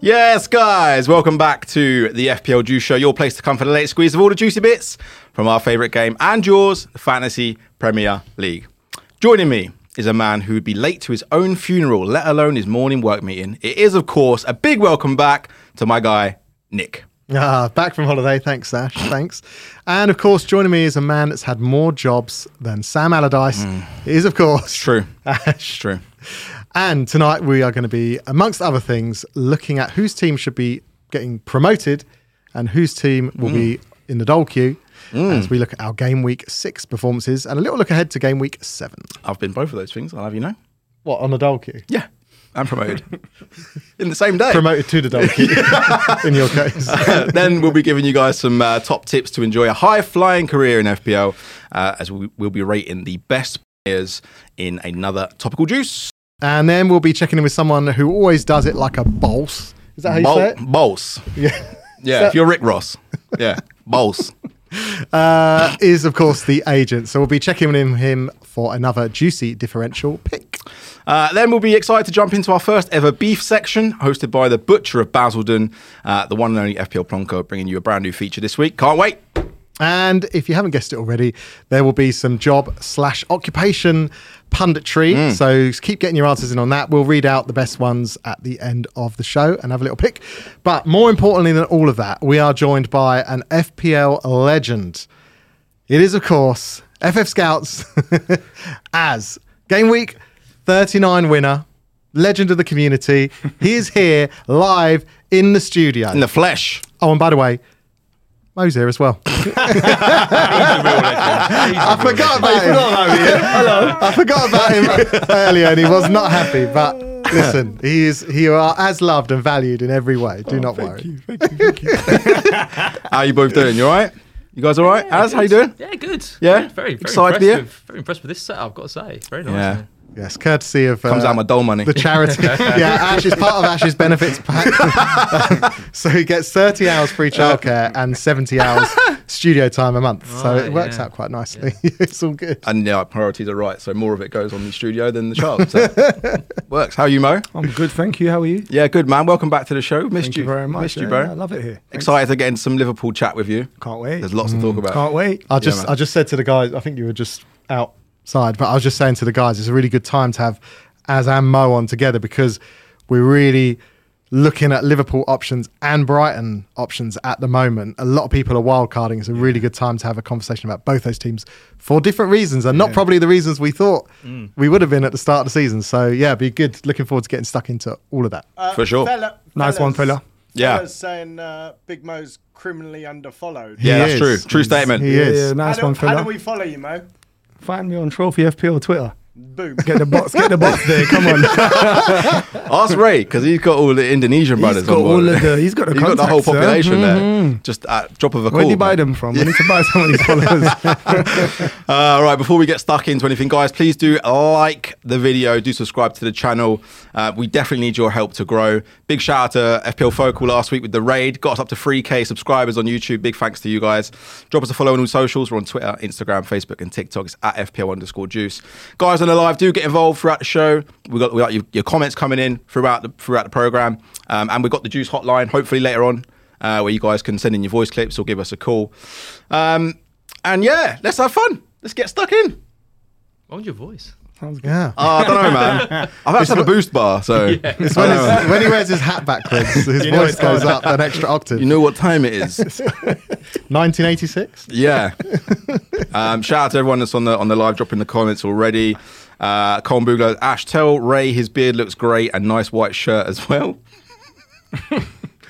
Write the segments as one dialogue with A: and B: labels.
A: Yes, guys, welcome back to the FPL Juice Show, your place to come for the late squeeze of all the juicy bits from our favourite game and yours, the Fantasy Premier League. Joining me is a man who would be late to his own funeral, let alone his morning work meeting. It is, of course, a big welcome back to my guy, Nick.
B: Ah, back from holiday. Thanks, Ash. Thanks. And of course, joining me is a man that's had more jobs than Sam Allardyce. It Is of course
A: True,
B: Ash.
A: true.
B: And tonight we are going to be, amongst other things, looking at whose team should be getting promoted and whose team will be in the dole queue as we look at our game week six performances and a little look ahead to game week seven.
A: I've been both of those things, I'll have you know.
B: What on the dole queue?
A: Yeah, I'm promoted in the same day.
B: Promoted to the dole queue. in your case,
A: then we'll be giving you guys some uh, top tips to enjoy a high flying career in FPL uh, as we, we'll be rating the best players in another topical juice.
B: and then we'll be checking in with someone who always does it like a boss. Is that how you say
A: Bol-
B: it?
A: Bols.
B: Yeah.
A: Yeah, if you're Rick Ross. Yeah, Bols.
B: uh, is of course the agent. So we'll be checking in with him for another juicy differential pick.
A: Uh, then we'll be excited to jump into our first ever beef section, hosted by the Butcher of Basildon, uh, the one and only FPL Plonko, bringing you a brand new feature this week. Can't wait.
B: And if you haven't guessed it already, there will be some job slash occupation punditry. So keep getting your answers in on that. We'll read out the best ones at the end of the show and have a little pick. But more importantly than all of that, we are joined by an FPL legend. It is, of course, FF Scouts as Game Week 39 winner, legend of the community. he is here live in the studio.
A: In the flesh.
B: Oh, and by the way, Mo's here as well. I forgot about him. Hello. I forgot about him earlier, and he was not happy. But listen, he is. You are as loved and valued in every way. Do not worry.
A: How you both doing? You all right? You guys all right?
C: Yeah,
A: As, how you
C: good.
A: doing?
C: Yeah, good.
A: Yeah?
C: very, very
A: Excited,
C: impressed
A: yeah?
C: with very impressed with this set. I've got to say, very nice.
A: Yeah.
B: Yes, courtesy of uh,
A: Comes out my dole money.
B: The charity. yeah, Ash is part of Ash's benefits pack. so he gets 30 hours free childcare and 70 hours studio time a month. So
C: Right,
B: it works
C: yeah.
B: out quite nicely. it's all good.
A: and yeah, priorities are right. So more of it goes on the studio than the child. So works. How you, Mo?
D: I'm good, thank you. How are you?
A: Yeah, good man. Welcome back to the show. Missed
D: Thank
A: you. eh?
D: you very much.
A: Missed
D: yeah,
A: you, bro.
D: I love it here.
A: Excited to get into some Liverpool chat with you.
D: Can't wait. Mm.
A: There's lots to talk about.
D: Can't wait.
B: I just
A: man.
B: I just said to the guys, I think you were just outside, but I was just saying to the guys, it's a really good time to have Az and Mo on together because we're really looking at Liverpool options and Brighton options at the moment. A lot of people are wildcarding. It's a really good time to have a conversation about both those teams for different reasons and not probably the reasons we thought
A: Mm.
B: we would have been at the start of the season. So yeah, it'd be good. Looking forward to getting stuck into all of that.
E: Uh,
A: For sure.
E: Fella,
D: Nice one, fella.
A: Yeah.
E: Fella's saying uh, Big Mo's criminally underfollowed.
A: Yeah,
B: He
A: that's true.
B: is.
A: True statement.
B: He
D: Yeah,
B: is.
D: yeah,
E: How
D: nice
E: do,
D: one,
E: how
D: fella.
E: do we follow you, Mo?
D: Find me on Trophy FPL Twitter.
E: Boom.
D: Get the box, get the box there. Come on.
A: Ask Ray because he's got all the Indonesian brothers.
D: got
A: on board.
D: all of the- he's got the
A: the whole
D: contacts, huh? Mm-hmm.
A: population there. Just at drop of a
D: Where
A: call.
D: would you buy
A: man.
D: them from? I need to buy some of these followers.
A: Uh, all right, before we get stuck into anything, guys, please do like the video, do subscribe to the channel. Uh, we definitely need your help to grow. Big shout out to FPL Focal last week with the raid, got us up to 3K subscribers on YouTube. Big thanks to you guys. Drop us a follow on all socials. We're on Twitter, Instagram, Facebook, and TikTok. It's at FPL underscore juice. Guys on the live, do get involved throughout the show. We got we got your, your comments coming in throughout the throughout the program, um, and we've got the juice hotline. Hopefully later on. Uh, where you guys can send in your voice clips or give us a call. Um, and yeah, let's have fun. Let's get stuck in.
C: What was your voice?
B: Yeah.
A: Oh, I don't know, man. I've actually had a boost bar, so
B: It's when,
A: Oh.
B: his, when he wears his hat backwards, his voice goes up an extra octave.
A: you know what time it is.
B: 1986.
A: Yeah. Um, shout out to everyone that's on the on the live, dropping the comments already. Uh, Colin Bugler, Ash, tell Ray his beard looks great and nice white shirt as well.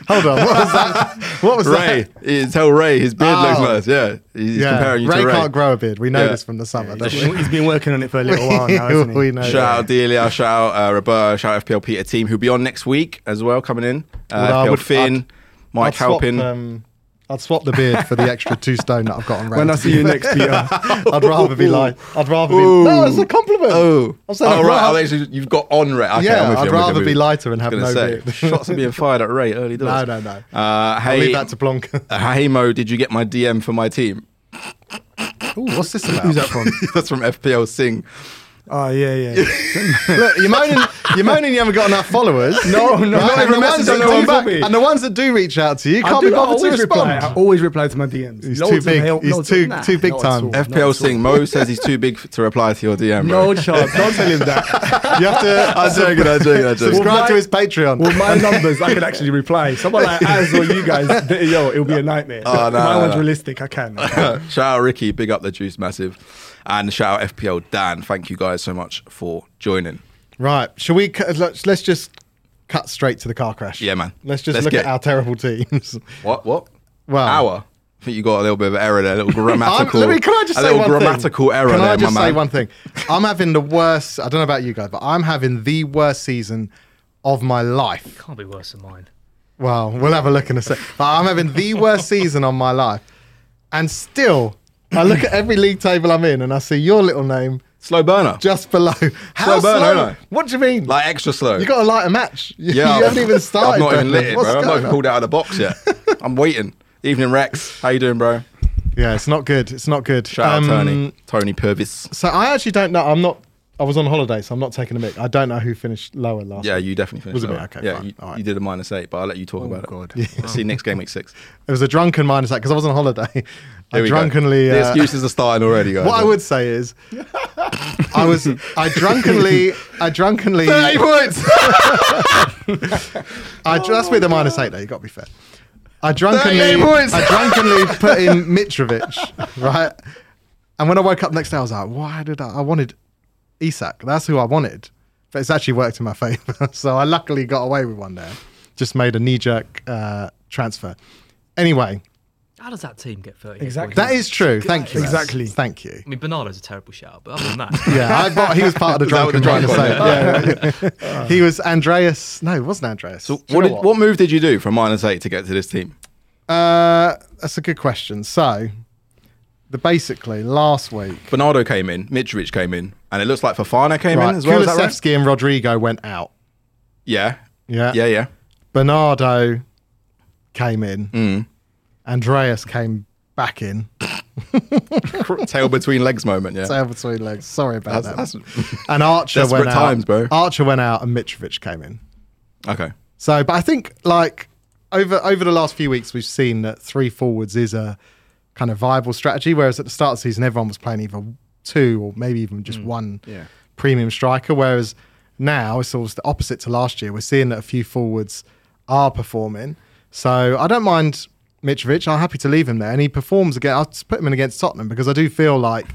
B: Hold on, what was that? What was
A: Ray,
B: that?
A: yeah, tell Ray his beard
B: Oh.
A: looks nice. Yeah, he's comparing you
B: Ray
A: to Ray.
B: can't grow a beard. We know
A: Yeah.
B: this from the summer. don't we?
D: He's been working on it for a little while now,
B: we,
D: hasn't he?
B: know.
A: Shout out
B: that.
A: Delia, shout out uh, Roberto, shout out FPL Peter team who'll be on next week as well coming in.
B: Well, I
A: Uh, FPL
B: would-
A: Finn,
B: I'd-
A: Mike
B: I'd swap,
A: Halpin.
B: um, I'd swap the beard for the extra two stone that I've got on.
D: When
B: rent.
D: I see you next, Peter.
B: I'd rather be like, I'd rather be.
A: uh, Ooh.
B: No, it's a compliment.
A: Oh,
B: I'm saying
A: oh,
B: I'd
A: right.
B: rather-
A: oh, actually, you've got on Ray. Okay,
B: Yeah,
A: I'm with you,
B: I'd
A: I'm with you, I'm
B: rather
A: with
B: be
A: you.
B: lighter and
A: I
B: have
A: was
B: no
A: gonna
B: beard.
A: say, shots are being fired at Ray early doors.
B: No, no, no.
A: Uh, hey,
B: I'll leave that to Blanca.
A: uh, hey Mo, did you get my DM for my team?
B: Ooh, what's this about? Who's that from?
A: That's from FPL Sing.
D: Oh yeah, yeah.
B: Look, you're moaning, you're moaning you haven't got enough followers. No,
D: no, not
B: and, the
D: every
B: ones
D: message
B: that
D: I
B: do
D: come
B: back,
D: for me.
B: and the ones that do reach out to you
D: I
B: can't
D: do-
B: be
D: I
B: bothered to
D: always
B: respond.
D: reply. I always reply to my DMs.
B: He's
D: Loads
B: too
D: of
B: big.
D: help,
B: He's
D: loads
B: too-
D: of- nah,
B: too big
D: not at
B: time.
D: all, not
A: FPL
D: at all.
A: Singh, Mo says he's too big f- to reply to your DM, bro.
D: No chance. Don't tell him that.
B: You have to uh,
A: I'm joking, I'm joking, I'm joking.
B: subscribe
D: my-
B: to his Patreon.
D: With my numbers, I can actually reply. Someone like Az or you guys, th- yo, it'll be a nightmare.
A: Oh, no,
D: my
A: no,
D: one's
A: no.
D: realistic. I can. I can.
A: shout out Ricky, big up the juice massive. And shout out FPL Dan. Thank you guys so much for joining.
B: right, shall we? cu- Let's, let's just cut straight to the car crash.
A: Yeah, man.
B: Let's just
A: Let's
B: look
A: get-
B: at our terrible teams.
A: What? What?
B: Wow.
A: Hour. I think you got a little bit of error there, a little
B: I'm-
A: grammatical.
B: let me- can I just
A: a
B: say
A: little
B: one
A: grammatical
B: thing?
A: error
B: Can
A: there,
B: I just
A: my
B: say
A: man.
B: one thing? I'm having the worst. I don't know about you guys, but I'm having the worst season of my life.
C: Can't be worse than mine.
B: Well, we'll have a look in a sec. But I'm having the worst season on my life, and still, I look at every league table I'm in, and I see your little name
A: Slow burner.
B: just below.
A: Slow
B: How
A: burner,
B: slow?
A: ain't I?
B: What do you mean?
A: like extra slow.
B: you got to light a match. You,
A: yeah,
B: you haven't even started.
A: I've not even
B: Bernard.
A: lit it,
B: What's
A: bro. I've not
B: going
A: even
B: on?
A: pulled out of the box yet. I'm waiting. Evening, Rex. How you doing, bro?
B: Yeah, it's not good. It's not good.
A: Shout
B: Um,
A: out Tony. Tony Purvis.
B: So I actually don't know. I'm not. I was on holiday, so I'm not taking a mic. I don't know who finished lower last.
A: Yeah, you definitely
B: Was
A: finished.
B: a bit
A: that one.
B: okay,
A: Yeah,
B: fine.
A: you,
B: All right. Oh,
A: you did a minus eight, but I'll let you talk about
D: God.
A: it. Yeah. See you next game week six.
B: It was a drunken minus that because I was on holiday.
A: Here
B: I
A: we
B: drunkenly.
A: go. The
B: uh,
A: excuses are starting already, guys.
B: what I would say is, I was. I drunkenly. I drunkenly.
A: Eight points.
B: I that's with a minus eight though. You got to be fair. I drunkenly,
A: 38 points.
B: I drunkenly put in Mitrovic, right? And when I woke up next day, I was like, "Why did I? I wanted Isak. That's who I wanted, but it's actually worked in my favour. so I luckily got away with one there. Just made a knee-jerk uh, transfer. Anyway,
C: How does that team get 30?
D: Exactly.
B: that is true. Thank you.
D: Exactly.
B: Thank you.
C: I mean, Bernardo's a terrible shout, but other than that,
B: Yeah, I bought, he was part of
A: Is
B: the
A: that what
B: drunken
A: the
B: minus
A: drunk
B: eight.
A: one
B: Yeah, yeah. he was Andreas. No, it wasn't Andreas.
A: So
B: Do you
A: what,
B: know
A: did, what move did you do from minus eight to get to this team?
B: Uh, that's a good question. So, the basically last week,
A: Bernardo came in, Mitrovic came in, and it looks like Fafana came
B: right,
A: in as well. Is that right?
B: Kulusevski and Rodrigo went out.
A: Yeah.
B: Yeah.
A: Yeah, yeah.
B: Bernardo came in.
A: Mm.
B: Andreas came back in.
A: Tail between legs moment, yeah.
B: Tail between legs. Sorry about
A: That's-
B: that. and Archer
A: Desperate
B: went out.
A: times, bro.
B: Archer went out, and Mitrovic came in.
A: Okay.
B: So, but I think like over over the last few weeks, we've seen that three forwards is a kind of viable strategy. Whereas at the start of the season, everyone was playing either two or maybe even just one premium striker. Whereas now it's almost the opposite to last year. We're seeing that a few forwards are performing. So I don't mind Mitrovic. I'm happy to leave him there, and he performs again. I'll just put him in against Tottenham because I do feel like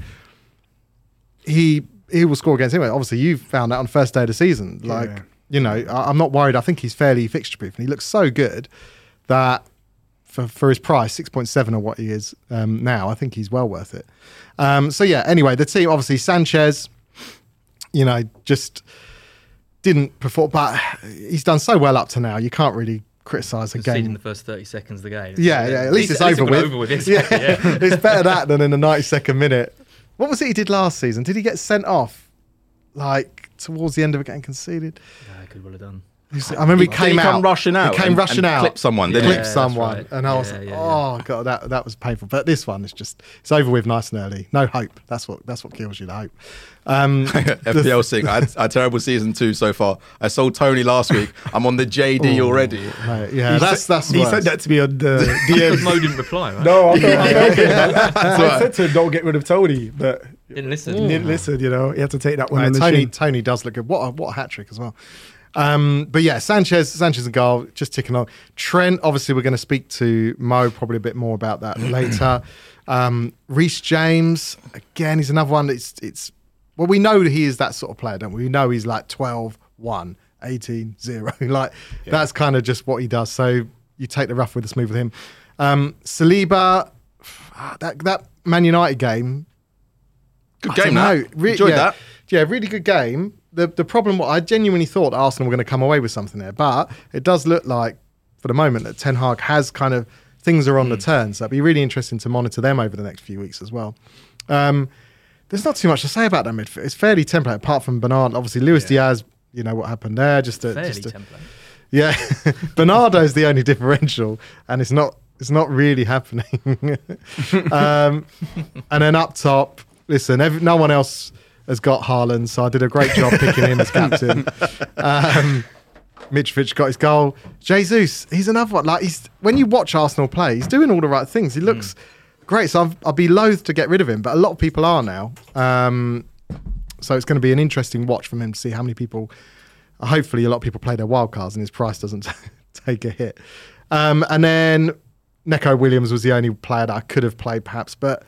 B: he he will score against anyone. Obviously, you found out on the first day of the season. Like
D: Yeah.
B: you know, I, I'm not worried. I think he's fairly fixture proof, and he looks so good that for for his price, six point seven or what he is um, now, I think he's well worth it. Um, so yeah. Anyway, the team obviously Sanchez, you know, just didn't perform, but he's done so well up to now. You can't really criticize a
C: conceding
B: game
C: the first 30 seconds of the game.
B: yeah, yeah. At least, it's over,
C: it
B: with.
C: got over with. Exactly, yeah.
B: it's better that than in the 92nd minute. What was it he did last season? Did he get sent off like towards the end of a game conceded?
C: Yeah, I could well have done.
B: He was- I remember he,
A: Did
B: came
A: he
B: out.
A: come rushing out
B: He came
A: and-
B: rushing
A: and
B: out.
A: clipped someone, didn't
C: he?
B: clipped
C: Yeah, that's
B: someone,
C: right.
B: and I was
C: Yeah,
B: like,
C: yeah,
B: oh god, that that was painful. But this one is just it's over with nice and early. No hope. That's what that's what kills you. The hope. Um,
A: FPL Singh, I had a terrible season two so far. I sold Tony last week. I'm on the JD already.
B: no, yeah,
D: He
B: that's
D: said-
B: that's
D: He
B: worse.
D: said that to me on the
C: Because
D: DM.
C: Mo didn't reply, right?
D: No, I felt, I felt it. I said to him, "Don't get rid of Tony," but
C: Didn't listen.
D: he didn't listen. You know, he had to take that one.
B: No,
D: on the
B: Uh, Tony
D: chin.
B: Tony does look good. What a, what a hat trick as well. Um, but yeah, Sanchez Sanchez and goal just ticking on. Trent, obviously, we're going to speak to Mo probably a bit more about that later. Um, Reese James again, he's another one. It's it's well, we know he is that sort of player, don't we? We know he's like 12, 1, 18, 0. like that's kind of just what he does. So you take the rough with the smooth with him. Um, Saliba, ah, that that Man United game
A: Good
B: I
A: game,
B: don't
A: that.
B: know. Re-
A: Enjoyed
B: yeah,
A: that.
B: Yeah, really good game. The the problem, I genuinely thought Arsenal were going to come away with something there, but it does look like, for the moment, that Ten Hag has kind of things are on
A: Hmm.
B: the turn. So it'd be really interesting to monitor them over the next few weeks as well. Um, there's not too much to say about that midfield. It's fairly template, apart from Bernard. Obviously, Luis Diaz. You know what happened there? Just a,
C: Fairly
B: just a,
C: template.
B: yeah, Bernardo's the only differential, and it's not it's not really happening. um, and then up top, listen, ev no one else has got Haaland, so I did a great job picking him as captain. Um, Mitrovic got his goal. Jesus, he's another one. Like he's when you watch Arsenal play, he's doing all the right things. He looks great. So I've, I'd be loath to get rid of him, but a lot of people are now. Um, so it's going to be an interesting watch from him to see how many people. Hopefully, a lot of people play their wild cards, and his price doesn't take a hit. Um, and then Neko Williams was the only player that I could have played, perhaps, but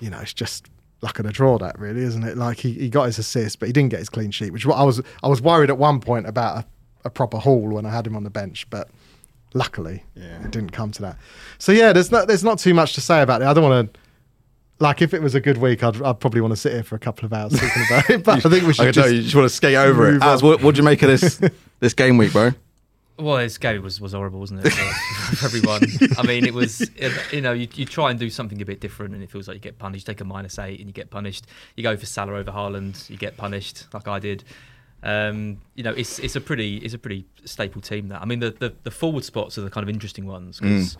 B: you know, it's just luck of the draw, that really, isn't it? Like he, he got his assist, but he didn't get his clean sheet, which is what I was I was worried at one point about a, a proper haul when I had him on the bench, but luckily it didn't come to that. So yeah, there's not there's not too much to say about it. I don't want to. Like if it was a good week, I'd, I'd probably want to sit here for a couple of hours thinking about it. But I think we
A: I can
B: should
A: tell
B: just
A: you, you just want to skate over it.
B: move
A: Az,
B: on.
A: what what do you make of this this game week, bro?
C: Well, his game was, was horrible, wasn't it? For, for everyone. I mean, it was, you know, you, you try and do something a bit different and it feels like you get punished. You take a minus eight and you get punished. You go for Salah over Haaland, you get punished, like I did. Um, you know, it's it's a pretty it's a pretty staple team that. I mean, the, the, the forward spots are the kind of interesting ones because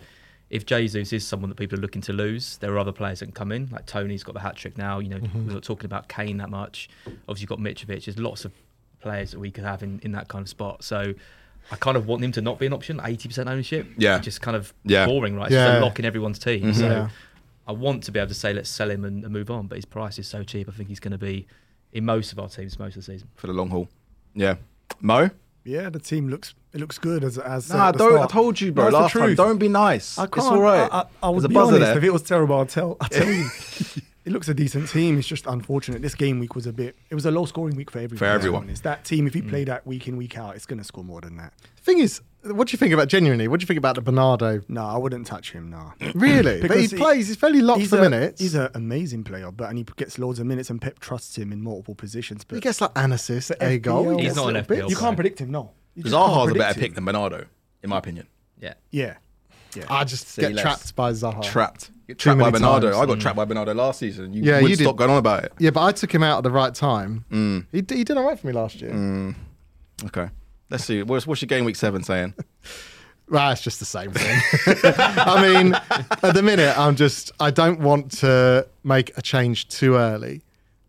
C: if Jesus is someone that people are looking to lose, there are other players that can come in. Like Tony's got the hat trick now. You know,
A: Mm-hmm.
C: we're not talking about Kane that much. Obviously, you've got Mitrovic. There's lots of players that we could have in, in that kind of spot. So I kind of want him to not be an option, 80% ownership.
A: Yeah.
C: It's Just kind of
A: Yeah. Mm-hmm.
C: boring, right? It's just
B: Yeah.
C: a lock in everyone's team. So
B: Yeah.
C: I want to be able to say, let's sell him and, and move on. But his price is so cheap. I think he's going to be in most of our teams most of the season.
A: For the long haul. Yeah. Mo?
F: Yeah, the team looks it looks good as as. uh,
A: Nah,
F: at the
A: don't, I
F: start.
A: told you, bro.
F: No, it's the
A: last time,
F: truth.
A: don't be nice.
F: I can't.
A: It's all right.
F: I, I, I
A: There's
F: would
A: a
F: be
A: buzzer
F: honest.
A: there.
F: If it was terrible, I'll tell. I'll tell you. It looks a decent team. It's just unfortunate. This game week was a bit. It was a low scoring week for everyone.
A: For
F: to be
A: everyone.
F: honest. that team, if you play that week in week out, it's going to score more than that.
B: Thing is, what do you think about genuinely? What do you think about the Bernardo?
F: No, I wouldn't touch him. No.
B: Really? but he,
F: Because he-
B: plays. He's fairly locked for
F: a,
B: minutes.
F: He's an amazing player, but and he gets loads of minutes, and Pep trusts him in multiple positions. But
B: he gets like an assist, a goal.
F: FPL
B: He
C: He's
B: gets
C: not an
B: little bits.
C: FPL
F: you
C: player.
F: can't predict him. No, You
A: Because
F: just can't
A: Zaha's a
F: predict
A: better
F: him.
A: pick than Bernardo, in my opinion.
C: Yeah.
F: Yeah, yeah.
B: I just
A: See
B: get
A: less.
B: trapped by Zaha.
A: Trapped. Get trapped by
B: many
A: Bernardo.
B: times.
A: I got trapped by Bernardo last season. You
B: Yeah,
A: wouldn't
B: you did.
A: stop going on about it.
B: Yeah, but I took him out at the right time. He, d- he did all right for me last year.
A: Okay. Let's see. What's, what's your game week seven saying?
B: Right, it's just the same thing. I mean, at the minute, I'm just, I don't want to make a change too early.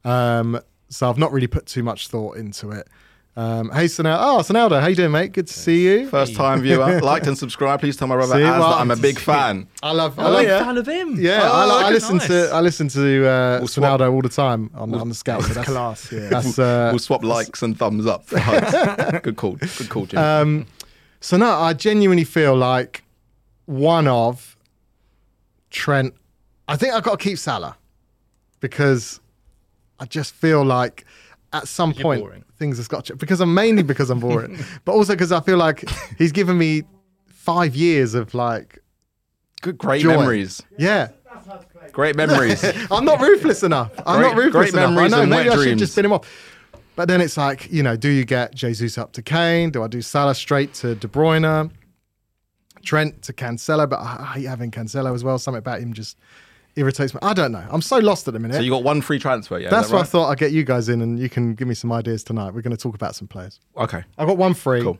B: Um, so I've not really put too much thought into it. Um, hey, Sonaldo. Oh, Sonaldo, how you doing, mate? Good to see you.
A: First time viewer, liked and subscribed. Please tell my brother Az
B: See, well,
A: that I'm a big fan.
B: I love, I love,
C: Fan of him.
B: Yeah,
C: Oh,
B: I, li- I
C: look,
B: listen
C: nice.
B: to I listen to uh,
A: We'll swap-
B: Ronaldo all the time on, on the scout. so That's
F: class. Yeah.
B: That's uh,
A: we'll swap likes and thumbs up for hugs. Good call. Good call, Jim.
B: um, so. No, I genuinely feel like one of Trent. I think I've got to keep Salah because I just feel like at some point
C: boring.
B: things have got to, because I'm mainly because I'm boring, but also because I feel like he's given me five years of like
A: Good, great
B: joy.
A: memories.
B: yeah.
A: Great memories.
B: I'm not ruthless enough. I'm
A: Great-
B: not ruthless
A: great
B: enough. I
A: memories
B: know.
A: and
B: Maybe
A: wet
B: I should
A: dreams.
B: just spin him off. But then it's like, you know, do you get Jesus up to Kane? Do I do Salah straight to De Bruyne? Trent to Cancelo? But I I hate having Cancelo as well. Something about him just irritates me. I don't know. I'm so lost at the minute.
A: so you got one free transfer, yeah? Is
B: That's
A: that
B: why I thought I'd get you guys in and you can give me some ideas tonight. We're going to talk about some players.
A: right? Okay.
B: I've got one free.
A: Cool.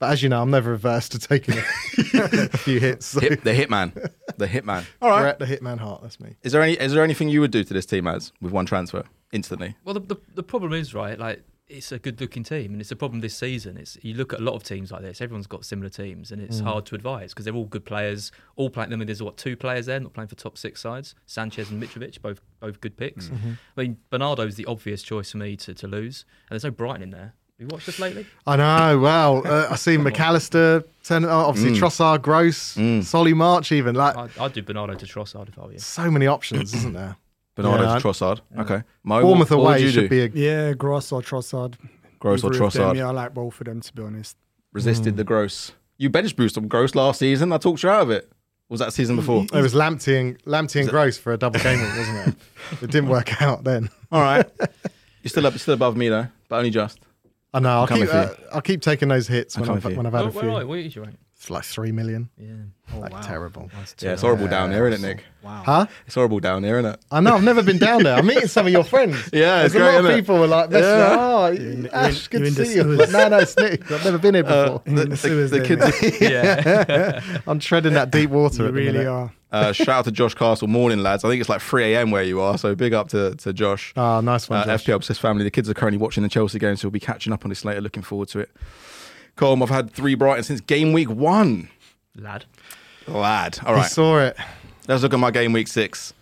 B: But as you know, I'm never averse to taking a few hits. So
A: Hit, the hitman. The hitman. All right.
B: Brett, the Hitman Heart, that's me.
A: Is there any? Is there anything you would do to this team as with one transfer instantly?
C: Well, the, the, the problem is right. Like it's a good looking team, and it's a problem this season. It's you look at a lot of teams like this. Everyone's got similar teams, and it's hard to advise because they're all good players. All playing. I mean, there's what two players there not playing for top six sides. Sanchez and Mitrovic, both both good picks. I mean, Bernardo's the obvious choice for me to, to lose, and there's no Brighton in there. Have you watched this lately?
B: I know. Wow. Uh, I see McAllister, turn, oh, obviously
A: Mm.
B: Trossard, Gross, Solly March, even like
A: Oh,
C: I'd, I'd do Bernardo to Trossard if I were you.
B: so many options, isn't there?
A: Bernardo
B: Yeah, I-
A: to Trossard. Okay. Mo,
B: Bournemouth
A: what, what would
B: away
A: you
B: should
A: do?
B: be a
F: Yeah, Gross or Trossard.
A: Gross or
F: Either of them,
A: Trossard.
F: Yeah, I like both of them to be honest.
A: Resisted
B: Hmm.
A: the gross. You bench boosted on gross last season. I talked you out of it. Or Was that season before?
B: it was Lamptey and Lamptey and Gross for a double game week, wasn't it? It didn't work out then.
A: All right. You're still up. You're still above me though, but only just.
B: I know. I'll
A: coming
B: keep,
A: for you.
B: uh, I'll keep taking those hits when
A: coming
B: I've,
A: for you.
B: when I've had
C: Oh,
B: a
C: where are you?
B: few.
C: Where is your rank? Oh,
B: It's like three million.
C: Yeah.
B: like terrible.
A: Yeah, it's horrible down there, isn't it, Nick?
B: Huh?
A: It's horrible down there, isn't it?
B: I know. I've never been down there. I'm meeting some of your friends.
A: Yeah, it's
B: There's
A: great,
B: a lot
A: isn't
B: of
A: it?
B: people were like, messing
A: Yeah.
B: around.
F: in-
B: oh,
F: you're
B: Ash, good to
F: in the
B: see you.
F: sewers.
B: No, no, it's Nick. I've never been here before.
A: The,
F: the
A: the-
F: sewers
A: the
F: there,
A: kids.
C: Yeah.
B: I'm treading that deep water.
F: You
B: at the
F: really
B: minute.
F: are.
A: uh, shout out to Josh Castle. Morning, lads. I think it's like 3 a.m. where you are, so big up to, to Josh.
B: Oh, nice one,
A: uh,
B: Josh.
A: FPL Obsessed family. The kids are currently watching the Chelsea game, so we'll be catching up on this later. Looking forward to it. Colm, I've had three Brighton since game week one.
C: Lad.
A: Lad. All
B: He
A: right.
B: saw it.
A: Let's look at my game week six.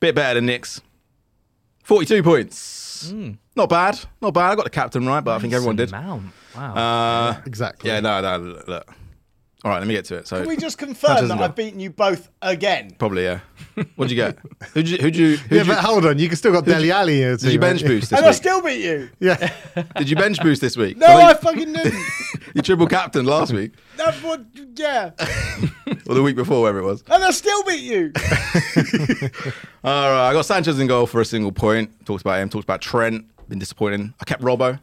A: Bit better than Nick's. 42 points. Not bad. Not bad. I got the captain right, but I think everyone did.
C: Mount. Wow.
A: Uh,
B: Exactly.
A: yeah, no, no. Look. look. All right, let me get to it. So
E: Can we just confirm
A: doesn't
E: that
A: work.
E: I've beaten you both again?
A: probably yeah. What'd you get? Who'd you? Who'd you? Who'd
B: Yeah,
A: you
B: but hold on. You can still got Deli Alley here.
A: did you bench boost this
E: And I
A: week?
E: still beat you.
B: Yeah.
A: did you bench boost this week?
E: No, I
A: I think
E: fucking didn't.
A: you triple captain last week
E: That what, yeah.
A: or the week before, wherever it was.
E: And I still beat you.
A: All right, I got Sanchez in goal for a single point. Talked about him. Talked about Trent. Been disappointing. I kept Robbo.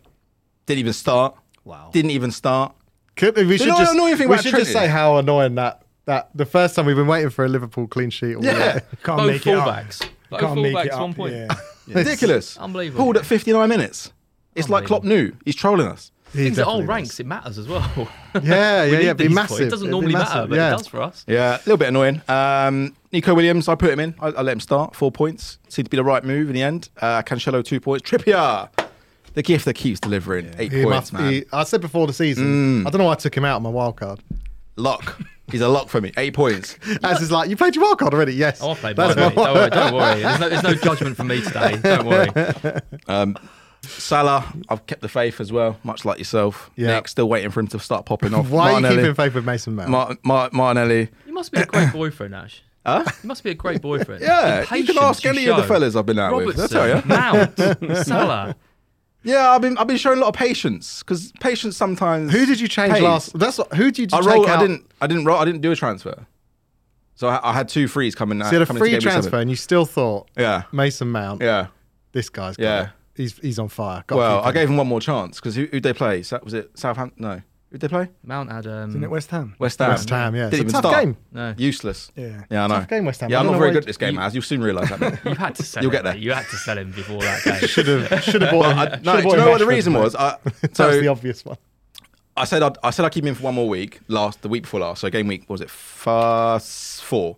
A: Didn't even start. Wow. Didn't even start.
B: Could, we should
A: know what
B: just,
A: annoying thing
B: we
A: about
B: should
A: Trent
B: just say
A: is?
B: how annoying that that the first time we've been waiting for a Liverpool clean sheet. All
A: Yeah.
B: yeah.
F: Can't
C: Both
F: make it up.
C: fullbacks. Both
F: Can't make it
C: fullbacks,
F: up.
C: one point.
F: Yeah.
A: Ridiculous.
C: unbelievable.
A: Pulled at 59 minutes. It's like Klopp knew. He's trolling us.
C: Things at all ranks, it matters as well.
B: Yeah, yeah,
C: We
B: yeah.
C: need
B: Be
C: these
B: massive.
C: points. It
B: It'd
C: doesn't
B: be
C: normally
B: massive,
C: matter, but
B: yeah.
C: it does for us.
A: Yeah, a little bit annoying. Um, Nico Williams, I put him in. I, I let him start. Four points. Seemed to be the right move in the end. Uh, Cancelo, two points. Trippier, the gift that keeps delivering. Eight
B: He
A: points,
B: must
A: man.
B: be. I said before the season. I don't know why I took him out on my wild card.
A: Lock. He's a lock for me. Eight points.
B: As is like, you played your wild card already? Yes.
C: Oh, I played
B: That's
C: mine, mate.
B: my-
C: Don't worry, don't worry. There's no, there's no judgment from me today. Don't worry.
A: Salah, I've kept the faith as well, much like yourself.
B: Yeah.
A: Nick, still waiting for him to start popping off.
B: Why are you
A: Martinelli-
B: keeping faith with Mason Mount?
A: Mar- Mar- Martinelli.
C: You must be a great boyfriend, Ash.
A: Huh?
C: You must be a great boyfriend.
A: Yeah, you
C: Impatience
A: can ask any of the
C: show.
A: fellas I've been out with. They'll
C: Robertson,
A: tell you.
C: Mount, Salah.
A: Yeah, I've been I've been showing a lot of patience because patience sometimes.
B: Who did you change
A: pays.
B: last? That's what, who did you
A: I
B: take
A: rolled.
B: out?
A: I didn't. I didn't roll. I didn't do a transfer. So I, I had two frees coming.
B: So you had a free transfer,
A: Seven.
B: and you still thought,
A: Yeah.
B: Mason Mount.
A: Yeah.
B: this guy's. Got
A: Yeah.
B: it. he's he's on fire. Got
A: Well, I
B: I
A: gave him one more chance because who, who'd they play? Sa- Was it Southampton? No. Who'd they play?
C: Mount had um,
F: Isn't it West Ham?
A: West Ham.
B: West Ham, yeah.
A: Didn't
B: It's a
A: even
B: tough
A: start.
B: game.
C: No.
A: Useless.
F: Yeah.
A: Yeah, I know.
B: Tough game, West Ham.
A: Yeah,
B: I
A: I'm
B: don't
A: not
B: know
A: very
B: why
A: good at
B: you-
A: this game,
B: you-
A: as you'll soon realise that. mate.
C: You had to sell
A: You'll
C: him.
A: get there.
C: You had to sell him before that game.
B: should have should have bought.
A: I,
B: him.
A: no, do
B: Should've
A: you
B: bought
A: know
B: him
A: what the
B: Rashford,
A: reason
B: mate.
A: was? I,
B: That's
A: so
B: the obvious one.
A: I said I'd, I said I'd keep him for one more week. Last the week before last, so game week what was it first four?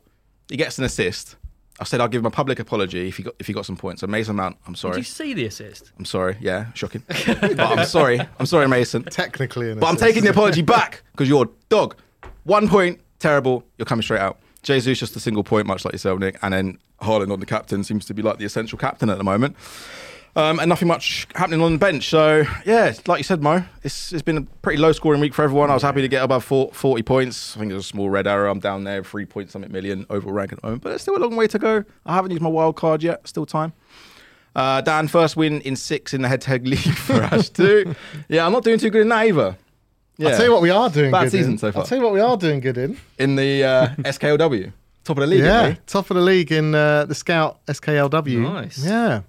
A: He gets an assist. I said I'll give him a public apology if he got if he got some points. So Mason Mount, I'm
C: Did
A: sorry.
C: you see the assist?
A: I'm sorry. Yeah, shocking. but I'm sorry. I'm sorry, Mason.
B: Technically, an
A: But I'm
B: assist.
A: taking the apology back because you're a dog. One point, terrible. You're coming straight out. Jesus just a single point, much like yourself, Nick. And then Haaland on the captain seems to be like the essential captain at the moment. Um, and nothing much happening on the bench. So yeah, like you said, Mo, it's it's been a pretty low scoring week for everyone. I was happy to get above four, 40 points. I think there's a small red arrow. I'm down there, three point something million overall rank at the moment, but it's still a long way to go. I haven't used my wild card yet. Still time. Uh, Dan, first win in six in the head-to-head league for us too. Yeah, I'm not doing too good in that either. Yeah.
B: I'll tell you what we are doing
A: Bad
B: good
A: season
B: in.
A: so far.
B: I'll tell you what we are doing good in.
A: in the uh, SKLW, top of the league.
B: yeah,
A: Yeah.
B: top of the league in uh, the Scout SKLW.
C: Nice.
B: Yeah.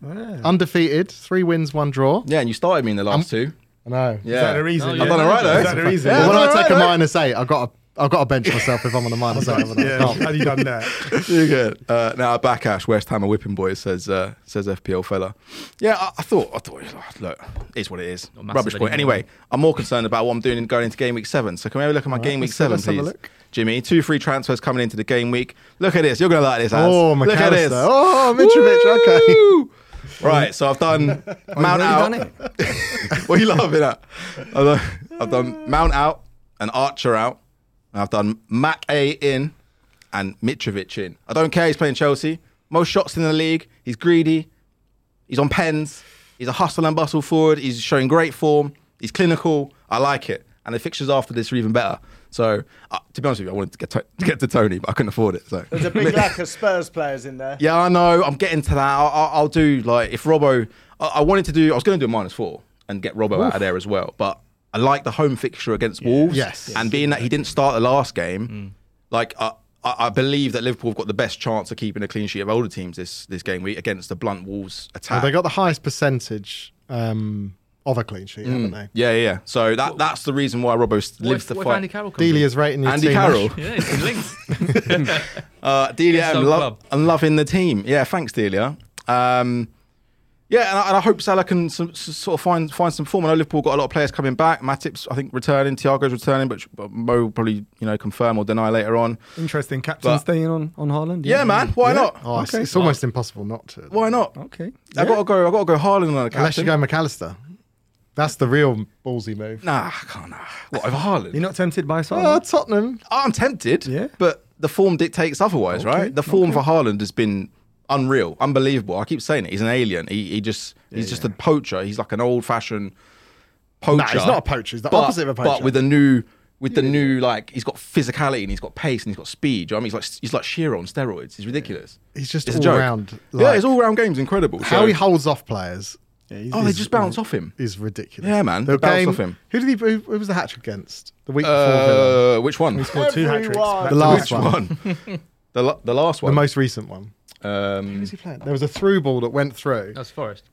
B: undefeated, three wins, one draw.
A: Yeah, and you started me in the last two.
B: I know.
A: Yeah.
F: Is that the reason?
C: Oh, yeah.
A: I've done all right though.
F: Is that the reason?
A: Yeah, I've
B: Well, when
A: done
B: I
A: all
B: take a
A: right,
B: minus eight, I got to, I've got to bench myself if I'm on a minus eight. haven't I?
F: Yeah,
B: Can't-
F: how do you done that?
A: though. You're good. Uh, now Backash, West Ham are whipping boys says uh, says FPL fella. Yeah, I, I thought I thought oh, look, it's what it is.
C: Not massive
A: Rubbish point.
C: anymore.
A: Anyway, I'm more concerned about what I'm doing in going into game week seven. So can we have a look at my game week
B: let's have-
A: seven,
B: let's have a
A: please?
B: look.
A: Jimmy, two free transfers coming into the game week. Look at this. You're gonna like this. Az.
B: Oh,
A: look at this.
B: McAllister. Oh, Mitrovic. Okay. Oh,
A: Woo! Right, so I've done Mount out. what are you laughing at? I've done, I've done Mount out and Archer out. And I've done Mac A in and Mitrovic in. I don't care. He's playing Chelsea. Most shots in the league. He's greedy. He's on pens. He's a hustle and bustle forward. He's showing great form. He's clinical. I like it. And the fixtures after this are even better. So, uh, to be honest with you, I wanted to get to, to get to Tony, but I couldn't afford it. So
E: There's a big lack of Spurs players in there.
A: yeah, I know. I'm getting to that. I'll, I'll- I'll do like if Robbo. I, I wanted to do. I was going to do a minus four and get Robbo out of there as well. But I like the home fixture against Wolves.
B: Yes. Yes.
A: And being that he didn't start the last
C: Mm.
A: game, like I, I I believe that Liverpool have got the best chance of keeping a clean sheet of older
C: Oh,
A: teams this this game week against the blunt Wolves
B: Well,
A: attack.
B: they got the highest percentage um, of a clean sheet, haven't they?
A: Yeah, yeah, yeah. So that that's the reason why Robbo s-
C: What
A: lives
C: if,
A: the
C: what if
A: fight.
C: Andy Carroll comes in?
B: Delia's rating your
A: Andy
B: team.
A: Carroll.
C: Yeah, it's been linked.
A: Uh, Delia,
C: Yes,
A: I'm,
C: old
A: lo-
C: club.
A: I'm loving the team. Yeah, thanks, Delia. Um, yeah, and I, and I hope Salah can s s- sort of find find some form. I know Liverpool got a lot of players coming back. Matip's, I think, returning. Thiago's returning, but but Mo will probably you know confirm or deny later on.
F: Interesting. Captain
A: But-
F: staying on on Haaland.
A: Yeah, man, why not?
B: Oh, it's,
F: Okay.
B: it's almost impossible not to.
A: Why not?
F: Okay.
A: I gotta go. I gotta go. Haaland on the
B: Unless you
A: captain.
B: go McAllister. That's the real ballsy move.
A: Nah, I can't. Nah. What over Haaland?
F: You're not tempted by Salah?
B: Oh, Tottenham.
A: I'm tempted,
F: Yeah.
A: but the form dictates otherwise, right? The form for Haaland has been unreal, unbelievable. I keep saying it. He's an alien. He, he just he's just a poacher. He's like an old fashioned poacher.
B: Nah, he's not a poacher. He's the opposite of a
A: But
B: poacher.
A: with a new with the new like he's got physicality and he's got pace and he's got speed. Do you know what I mean? He's like he's like Shearer on steroids. He's ridiculous.
B: He's just
A: It's a
B: all
A: joke.
B: round.
A: yeah,
B: like,
A: his all round game's incredible.
B: How
A: So-
B: he holds off players
A: oh, they just bounce off him.
B: is ridiculous.
A: Yeah, man,
B: The
A: bounce
B: game,
A: off him.
B: Who did he? Who, who was the hat trick against the week before? Villa?
A: Uh, which one?
F: Scored two hat-tricks.
E: Everyone.
F: Back
B: The
F: to
B: last
A: Which
B: one.
A: one? the, la- the last
B: the
A: one.
B: most recent one.
A: um,
B: Who's he playing? There was a through ball that went through.
C: That's Forest.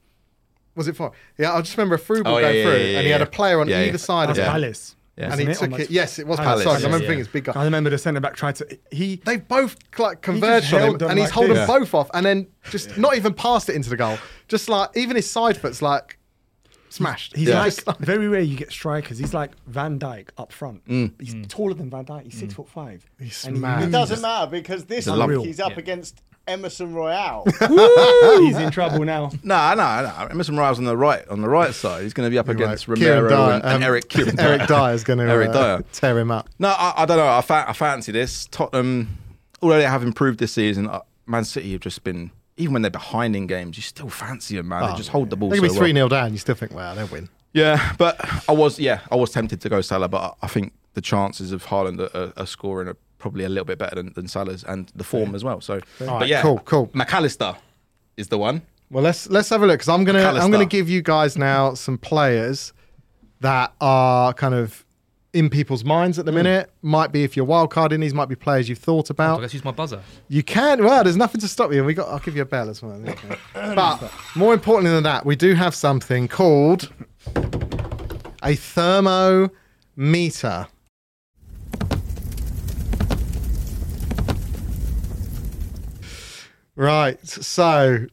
B: Was it for? Yeah, I just remember a through ball
A: Oh, yeah,
B: going
A: yeah,
B: through,
A: yeah,
B: and he had a
A: yeah.
B: player on
A: Yeah,
B: either
A: yeah.
B: side of
F: That's
B: him,
F: Palace.
A: Yeah.
B: and he
F: Isn't it?
B: took
F: On
B: it.
F: that-
B: Yes, it was
F: Palace,
B: Palace. I
A: yeah.
B: remember
C: Yeah.
B: thinking it's big guy.
F: I remember the centre back tried to. He.
B: They both like converged on
F: held
B: him,
F: them
B: and he's
F: like
B: holding
F: this.
B: both off, and then just not even passed it into the goal. Just like even his side foot's like smashed.
F: He's
A: Yeah.
F: like very rare. You get strikers. He's like Van Dyke up front.
A: Mm.
F: He's taller than Van Dyke. He's six foot five.
B: He's
F: And he
B: mad.
E: It
F: moves.
E: doesn't matter because this
A: a lump.
E: week he's up
C: Yeah.
E: against Emerson Royale.
F: He's in trouble now.
A: No, no, no. Emerson Riles on the right, on the right side. He's going to be up against
B: Right. Kieran
A: Romero
B: Dyer,
A: and, and
B: um,
A: Eric Kieran Dyer.
B: Eric Dyer is going to
A: Eric Dyer.
B: tear him up.
A: No, I, I don't know. I, fa- I fancy this. Tottenham, although they have improved this season, uh, Man City have just been even when they're behind in games, you still fancy them,
B: Oh,
A: man. they just hold the ball.
B: They're going to
A: so well.
B: be three 0 down. You still think, wow, they'll win.
A: Yeah, but I was yeah I was tempted to go Salah, but I, I think the chances of Haaland are- are, are scoring are probably a little bit better than, than Salah's and the form as well. So, but
B: right,
A: yeah,
B: cool, cool.
A: McAllister is the one.
B: Well, let's let's have a look because I'm gonna I'm
A: McAllister.
B: gonna give you guys now some players that are kind of in people's minds at
A: Hmm.
B: the minute. Might be if you're wildcarding, these might be players you've thought
C: I
B: about.
C: guess use my buzzer.
B: You can. Well, there's nothing to stop you. We got. I'll give you a bell as well. but more importantly than that, we do have something called a thermometer. Right. So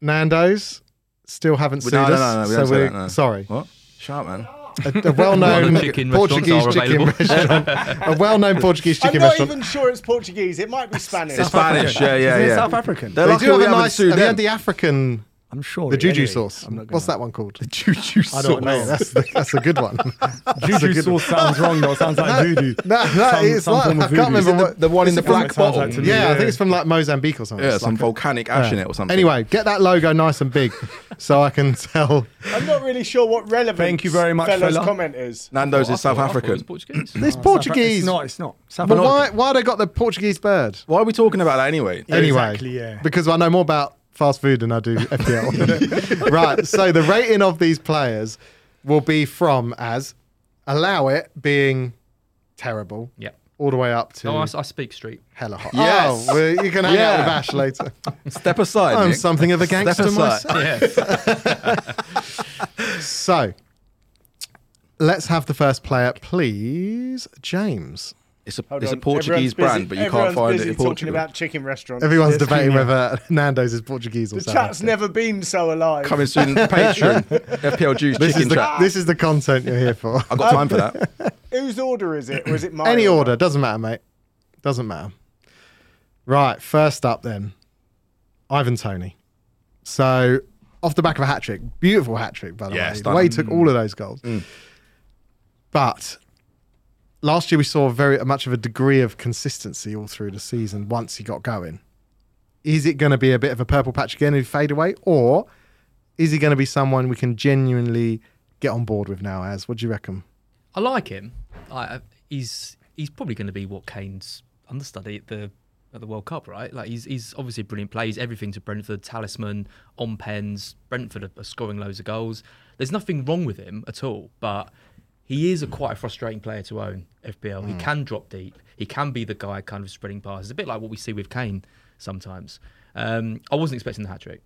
B: Nando's still haven't
A: No,
B: sued
A: no,
B: us.
A: no, no, we
B: so
A: don't say
B: we're-
A: that, no.
B: Sorry
A: What? Sharp man.
B: a, a well-known
C: Well, chicken restaurants
B: Portuguese
C: are
B: chicken
C: available.
B: restaurant. a well-known Portuguese
E: I'm
B: chicken
E: not
B: restaurant.
E: even sure it's Portuguese. It might be Spanish.
A: It's Spanish. Yeah, yeah,
F: Isn't it
A: yeah.
F: South African?
A: They're
B: They
A: lucky
B: do have
A: we
B: a
A: haven't
B: nice.
A: sued
B: Have you
A: them.
B: had the African,
F: I'm sure.
B: the juju
F: anyway,
B: sauce?
F: I'm not gonna
B: What's that one called?
A: juju
F: I don't know.
B: Oh, that's the, that's a good one.
F: Juju sauce sounds wrong though. It sounds like voodoo.
B: No, no,
F: Some-
B: it's
F: some
B: like,
F: form of
B: I can't
F: voodoo.
B: remember what.
A: The one in the
F: It's what
A: black
F: it sounds
A: bottle.
F: like to me.
B: yeah, I think
F: yeah.
B: it's from like Mozambique or something.
A: Yeah,
B: It's
A: some
B: like a-
A: volcanic ash in it or something.
B: Anyway, get that logo nice and big, so I can tell.
E: I'm not really sure what relevant
F: Thank you very much,
E: fella's
F: fella.
E: comment is.
A: Nando's
C: I
A: is South
C: thought- I thought it was
A: African.
C: Portuguese.
B: It's
F: It's
B: Portuguese.
F: not. It's not. South
B: But
F: African.
B: why? Why they got the Portuguese bird?
A: Why are we talking about that anyway?
B: Anyway,
F: Exactly, yeah.
B: because I know more about fast food than I do FPL. right. So the rating of these players will be from as allow it being terrible
C: Yeah.
B: all the way up to
C: No, Oh, I, I speak street.
B: hella hot.
A: Yes.
B: Oh, well, you can hang out
A: Yeah.
B: with Ash later.
A: Step aside.
B: I'm
A: Nick.
B: something of a
A: Step
B: gangster
A: aside.
B: myself.
C: Yeah.
B: So let's have the first player, please, James.
A: It's a,
E: Hold
A: it's a
E: on,
A: Portuguese
E: everyone's busy-
A: brand, but you can't
E: everyone's
A: find it
E: busy
A: in
E: talking
A: Portugal.
E: about chicken restaurants.
B: Everyone's
F: Yes,
B: debating
F: yeah.
B: whether Nando's is Portuguese or
E: the
B: South
E: chat's
B: African.
E: never been so alive.
A: Coming soon, Patreon, FPL Juice
B: This
A: Chicken
B: is, the,
A: Chat.
B: this is the content you're here for.
A: I've got time for that.
E: Whose order is it? Or is it my
B: Any order, doesn't matter, mate. Doesn't matter. Right, first up then, Ivan Tony. So off the back of a hat trick, beautiful hat trick by the
A: Yeah,
B: way. The
A: stunning. Mm.
B: way he took all of those goals. But last year we saw very much of a degree of consistency all through the season once he got going. Is it going to be a bit of a purple patch again who fade away, or is he going to be someone we can genuinely get on board with now? As what do you reckon?
C: I like him. I, I- he's he's probably going to be what Kane's understudy at the at the World Cup, right? Like he's he's obviously a brilliant player. He's everything to Brentford, talisman on pens. Brentford are, are scoring loads of goals. There's nothing wrong with him at all, but he is a quite a frustrating player to own FPL. He can drop deep. He can be the guy kind of spreading passes, a bit like what we see with Kane sometimes. Um, I wasn't expecting the hat trick.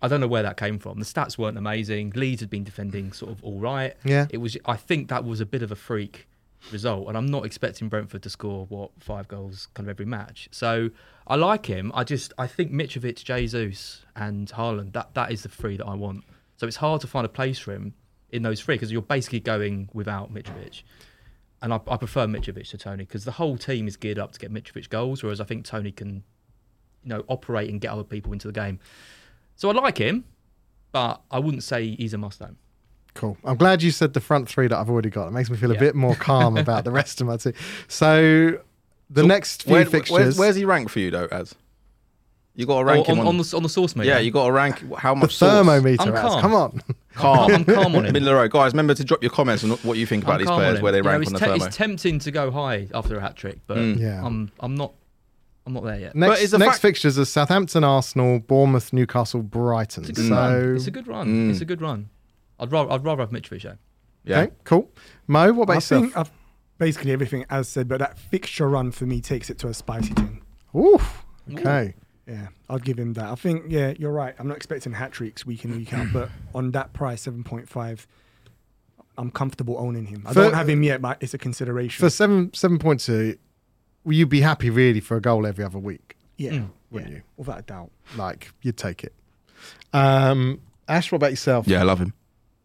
C: I don't know where that came from. The stats weren't amazing. Leeds had been defending sort of all right.
B: Yeah.
C: It was. I think that was a bit of a freak result, and I'm not expecting Brentford to score what five goals kind of every match. So I like him. I just I think Mitrovic, Jesus, and Haaland. That that is the three that I want. So it's hard to find a place for him in those three because you're basically going without Mitrovic. And I, I prefer Mitrovic to Tony because the whole team is geared up to get Mitrovic goals, whereas I think Tony can, you know, operate and get other people into the game. So I like him, but I wouldn't say he's a must own.
B: Cool. I'm glad you said the front three that I've already got. It makes me feel a
C: Yeah.
B: bit more calm about the rest of my team. So the next few
A: Where- where-
B: fixtures.
A: where's, where's he ranked for you though, as? You got to rank
C: Oh, on,
A: him on,
C: on the on the source, mate.
A: yeah, you got to rank how
B: the
A: much sauce?
B: thermometer?
C: I'm
B: Raz?
C: calm.
B: Come on.
A: calm,
C: I'm calm on him.
A: middle of the road, guys. Remember to drop your comments on what you think about these players, where they rank
C: it's
A: on the Mm.
C: te-
A: thermo.
C: It's tempting to go high after a hat trick, but
B: Yeah.
C: I'm I'm not I'm not there yet.
B: Next,
A: it's a
B: next
A: fact-
B: fixtures are Southamptun, Arsenal, Bournemouth, Newcastle, Brighton.
C: It's a good run.
B: So
C: It's a good run.
A: Mm.
C: It's a good run. I'd rather I'd rather have Mitrovic though.
A: yeah,
B: okay, cool. Mo, what about
F: I
B: yourself?
F: think I've basically everything as said, but that fixture run for me takes it to a spicy ten.
B: Oof. Okay.
F: Yeah, I'd give him that. I think, yeah, you're right. I'm not expecting hat tricks week in, week out, but on that price, 7.5, I'm comfortable owning him. I
B: For-
F: don't have him yet, but it's a consideration.
B: For seven seven point two, will you be happy really for a goal every other week?
C: Mm.
F: yeah, yeah,
B: Wouldn't you?
F: without a doubt.
B: Like you'd take it. Um, Ash, what about yourself?
A: yeah, I love him.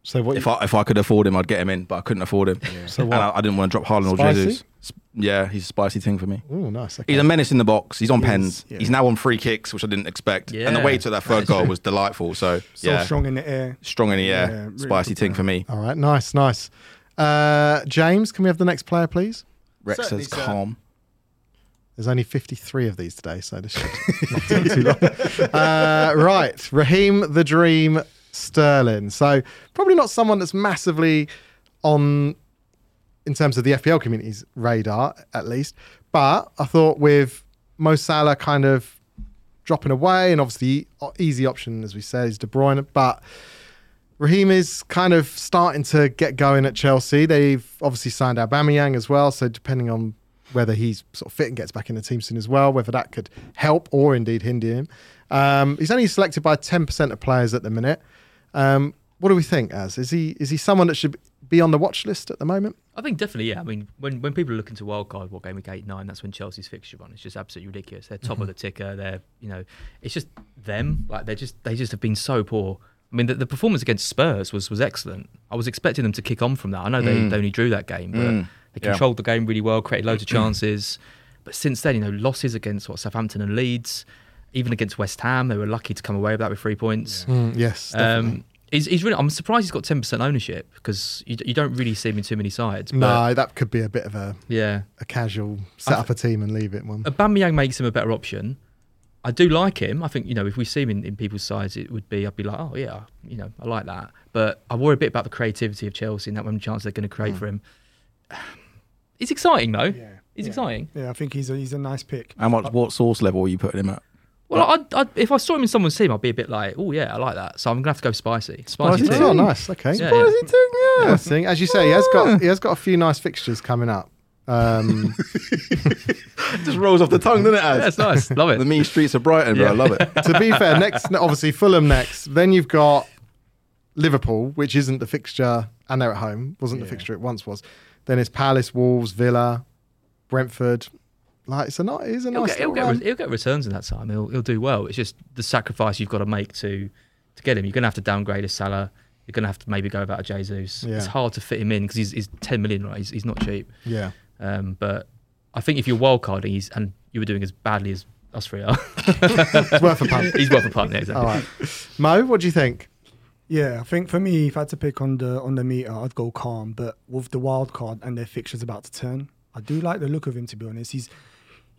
B: So what?
A: If I if I could afford him, I'd get him in, but I couldn't afford him.
B: So
A: and
B: what?
A: I, I didn't want to drop Harlan or
B: Spicy?
A: Jesus. Sp- Yeah, he's a spicy thing for me.
B: oh, nice.
A: He's
B: Okay.
A: a menace in the box. He's on
F: He is,
A: pens.
F: yeah.
A: He's now on free kicks, which I didn't expect. And the
C: Yeah,
A: way to that third
C: is
A: goal
C: true.
A: was delightful. So,
F: So
A: yeah, strong.
F: strong in the air.
A: in the air,
F: Yeah, really
A: spicy
F: good
A: thing
F: player.
A: for me.
B: All right. Nice. Nice. Uh, James, can we have the next player, please?
A: Rex
E: Certainly,
A: says
E: sir.
A: calm.
B: There's only 53 of these today, so this should not take too long. Uh, right, Raheem the Dream Sterling. So probably not someone that's massively on in terms of the FPL community's radar, at least. But I thought with Mo Salah kind of dropping away, and obviously the easy option, as we said, is De Bruyne. But Raheem is kind of starting to get going at Chelsea. They've obviously signed Aubameyang as well, so depending on whether he's sort of fit and gets back in the team soon as well, whether that could help or indeed hinder him. Um, he's only selected by ten percent of players at the minute. Um, what do we think? As is he is he someone that should be on the watch list at the moment?
C: I think definitely, yeah. I mean, when, when people are looking to wildcard, what game week eight, nine, that's when Chelsea's fixture run. It's just absolutely ridiculous. They're top
A: Mm-hmm.
C: of the ticker. They're you know, it's just them. Like they just they just have been so poor. I mean, the, the performance against Spurs was was excellent. I was expecting them to kick on from that. I know they, they only drew that game, but
A: Mm.
C: they
A: Yeah.
C: controlled the game really well, created loads of chances. But since then, you know, losses against what Southampton and Leeds, even against West Ham, they were lucky to come away with that with three points.
B: yes,
C: Um, he's, he's really. I'm surprised he's got 10% ownership because you, d- you don't really see him in too many sides. but-
B: no, that could be a bit of a,
C: yeah.
B: a casual set up a team and leave it one.
C: Aubameyang makes him a better option. I do like him. I think you know if we see him in, in people's sides, it would be I'd be like, oh yeah, you know I like that. But I worry a bit about the creativity of Chelsea and that one chance they're going to create for him. It's exciting though.
F: Yeah.
C: It's
F: yeah.
C: exciting.
F: Yeah, I think he's a, he's a nice pick.
A: And what, what sauce level are you putting him at?
C: Well, I'd, I'd, if I saw him in someone's team, I'd be a bit like, oh yeah, I like that. So I'm gonna have to go spicy. Spicy.
A: Spicy
C: too.
B: Oh, nice. Okay.
C: Yeah, yeah.
B: Yeah, I think, as you say, he has got he has got a few nice fixtures coming up. Um,
A: It just rolls off the tongue, doesn't it?
C: Yeah,
A: Az?
C: it's nice. Love
A: the
C: it.
A: mean streets of Brighton, bro. I love it.
B: to be fair, next obviously Fulham next. Then you've got Liverpool, which isn't the fixture, and they're at home. Wasn't the
F: Yeah.
B: fixture it once was. Then it's Palace, Wolves, Villa, Brentford. Like it's a nice, it's a
C: He'll
B: nice.
C: get, he'll,
B: little
C: get,
B: run.
C: re- he'll get returns in that time. He'll, he'll do well. It's just the sacrifice you've got to make to to get him. You're going to have to downgrade a Salah. You're going to have to maybe go about a Jesus.
B: Yeah.
C: It's hard to fit him in because he's, he's 10 million, right? He's, he's not cheap.
B: yeah.
C: Um, but I think if you're wildcarding he's, and you were doing as badly as us three are,
B: It's worth a punt.
C: he's worth a punt. Yeah,
B: All
C: exactly.
B: right, Mo, what do you think?
F: Yeah, I think for me, if I had to pick on the on the meter, I'd go calm. But with the wild card and their fixtures about to turn, I do like the look of him. To be honest, he's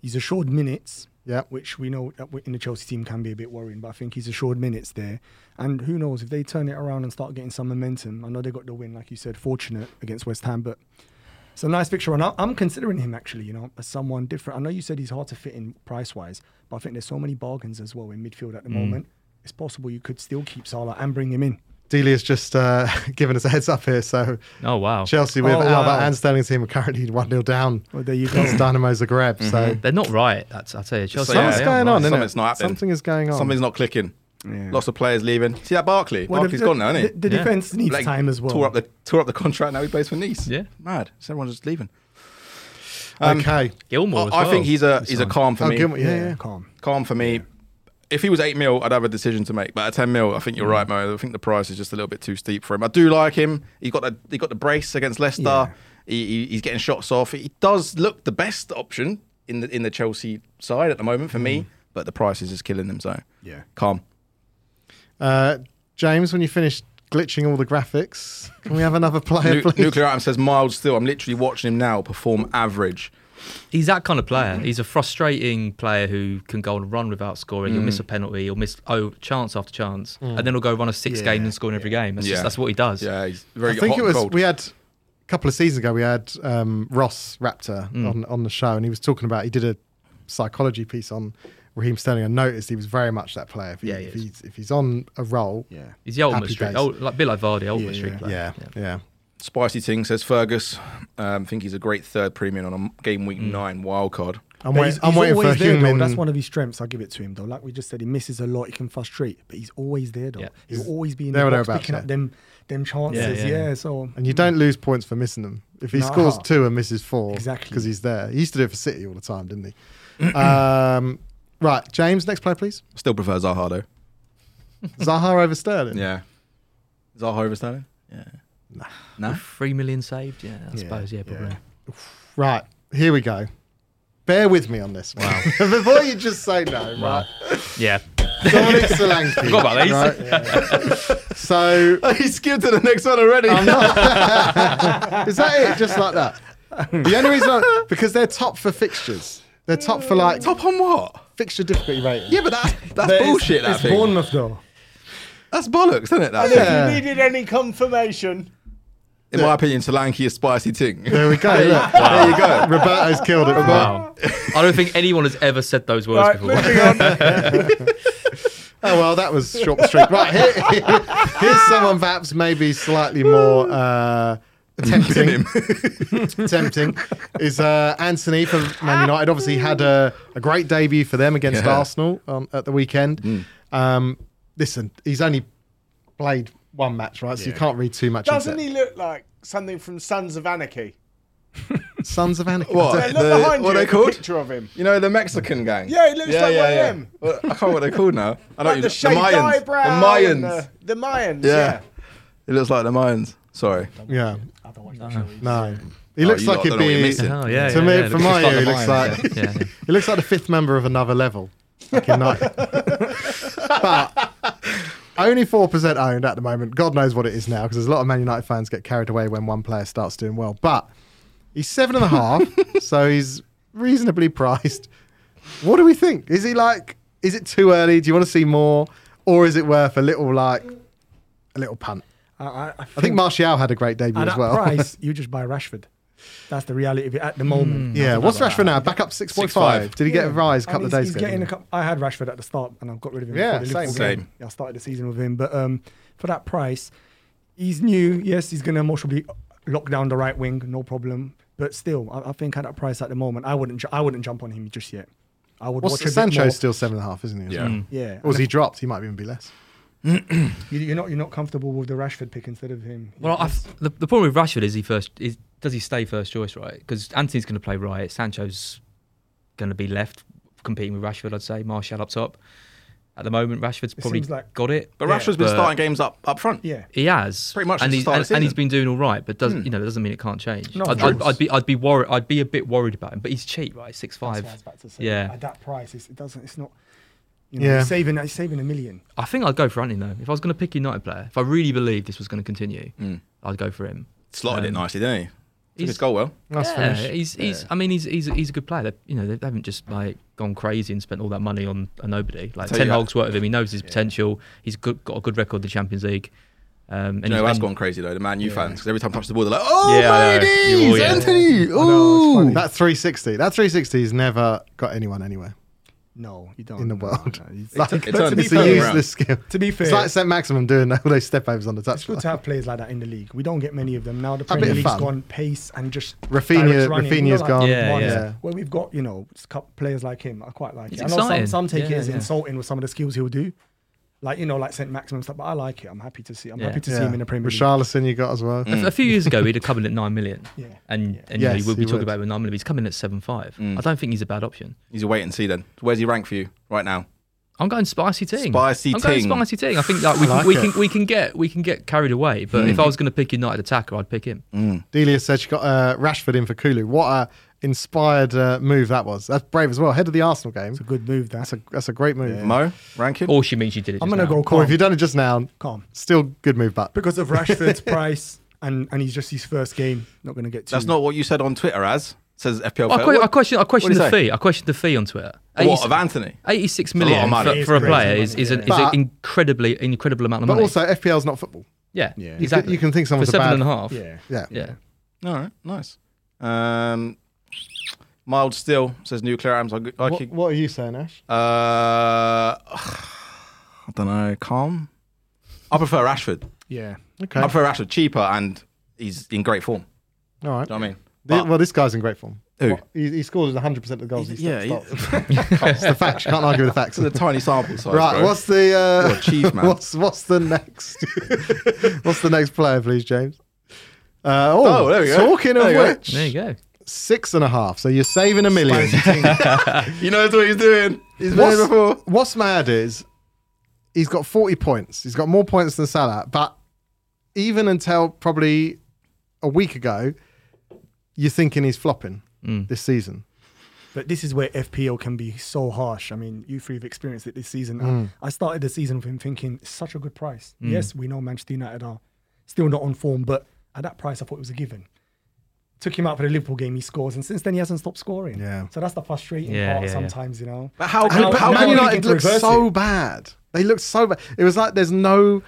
F: he's assured minutes.
B: Yeah.
F: which we know that we- in the Chelsea team can be a bit worrying, but I think he's assured minutes there. And who knows if they turn it around and start getting some momentum? I know they got the win, like you said, fortunate against West Ham, but it's a nice picture. And I, I'm considering him actually, you know, as someone different. I know you said he's hard to fit in price wise, but I think there's so many bargains as well in midfield at the moment. It's possible you could still keep Salah and bring him in.
B: Delia's just uh, given us a heads up here. So
C: Oh, wow.
B: Chelsea with
F: Oh,
B: Albert
F: wow.
B: and Sterling's team are currently one 0 down.
F: Well, there you go.
B: It's Dynamo Zagreb. So
C: They're not right. That's, I'll tell you. Chelsea,
A: So, Mm. Mm-hmm. yeah,
B: something's
A: they
B: going
A: aren't
B: on,
A: right.
B: isn't
A: Something's
B: it?
A: not happening.
B: Something is going on.
A: Something's not clicking.
F: Yeah.
A: Lots of players leaving. See that Barkley?
F: Well,
A: Barkley's gone now, isn't he?
F: The, the
C: Yeah.
F: defense needs
A: Like,
F: time as well.
A: Tore up the tore up the contract. Now he plays for Nice.
C: Yeah.
A: mad. So everyone's just leaving.
B: okay.
C: Gilmore.
A: I,
C: as
A: I
C: well.
A: think he's a he's a calm um, for
B: Oh,
A: me.
B: Gilmore, yeah,
F: yeah,
B: yeah.
F: calm.
A: Calm for me. If he was eight mil, I'd have a decision to make. But at ten mil, I think you're
C: Mm.
A: right, Mo. I think the price is just a little bit too steep for him. I do like him. He got the he got the brace against Leicester.
F: Yeah.
A: He, he, he's getting shots off. He does look the best option in the in the Chelsea side at the moment for
B: Mm.
A: me. But the price is just killing him. So
F: Yeah.
A: calm.
B: Uh, James, when you finish glitching all the graphics, can we have another player,
A: Nu-
B: please?
A: Nuclear Atom says mild still. I'm literally watching him now perform average.
C: He's that kind of player. He's a frustrating player who can go on a run without scoring. He'll miss a penalty. He'll miss oh chance after chance, and then he'll go run a six
F: Yeah,
C: game and score in every game. That's,
A: Yeah.
C: just, that's what he does.
A: Yeah, he's very.
B: I think
A: hot
B: it
A: and
B: was
A: cold.
B: we had a couple of seasons ago we had um, Ross Raptor
C: Mm.
B: on on the show and he was talking about he did a psychology piece on Raheem Sterling and noticed he was very much that player. If, he-
C: Yeah, he
B: if
C: is.
B: he's if he's on a roll,
F: Yeah.
C: He's the ultimate
B: Happy
C: street,
B: days.
C: old, like a bit like Vardy, ultimate
F: Yeah,
C: street player.
B: yeah, yeah.
A: Spicy Ting says Fergus. Um, think he's a great third premium on a m- game week nine wild card.
B: I'm,
F: But
B: wait,
F: he's-
B: I'm
F: he's
B: waiting for
F: always there, though.
B: Heung-min.
F: That's one of his strengths. I'll give it to him, though. Like we just said, he misses a lot. He can frustrate, but he's always there, though.
C: Yeah.
F: He'll always be in
B: There or
F: the box
B: thereabouts,
F: picking
B: yeah.
F: up them them chances.
C: Yeah,
F: Yeah,
C: yeah.
F: so
B: and you don't lose points for missing them. If he
F: No.
B: scores two and misses four,
F: Exactly.
B: because he's there. He used to do it for City all the time, didn't he? um, right, James, next player, please.
A: Still prefer Zaha though.
B: Zaha over Sterling.
A: Yeah. Zaha over Sterling. Yeah. No.
C: With Three million saved. Yeah, I
F: Yeah,
C: suppose. Yeah,
F: yeah.
C: probably.
B: Right, here we go. Bear with me on this one.
C: Wow.
B: Before you just say no, right?
C: yeah.
B: Dominic Solanke.
C: Forgot about these.
B: right? So
A: he skipped to the next one already.
B: I'm not- is that it? Just like that? The only reason I, because they're top for fixtures. They're top for like
A: Top on what?
B: fixture difficulty rating.
A: Yeah, but that's that's
F: But it's-
A: bullshit. That
F: it's
A: thing.
F: Bournemouth, though.
A: That's bollocks, isn't it? That
B: Yeah.
A: thing?
E: If you needed any confirmation,
A: In my opinion, Solanke is Spicy Ting.
B: There we go. Look,
A: there you go.
B: Roberto's killed it. Roberto.
C: Wow. I don't think anyone has ever said those words
E: right?
C: before.
E: Moving on.
B: Oh well, that was short street. Right here, here- here's someone perhaps maybe slightly more uh, tempting. tempting is uh, Anthony from Man United. Obviously, had a, a great debut for them against
A: Yeah. Hmm.
B: Arsenal um, at the weekend. Um, listen, he's only played one match, right? So you can't read too much.
E: Doesn't
B: into
E: he
B: it.
E: look like something from Sons of Anarchy?
B: Sons of Anarchy.
A: What?
E: Yeah,
A: The-
E: look behind
A: what
E: you.
A: are they
E: at the
A: called?
E: Picture of him.
A: You know the Mexican gang.
E: Yeah, he looks like one of them.
A: Well, I can't remember what they're called now. I know
E: Like
A: you-
E: the shaved
A: Mayans. The
E: eyebrow.
A: Mayans.
E: and The, the Mayans.
A: yeah.
E: Yeah.
A: It looks like the Mayans. Sorry.
B: Yeah,
F: I don't watch that show.
B: no. He
A: Oh,
B: looks
A: you
B: like
A: lot
B: he'd
A: don't know what you're
B: be.
A: missing.
C: Oh, yeah,
B: To
C: yeah,
B: me,
C: yeah.
B: from
C: Looks
B: my
C: like
B: ear,
C: the
B: he looks
C: Lions,
B: like-
C: yeah, yeah, yeah.
B: He looks like the fifth member of another level. Fucking nice. but only 4% owned at the moment. God knows what it is now because there's a lot of Man United fans get carried away when one player starts doing well. But he's seven and a half, so he's reasonably priced. What do we think? Is he like, is it too early? Do you want to see more? Or is it worth a little, like, a little punt?
F: I, I, I
B: I think Martial had a great debut
F: at
B: as
F: that
B: well.
F: price, you just buy Rashford. That's the reality of it at the moment.
B: Yeah,
F: Nothing
B: what's
F: like
B: Rashford
F: that.
B: now? Back up 6.5.
A: 6.5.
B: Did he get a
F: Yeah.
B: rise a
F: And
B: couple of
F: he's-
B: days
F: he's
B: ago?
F: getting a cou- I had Rashford at the start, and I've got rid of him.
B: Yeah,
F: before the Liverpool
B: same.
F: game. Yeah, I started the season with him, but um, for that price, he's new. Yes, he's going to most probably lock down the right wing, no problem. But still, I, I think at that price at the moment, I wouldn't. Ju- I wouldn't jump on him just yet. I would
B: What's
F: watch a bit more.
B: Sancho's still seven and a half, isn't he? as
A: Yeah.
B: well?
A: Mm.
F: Yeah,
B: Or was he dropped? He might even be less.
F: you, you're not. You're not comfortable with the Rashford pick instead of him.
C: Well, I, the, the problem with Rashford is he first is does he stay first choice right? Because Anthony's going to play right, Sancho's going to be left competing with Rashford. I'd say Martial up top. At the moment, Rashford's probably
F: seems like-
C: got it.
A: But
F: Yeah.
A: Rashford's been
C: But-
A: starting games up up front.
F: yeah.
C: He has
A: Pretty much
C: and
A: since
C: he's
A: the start
C: and,
A: of the
C: and he's
A: season.
C: been doing all right. But doesn't you know? That doesn't mean it can't change.
F: No,
C: I'd,
F: of
C: I'd,
F: course.
C: I'd be I'd be worried. I'd be a bit worried about him. But he's cheap, right? Six
F: That's
C: five.
F: what I was about to say.
C: Yeah.
F: At that price, it's, it doesn't. It's not. You know,
B: Yeah.
F: yeah. Saving. He's saving a million.
C: I think I'd go for Anthony though. If I was going to pick a United player, if I really believed this was going to continue, I'd go for him.
A: Slotted it
C: Um,
A: nicely, didn't he? Took
C: he's-
A: his goal well.
B: Nice
C: yeah,
B: finish.
C: he's he's. I mean, he's he's he's a good player. They, you know, they haven't just like gone crazy and spent all that money on a nobody. Like
A: Tell
C: ten
A: you how-
C: hogs worth of him. He knows his potential. He's good, got a good record in the Champions League. Um, and
A: You know,
C: he's
A: who has
C: been-
A: gone crazy though. The Man U fans, 'cause every time I touch the ball, they're like, "Oh,
C: Yeah, I know.
A: ladies,
C: Oh, yeah.
A: Anthony,
F: know,
A: ooh."
F: it's
B: That 360. That 360 has never got anyone anywhere
F: No, you don't.
B: in the
F: Oh, No,
B: world.
F: no, he's-
B: Like,
A: it turned-
B: it's
A: it
B: a
A: turned
B: useless
A: around.
B: skill.
F: To be
B: It's
F: fair,
B: like St. Maximum doing all those step overs on the
F: It's good
B: touchline.
F: to have players like that in the league. We don't get many of them now. The
B: bit
F: Premier
B: of
F: League's
B: fun.
F: gone pace and just
B: Rafinha-
F: direct running. You know,
B: Rafinha's gone.
C: Yeah,
F: Mane.
B: yeah.
F: Where we've got you know s- cou- players like him, I quite like
C: It's
F: it. I know some,
C: exciting.
F: some take
C: Yeah,
F: it as
C: yeah.
F: insulting with some of the skills he'll do, like you know, like Saint Maximum stuff. But I like it. I'm happy to see. I'm
C: Yeah.
F: happy to see
B: Yeah.
F: him in the Premier League.
B: Richarlison, you got as well.
A: mm.
C: A f- a few years ago, he'd have come in at nine million,
F: Yeah.
C: and
F: Yeah.
C: and you know,
B: Yes,
C: you would
B: he
C: be talking
B: would.
C: about him at nine million. But he's coming in at seven five.
A: Mm.
C: I don't think he's a bad option.
A: He's a wait and see then. Where's he rank for you right now?
C: I'm going spicy ting.
A: Spicy
C: I'm going
A: ting.
C: spicy ting. I think like, we, can,
B: like
C: we
B: it.
C: can we can get we can get carried away. But
A: Mm.
C: if I was going to pick United attacker, I'd pick him.
B: Delia said she got uh, Rashford in for Kulu. What a inspired uh, move that was. That's brave as well. Head of the Arsenal game.
F: It's a good move. That.
B: That's a that's a great move.
A: Mo, ranking?
C: Or she means you did it.
F: I'm
C: just
F: gonna
C: now.
F: go
B: Or if
F: calm.
B: you've done it just now,
F: calm
B: still good move, but
F: because of Rashford's price and and he's just his first game. Not gonna get. Too
A: That's not what you said on Twitter, as says FPL.
C: I,
A: Fair.
C: que- I
A: What-
C: question. I question
A: do
C: the
A: you say?
C: fee. I question the fee on Twitter.
A: what of Anthony?
C: Eighty-six
A: a lot of
C: million
A: money.
C: for,
A: It
F: is
C: for a
F: crazy
C: player
F: money,
C: is, is, an,
F: yeah.
C: is an
B: But-
C: incredibly incredible amount of
B: But
C: money.
B: also FPL's not football.
C: yeah,
F: Yeah. You could-
C: exactly.
B: You can think
C: for
B: someone's a
C: seven
B: bad.
C: and a half.
F: Yeah.
B: Yeah.
C: Yeah.
A: All right, nice. Um, mild still says nuclear arms. I, I
B: What,
A: could-
B: what are you saying, Ash?
A: uh, I don't know. Calm. I prefer Rashford.
F: Yeah.
B: Okay.
A: I prefer Rashford cheaper, and he's in great form.
B: All right.
A: Do you know what I mean?
B: The-
A: But-
B: well, this guy's in great form.
A: Who?
B: Well, He, he scores 100% of the goals. He,
A: Yeah,
B: yeah,
A: he-
B: it's the facts. You can't argue with the facts.
A: It's a tiny sample size.
B: right.
A: bro.
B: What's the
A: You're a
B: uh,
A: chief man?
B: what's what's the next what's the next player, please, James? Uh, oh,
A: Oh, there we go.
B: Talking
A: There
B: of
A: you go.
B: which,
C: There you go.
B: six and a half. So you're saving a million.
A: He knows what he's doing. He's been here before.
B: what's, what's mad is he's got 40 points. He's got more points than Salah. But even until probably a week ago, you're thinking he's flopping this season.
F: But this is where FPL can be so harsh. I mean, you three have experienced it this season. I-
A: Mm.
F: I started the season with him thinking, it's such a good price. Yes, we know Manchester United are still not on form, but at that price, I thought it was a given. Took him out for the Liverpool game, he scores, and since then he hasn't stopped scoring.
B: Yeah.
F: So that's the frustrating
C: Yeah,
F: part
C: yeah, yeah.
F: sometimes, you know.
A: But how
B: And,
A: could
F: but
A: how
B: Man
F: now
A: could
F: you
A: you
F: know-
B: United
F: can
B: looked
F: reverse
B: so bad. They looked so bad. It was like there's no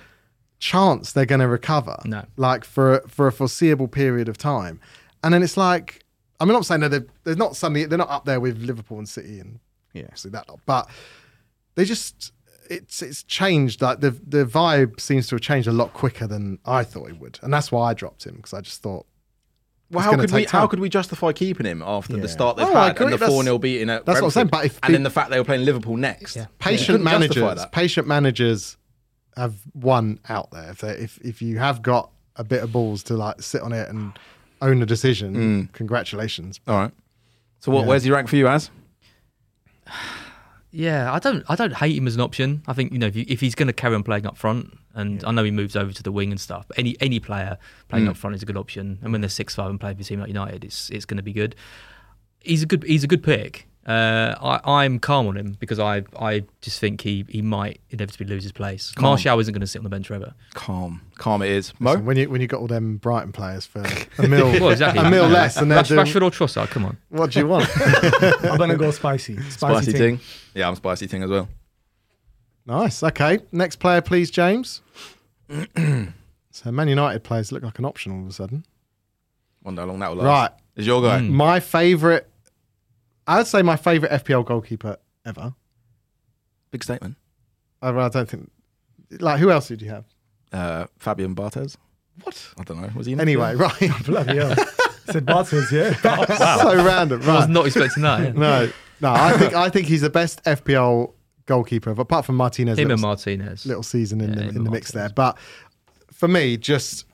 B: chance they're going to recover.
C: No.
B: Like for for a foreseeable period of time, and then it's like I mean, I'm not saying that they're, they're not suddenly they're not up there with Liverpool and City and
F: Yeah.
B: obviously that lot, but they just it's it's changed. Like the the vibe seems to have changed a lot quicker than I thought it would, and that's why I dropped him because I just thought
A: Well,
B: It's
A: how
B: gonna
A: could we
B: take
A: how
B: time.
A: could we justify keeping him after the
F: Yeah.
A: start they've
B: Oh, I
A: had and
B: agree.
A: the
B: That's-
A: four 0 beating at
B: that's what
A: Brentford,
B: I'm saying, but if
A: and
B: pe-
A: then the fact they were playing Liverpool next,
C: Yeah.
B: patient
A: You couldn't justify
B: managers
A: that.
B: patient managers have one out there if they, if if you have got a bit of balls to like sit on it and own the decision
A: Mm.
B: congratulations
A: All right. So what? Where's he rank for you as?
C: Yeah, I don't I don't hate him as an option. I think you know if, you, if he's going to carry on playing up front, and I know he moves over to the wing and stuff. But any any player playing
B: Mm.
C: up front is a good option. And when they're six five and playing for a team like United, it's it's going to be good. He's a good he's a good pick. Uh, I, I'm calm on him because I, I just think he, he might inevitably lose his place. Martial isn't going to sit on the bench forever.
A: Calm, calm. It is
B: So
A: Mo.
B: when you when you got all them Brighton players for a mil
C: Well, exactly.
B: a mil
C: Yeah.
B: less and they're
C: Rash,
B: doing,
C: Rashford or Trossard, come on.
B: what do you want
F: I'm going to go spicy. Spicy,
A: Spicy
F: thing.
A: ting. Yeah, I'm spicy ting as well.
B: nice okay next player please James so Man United players look like an option all of a sudden
A: Wonder how long that will last.
B: Right. Mm.
A: is your guy?
C: Hmm.
B: my favorite I'd say my favorite FPL goalkeeper ever
A: Big statement.
B: I, I don't think like who else did you have
A: Uh, Fabian Barthez. What? I don't know. Was he? In it?
B: Anyway, right.
F: Bloody hell. Said Bartos, yeah.
B: so random.
C: I was
B: Right.
C: not expecting that. yeah.
B: no, no. I think I think he's the best FPL goalkeeper, apart from Martinez.
C: Him and
B: little,
C: Martinez.
B: little season in
C: Yeah,
B: the
C: him
B: in
C: and
B: the mix there,
C: Martinez.
B: but for me, just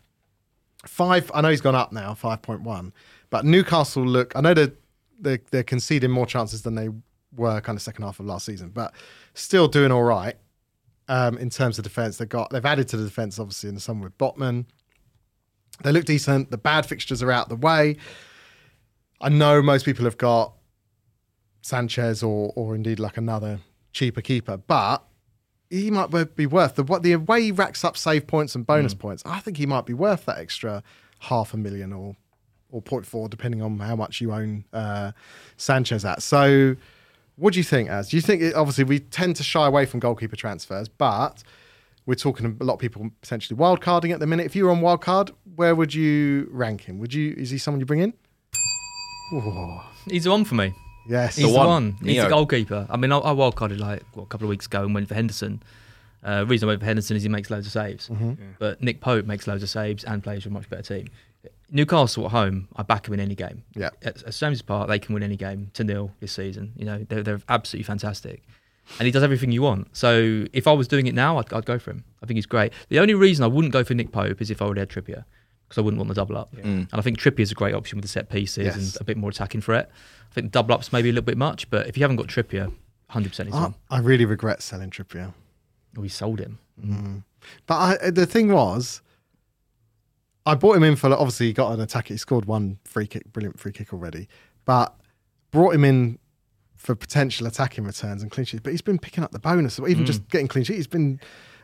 B: five. I know he's gone up now, five point one. But Newcastle look. I know they're, they're they're conceding more chances than they were kind of second half of last season, but still doing all right um, in terms of defense. They got they've added to the defense obviously in the summer with Botman. They look decent. The bad fixtures are out the way. I know most people have got Sanchez or or indeed like another cheaper keeper, but he might wo- be worth the what the way he racks up save points and bonus points. I think he might be worth that extra half a million or or 0.4, depending on how much you own uh, Sanchez at. So, what do you think, As? Do you think, it, obviously, we tend to shy away from goalkeeper transfers, but we're talking a lot of people potentially wildcarding at the minute. If you were on wildcard, where would you rank him? Would you, is he someone you bring in?
C: He's the one for me.
B: Yes.
C: He's the
A: one,
C: one. He's
A: Neo.
C: the goalkeeper. I mean, I, I wildcarded like what, a couple of weeks ago and went for Henderson. Uh, reason I went for Henderson is he makes loads of saves,
B: Mm-hmm.
C: but Nick Pope makes loads of saves and plays for a much better team. Newcastle at home, I back him in any game.
B: Yeah.
C: At, at Stones Park, they can win any game to nil this season. You know, they're, they're absolutely fantastic. and he does everything you want. So if I was doing it now, I'd, I'd go for him. I think he's great. The only reason I wouldn't go for Nick Pope is if I already had Trippier, because I wouldn't want the double up. And I think Trippier is a great option with the set pieces
B: Mm. Yes.
C: and a bit more attacking threat. I think the double ups maybe a little bit much, but if you haven't got Trippier, 100% he's
B: I,
C: on.
B: I really regret selling Trippier.
C: Or he sold him.
B: But I, the thing was, I brought him in for obviously he got an attack. He scored one free kick, brilliant free kick already. But brought him in for potential attacking returns and clean sheets. But he's been picking up the bonus, or even just getting clean sheets. He's been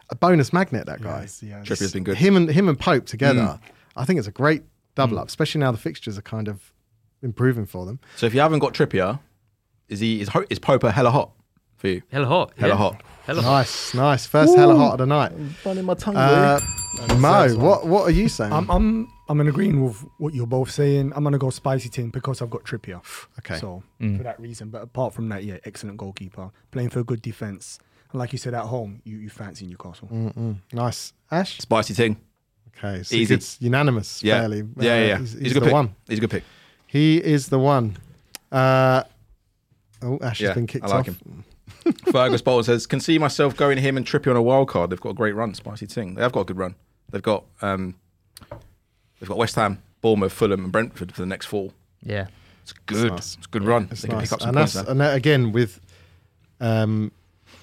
B: a bonus magnet. That guy.
A: Trippier's been good.
B: Him and him and Pope together. I think it's a great double up, especially now the fixtures are kind of improving for them.
A: So if you haven't got Trippier, is he is, Ho- is Pope hella hot for you?
C: Hella hot.
A: Hella
C: yeah.
A: hot.
C: Hella hot.
B: Nice, nice. First hella hot of the night.
A: Running my tongue.
B: Uh, Mo, what what are you saying?
F: I'm I'm I'm in agreeing with what you're both saying. I'm gonna go spicy tin because I've got Trippier.
B: Okay. Mm.
F: So for that reason, but apart from that, yeah, excellent goalkeeper, playing for a good defense, and like you said at home, you you fancy Newcastle.
B: Mm. nice, Ash.
A: Spicy ting.
B: Okay, so
A: Easy.
B: it's unanimous.
A: Yeah.
B: fairly.
A: Yeah, yeah,
B: Uh,
A: yeah.
B: He's, he's
A: a good
B: the
A: pick.
B: one.
A: He's a good pick.
B: He is the one. Uh, oh, Ash
A: Yeah,
B: has been kicked
A: I like
B: off.
A: him. Fergus Bowl says, "Can see myself going him and Trippier on a wild card. They've got a great run. Spicy ting. They've got a good run. They've got um, they've got West Ham, Bournemouth, Fulham, and Brentford for the next four.
C: Yeah.
A: It's good.
B: nice.
A: It's a good run.
B: It's
A: they can
B: nice.
A: pick up some
B: and,
A: points.
B: that's,
A: there.
B: and that, again, with um,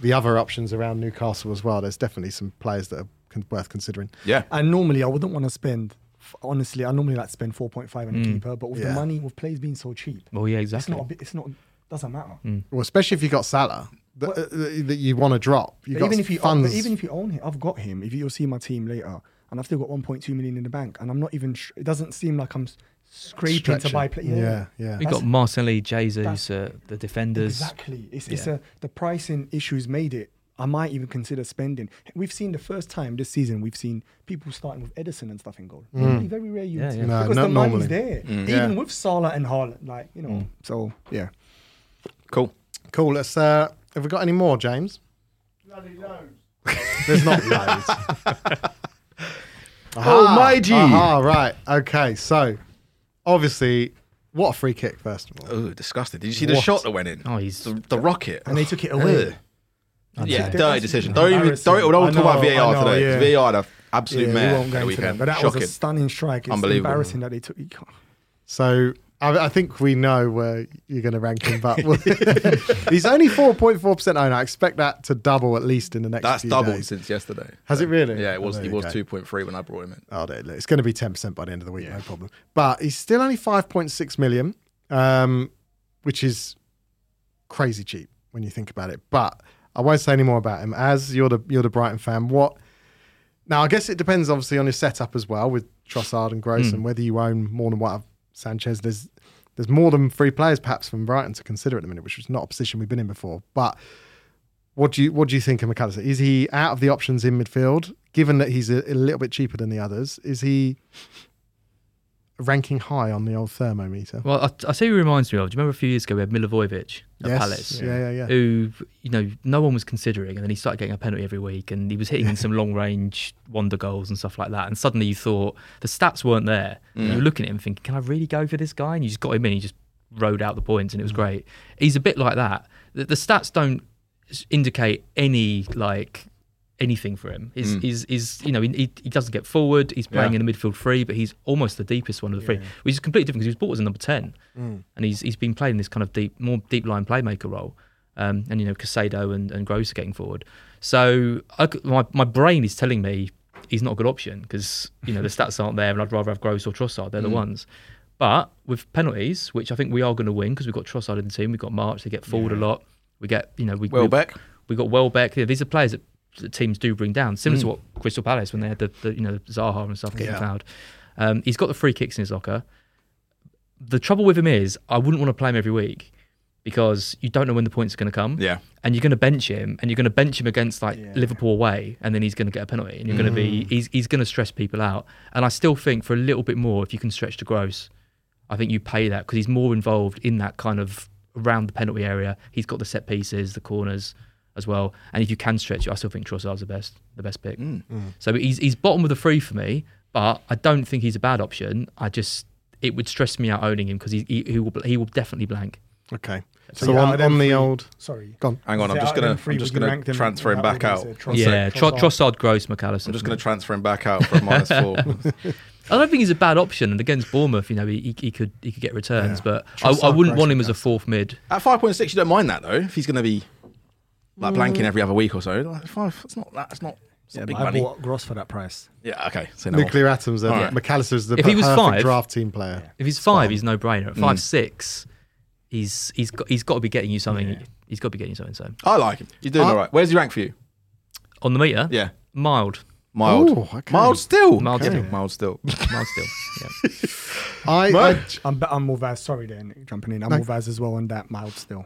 B: the other options around Newcastle as well, there's definitely some players that are con- worth considering.
A: Yeah,
F: And normally I wouldn't want to spend. f- Honestly, I normally like to spend 4.5 on a keeper, but with
B: Yeah.
F: the money, with plays being so cheap,
C: Well, Mm. Oh, yeah,
F: it's
C: exactly. Mm.
F: not. A bit, it's not. Doesn't matter.
B: Well, especially if you got Salah that, uh, that you want to drop. You
F: But
B: got
F: even if you own,
B: funds.
F: but even if you own him, I've got him. If you- you'll see my team later, and I've still got 1.2 million in the bank, and I'm not even. Sh- it doesn't seem like I'm s- scraping
B: Stretching.
F: to buy. Play-
B: yeah, yeah.
C: We've got
F: That's-
C: Marcelli, Jesus,
F: that's-
C: uh, the defenders.
F: Exactly. It's, it's
C: Yeah.
F: a, the pricing issues made it. I might even consider spending. We've seen the first time this season, we've seen people starting with Edison and stuff in goal. Really very rare you
C: Yeah,
F: see
C: yeah.
B: No,
F: because
B: not
F: the
B: normally.
F: money's there. even
B: Yeah.
F: with Salah and Haaland, like, you know. So, yeah.
A: cool.
B: Cool. Let's. Uh, have we got any more, James? There's not loads.
A: Oh, my G.
B: Aha, right. Okay. So, obviously, what a free kick, first of all.
A: Oh, disgusting. Did you see the
B: What?
A: shot that went in?
C: Oh, he's-
A: the, the rocket.
F: And they took it away.
A: Ugh. Yeah,
F: know.
A: dirty decision. Don't even. Don't, we don't
F: I
A: talk about
F: know,
A: VAR
F: I know,
A: today.
F: yeah.
A: VAR had an absolute
F: we
A: mare
F: won't go
A: at the
F: into
A: weekend.
F: that. But that
A: Shocking.
F: was a stunning strike. It's
A: Unbelievable.
F: embarrassing that they took. you can't-
B: So, I, I think we know where you're going to rank him, but we'll- he's only 4.4% owner. I expect that to double at least in the next
A: That's
B: few
A: doubled
B: days.
A: since yesterday.
B: Has it really?
A: Yeah, it was.
B: Oh, there
A: It
B: you
A: was
B: go.
A: two point three when I brought him in.
B: Oh, there- look, it's going to be 10% by the end of the week, no problem. But he's still only 5.6 million, um, which is crazy cheap when you think about it. But I won't say any more about him. As you're the you're the Brighton fan, what? Now, I guess it depends obviously on your setup as well with Trossard and Gross and whether you own more than what Sanchez. There's there's more than three players perhaps from Brighton to consider at the minute, which is not a position we've been in before. But what do you what do you think of McAllister? Is he out of the options in midfield? Given that he's a, a little bit cheaper than the others, is he ranking high on the old thermometer?
C: Well, I, I say he reminds me of. Do you remember a few years ago we had Milivojevic at Palace?
B: Yeah, yeah, yeah.
C: Who, you know, no one was considering, and then he started getting a penalty every week, and he was hitting in some long range wonder goals and stuff like that. And suddenly you thought the stats weren't there. You were looking at him thinking, can I really go for this guy? And you just got him in, he just rode out the points, and it was great. He's a bit like that. The, the stats don't s- indicate any, like, anything for him. He's, he's, he's you know, he, he- he doesn't get forward. He's playing in the midfield three, but he's almost the deepest one of the three, which is completely different because he was bought as a number 10. And he's, he's been playing this kind of deep, more deep line playmaker role. Um, and, you know, Casado and, and Gross are getting forward. So I c my, my brain is telling me he's not a good option because, you know, the stats aren't there and I'd rather have Gross or Trossard. They're the ones. But with penalties, which I think we are going to win because we've got Trossard in the team, we've got March, they get forward a lot. We get, you know, we we-
A: Welbeck.
C: we got Welbeck. Yeah, these are players that, that teams do bring down, similar to what Crystal Palace when they had the, the you know Zaha and stuff getting
B: Yeah.
C: fouled. Um, he's got the free kicks in his locker. The trouble with him is I wouldn't want to play him every week because you don't know when the points are going to come.
A: Yeah.
C: and you're going to bench him, and you're going to bench him against like Liverpool away, and then he's going to get a penalty, and you're going to be he's he's going to stress people out. And I still think for a little bit more, if you can stretch to gross, I think you pay that because he's more involved in that kind of around the penalty area. He's got the set pieces, the corners as well. And if you can stretch it, I still think Trossard's the best, the best pick.
A: Mm.
C: So he's he's bottom of the three for me, but I don't think he's a bad option. I just it would stress me out owning him because he, he he will he will definitely blank.
B: Okay.
F: So
B: So,
F: you're out
B: on,
F: of them
B: on the
F: three.
B: old.
F: Sorry.
B: Gone.
A: Hang on,
F: So
A: I'm just
F: out of
A: gonna
F: them three,
A: I'm
F: would
A: just
F: you
A: gonna
F: rank them
A: transfer him
F: in
A: back
F: that
A: out.
B: uh,
F: order? So
A: I'm
F: Trossard-
C: yeah, Tro-
F: Trossard.
C: Trossard, Gross, McAllister.
A: just gonna transfer him back out for minus four.
C: I don't think he's a bad option, and against Bournemouth, you know, he, he- he could he could get returns,
B: Yeah.
C: but
B: Trossard,
C: I, I wouldn't
B: Gross,
C: want him as a fourth mid.
A: At five point six, you don't mind that though. If he's gonna be like blanking every other week or so, like five. It's not that. It's not. It's not
F: Yeah,
A: big
F: but I
A: money.
F: bought Gross for that price.
A: Yeah. Okay. So no more.
B: Nuclear atoms. Then
A: All right.
B: McAllister's the
C: If he was
B: perfect
C: five-
B: draft team player.
C: If he's five, he's no brainer. At
A: Mm.
C: five six, he's he's got he's got to be getting you something. He's got to be getting you something. So
A: I like him. You're doing
B: I-
A: all right. Where's he rank for you?
C: on the meter,
A: Yeah.
C: mild,
A: Mild.
B: Ooh, okay.
A: Mild still.
C: Mild
A: Okay.
C: still.
A: Mild still.
C: mild still. Yeah.
B: I,
A: Mo-
B: I,
F: I'm, I'm more Vaz. Sorry, then jumping in. I'm more Vaz as well on that mild still.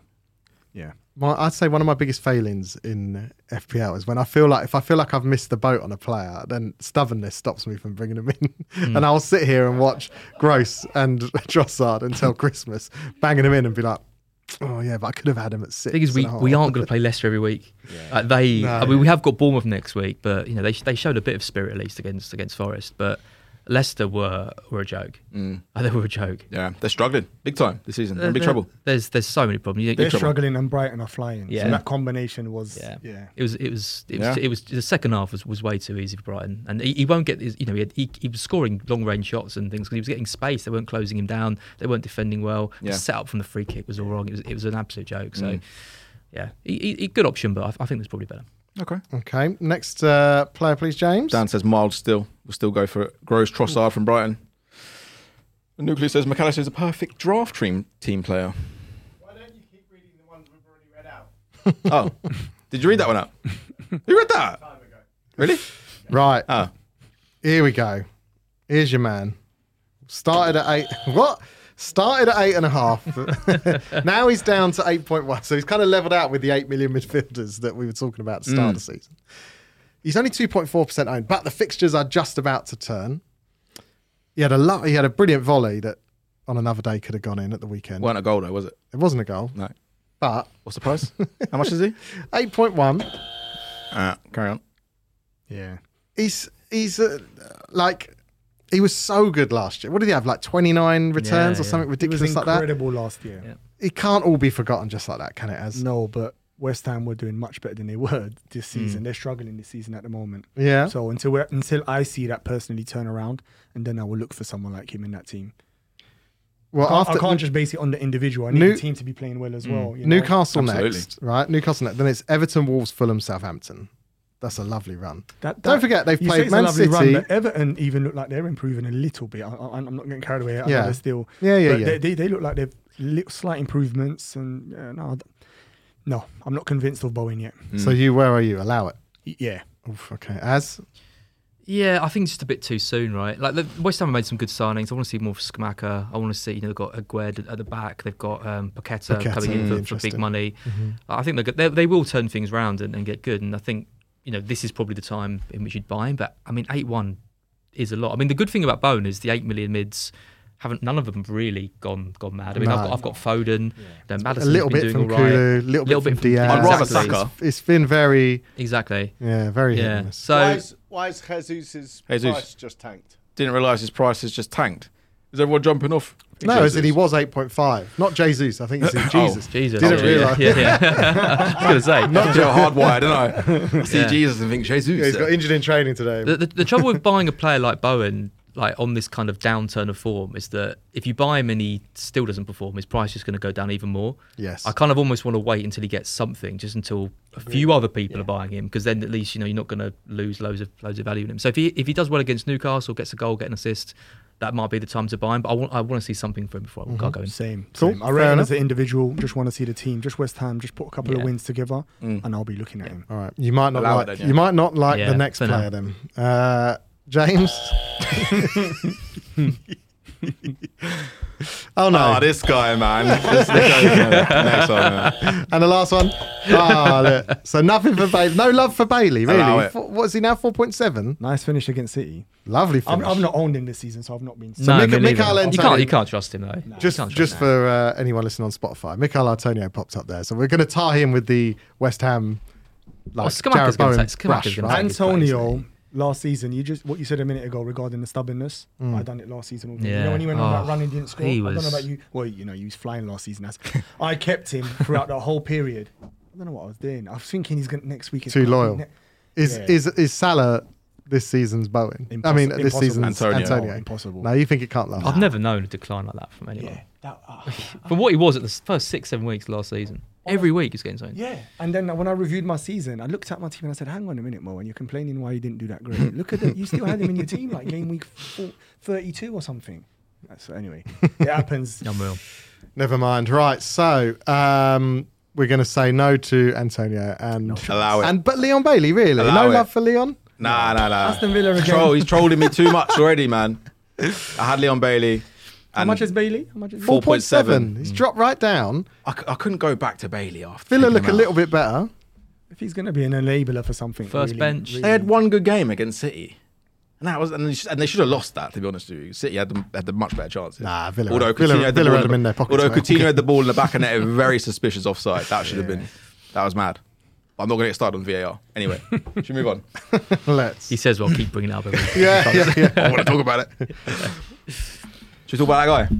B: yeah. My, I'd say one of my biggest failings in FPL is when I feel like if I feel like I've missed the boat on a player, then stubbornness stops me from bringing them in.
C: Hmm.
B: and I'll sit here and watch Gross and Drossard until Christmas, banging them in and be like, oh yeah, but I could have had him at six.
C: The thing is, we,
B: and a
C: we
B: half."
C: aren't going to play Leicester every week. Uh, they,
B: No.
C: I mean, we have got Bournemouth next week, but you know they sh- they showed a bit of spirit at least against against Forest, but Leicester were were a joke. Uh, they were a joke.
A: Mm, Yeah. They're struggling big time this season. They're in big
C: There-
A: trouble.
C: There's there's so many problems. You-
F: They're
C: you-
F: struggling and Brighton are flying.
C: Yeah.
F: So that combination was.
C: Yeah.
F: Yeah.
C: It was, it was, it was,
A: Yeah.
C: it was. The second half was, was way too easy for Brighton, and he, he won't get. His, you know, he, had, he, he was scoring long range shots and things because he was getting space. They weren't closing him down. They weren't defending well.
A: Yeah.
C: The setup from the free kick was all wrong. It was, it was an absolute joke. So, yeah, he, he, he- good option, but I, I think there's probably better.
A: Okay.
B: Okay, next uh, player, please, James.
A: Dan says mild still. We'll still go for it. Gross Trossard from Brighton. And Nuclear says McAllister is a perfect draft team team player.
E: Why don't you keep reading the ones we've already read out?
A: Oh, did you read that one out? Who read that? Really?
B: Right.
A: Oh,
B: Here we go. Here's your man. Started at eight. What? Started at eight and a half. now he's down to 8.1. So he's kind of leveled out with the 8 million midfielders that we were talking about at the start of the season. He's only 2.4% owned, but the fixtures are just about to turn. He had a lot, he had a brilliant volley that on another day could have gone in at the weekend.
A: weren't a goal though, was it?
B: it wasn't a goal,
A: No.
B: but
A: What's the price? How much is he?
B: 8.1.
A: Uh, carry on.
F: Yeah.
B: he's he's uh, like he was so good last year. What did he have? Like twenty nine returns
C: Yeah,
B: or
C: yeah.
B: something
F: It was
B: ridiculous like that.
F: incredible last year.
C: Yeah.
B: It can't all be forgotten just like that, can it? As
F: No, but West Ham were doing much better than they were this season. They're struggling this season at the moment.
B: Mm. yeah,
F: So until we're, until I see that personally turn around, and then I will look for someone like him in that team.
B: well
F: Can't-
B: after
F: I can't just base it on the individual. I need
B: New- Mm.
F: the team to be playing well as well. you know?
B: Newcastle
A: Absolutely.
B: next, right? Newcastle next. Then it's Everton, Wolves, Fulham, Southampton. That's a lovely run.
F: That-
B: Don't
F: that-
B: forget they've
F: you say
B: played
F: it's
B: Man
F: a lovely
B: City.
F: Run, but Everton even look like they're improving a little bit. I, I, I'm not getting carried away. I
B: Yeah.
F: know they're still.
B: Yeah, yeah,
F: but
B: yeah.
F: They, they, they look like they've little slight improvements, and yeah, no, I d- no, I'm not convinced of Bowen yet.
A: Hmm.
B: So you, where are you? Allow it.
F: Y- Yeah,
B: Oof, okay, as
C: Yeah, I think it's just a bit too soon, right? Like the West Ham have made some good signings. I want to see more for Skamaka. I want to see you know they've got Agued at the back. They've got um, Paqueta,
B: Paqueta
C: coming
B: would be
C: in for, for big
B: interesting.
C: money. I think they're, go- they they will turn things around and, and get good. And I think you know this is probably the time in which you'd buy him. But I mean, eight one is a lot. I mean, the good thing about Bone is the eight million mids haven't none of them have really gone gone mad. I mean, I've,
B: No.
C: got, I've got Foden, yeah. Madison's
B: a little
C: been
B: bit
C: doing
B: from
C: all right.
B: Kulu, a little, bit from Diaz.
A: I'd rather
C: exactly.
A: Saka.
B: It's- it's been very,
C: Exactly.
B: yeah, very. hit and
C: Yeah.
B: miss.
C: So
E: why, is, why is Jesus's
A: Jesus.
E: price just tanked?
A: Didn't realise his price has just tanked. Is everyone jumping off?
B: No, as in he
A: Jesus. Oh.
B: was 8.5. Not Jesus. I think it's in Jesus.
C: Jesus,
B: Didn't
C: yeah, yeah,
B: realise.
C: Yeah, yeah. I was gonna say.
A: Not a hard wire, didn't I? I see
C: Yeah.
A: Jesus and think Jesus.
B: Yeah, he's got
A: uh,
B: injured in training today.
C: The, the, the trouble with buying a player like Bowen, like on this kind of downturn of form, is that if you buy him and he still doesn't perform, his price is going to go down even more.
B: Yes.
C: I kind of almost want to wait until he gets something, just until a few other people are buying him, because then at least you know you're not going to lose loads of loads of value in him. So if he if he does well against Newcastle, gets a goal, get an assist, that might be the time to buy him. But I want I want to see something from him before I
B: Mm-hmm.
C: will go in.
F: same.
B: Cool,
F: same. I
B: fair
F: reckon
B: enough.
F: as an individual, just want to see the team, just West Ham, just put a couple
C: Yeah.
F: of wins together, and I'll be looking at him.
B: All right. You might not
A: Allow it
B: like
A: then, yeah.
B: you might not like
C: Yeah,
B: the next
C: for now.
B: player then. Uh, James. oh no.
A: Oh, this guy, man. This- this guy, man. Next one, man.
B: and the last one. Ah, look. So nothing for Bailey. No love for Bailey,
A: Allow
B: really.
A: it.
B: Four, what is he now? 4.7?
F: Nice finish against City.
B: Lovely finish.
F: I'm, I've not owned him this season, so I've not been.
B: Mick-
C: me neither.
B: Mikel
C: you can't
B: Antonio-
C: you can't trust him though. You
B: just
C: can't trust
B: just
C: him.
B: for uh, anyone listening on Spotify, Mikel Antonio popped up there, so we're going to tie him with the West Ham. Like
C: Oh, Skamaka's
B: Jared
C: gonna
B: Bowen
C: take- Skamaka's
B: brush,
C: gonna
B: right?
C: take his place,
F: Antonio last season. You just what you said a minute ago regarding the stubbornness. I done it last season. All day. You
C: Yeah.
F: know when he went on
C: Oh,
F: that run and didn't score.
C: he
F: I don't
C: was-
F: know about you. Well, you know he was flying last season. That's, I kept him throughout the whole period. I don't know what I was doing. I was thinking he's gonna next week. is
B: Too
F: gonna be
B: loyal.
F: ne-
B: Is
F: Yeah.
B: is is Salah this season's Bowen? I
F: Impossi-
B: mean, this
F: impossible.
B: season's Antonio.
A: Antonio.
F: Oh, impossible.
B: No, you think it can't last?
C: I've never known a decline like that from anyone.
F: Yeah. That, ah.
C: From what he was at the s- first six, seven weeks last season. Every week he's getting something.
F: Yeah. And then when I reviewed my season, I looked at my team and I said, hang on a minute, Mo, and you're complaining why you didn't do that great. Look at that. You still had him in your team like game week four, 32 or something. Uh, So anyway, it happens.
C: Unreal.
B: Never mind. Right, so um, we're going to say no to Antonio and
A: Allow it.
B: And but Leon Bailey, really?
A: Allow
B: no
A: it.
B: love for Leon.
A: Nah, nah, nah.
F: Aston Villa again.
A: Troll, he's trolling me too much already, man. I had Leon Bailey.
F: How
A: and
F: much is Bailey? How much is
A: Four.
B: 4.7. He's dropped right down.
A: I, c- I couldn't go back to Bailey after.
B: Villa
A: taking
B: look a
A: him out.
B: little bit better.
F: If he's going to be an enabler for something.
C: First
F: really,
C: bench.
F: really-
A: They had one good game against City. And that was, and they, sh- and they should have lost that. To be honest with you, City had the, had the much better chances.
B: Nah, Villa-
A: Although
B: Villa-
A: Coutinho had the
B: Villa
A: ball
B: had
A: in
B: them
A: the-
B: in their pockets,
A: Although
B: mate.
A: Coutinho had the ball in the back and net, a very suspicious offside. That should have been. That was mad. But I'm not going to get started on VAR. Anyway, should we move on?
B: Let's.
C: He says, well, keep bringing it up. Every week.
B: yeah, yeah, yeah.
A: I want to talk about it. should we talk about that guy?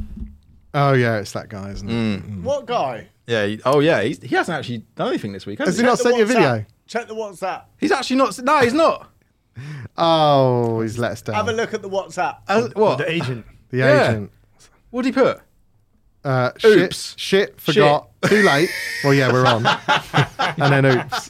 B: Oh, yeah, it's that guy, isn't it?
A: Mm.
E: What guy?
A: Yeah. he- oh yeah. He's, he hasn't actually done anything this week. Has
B: Has
A: he?
B: he not
E: Check the
B: sent you a video?
E: WhatsApp. Check the WhatsApp.
A: He's actually not. No, he's not.
B: Oh, he's let us down.
E: Have a look at the WhatsApp.
B: Oh.
A: Uh, what?
F: The agent.
B: The
A: Yeah.
B: agent.
A: What did he put?
B: Uh,
A: Oops.
B: Shit, shit, forgot. Too late. Well, yeah, we're on. and then oops.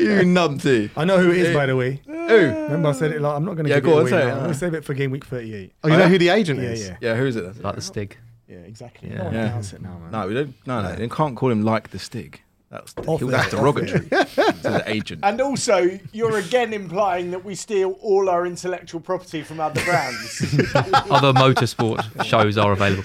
A: you numpty.
F: I know who it is, by the way.
A: Who?
F: Uh, Remember, I said it like, I'm not going to
A: Yeah,
F: give
A: go on,
F: it away.
A: say it,
F: now.
A: yeah.
F: We'll save it for game week 38.
B: Oh, you know who the agent
F: Yeah,
B: is?
F: yeah.
A: Yeah. Who is it? then?
C: like the Stig.
F: Yeah, exactly.
C: Yeah.
F: No one
A: Yeah.
F: can announce it now, man.
A: No, we don't. No, no. You can't call him like the Stig. That's
F: Off
A: he-
F: it,
A: that's
F: off
A: derogatory to the agent.
E: And also, you're again implying that we steal all our intellectual property from other brands.
C: Other motorsport shows are available.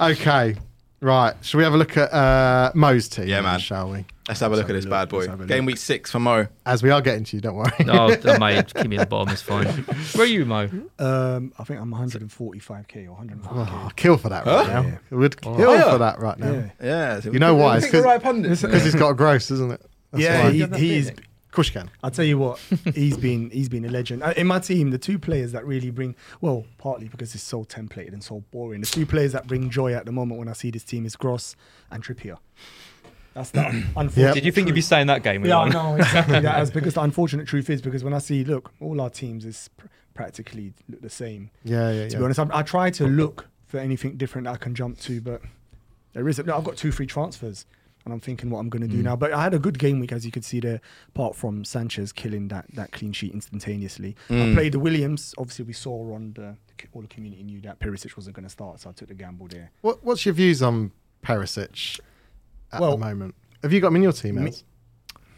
B: Okay. Right. Shall we have a look at uh, Mo's team?
A: Yeah, man.
B: Shall we?
A: Let's have a look at this bad boy.
F: have a
A: Game week six for Mo.
B: As we are getting to you, don't worry.
C: Oh, d- mate, keep me at the bottom. It's fine. Where are you, Mo?
F: Um, I think I'm 145k or 140k.
B: Oh, kill for that right
A: Huh? Oh,
B: now. Would kill
A: yeah.
B: for that right now.
F: Oh. Yeah.
A: Yeah. so
B: You know
A: we-
B: why?
A: we
B: It's
A: picked the
B: 'cause-
A: right pundit.
B: Because he's got a gross, isn't it? That's
F: yeah,
B: why.
F: he,
C: Have that
F: he's.
C: feeling.
B: of course you can.
F: I'll tell you what, he's been he's been a legend. Uh, In my team, the two players that really bring well, partly because it's so templated and so boring. The two players that bring joy at the moment when I see this team is Gross and Trippier. That's the unfortunate.
B: Yep.
C: Did you think you'd be saying that game?
F: Yeah,
C: everyone?
F: no, exactly. that is because the unfortunate truth is because when I see, look, all our teams is pr- practically look the same.
B: Yeah, yeah,
F: to
B: yeah.
F: be honest, I, I try to look for anything different that I can jump to, but there isn't. No, I've got two free transfers, and I'm thinking what I'm going to
B: Mm.
F: do now. But I had a good game week, as you could see there. Apart from Sanchez killing that that clean sheet instantaneously,
B: Mm.
F: I played the Williams. Obviously, we saw on the all the community knew that Perisic wasn't going to start, so I took the gamble there.
B: What, what's your views on Perisic at
F: Well-
B: the moment? Have you got him in your team, Els?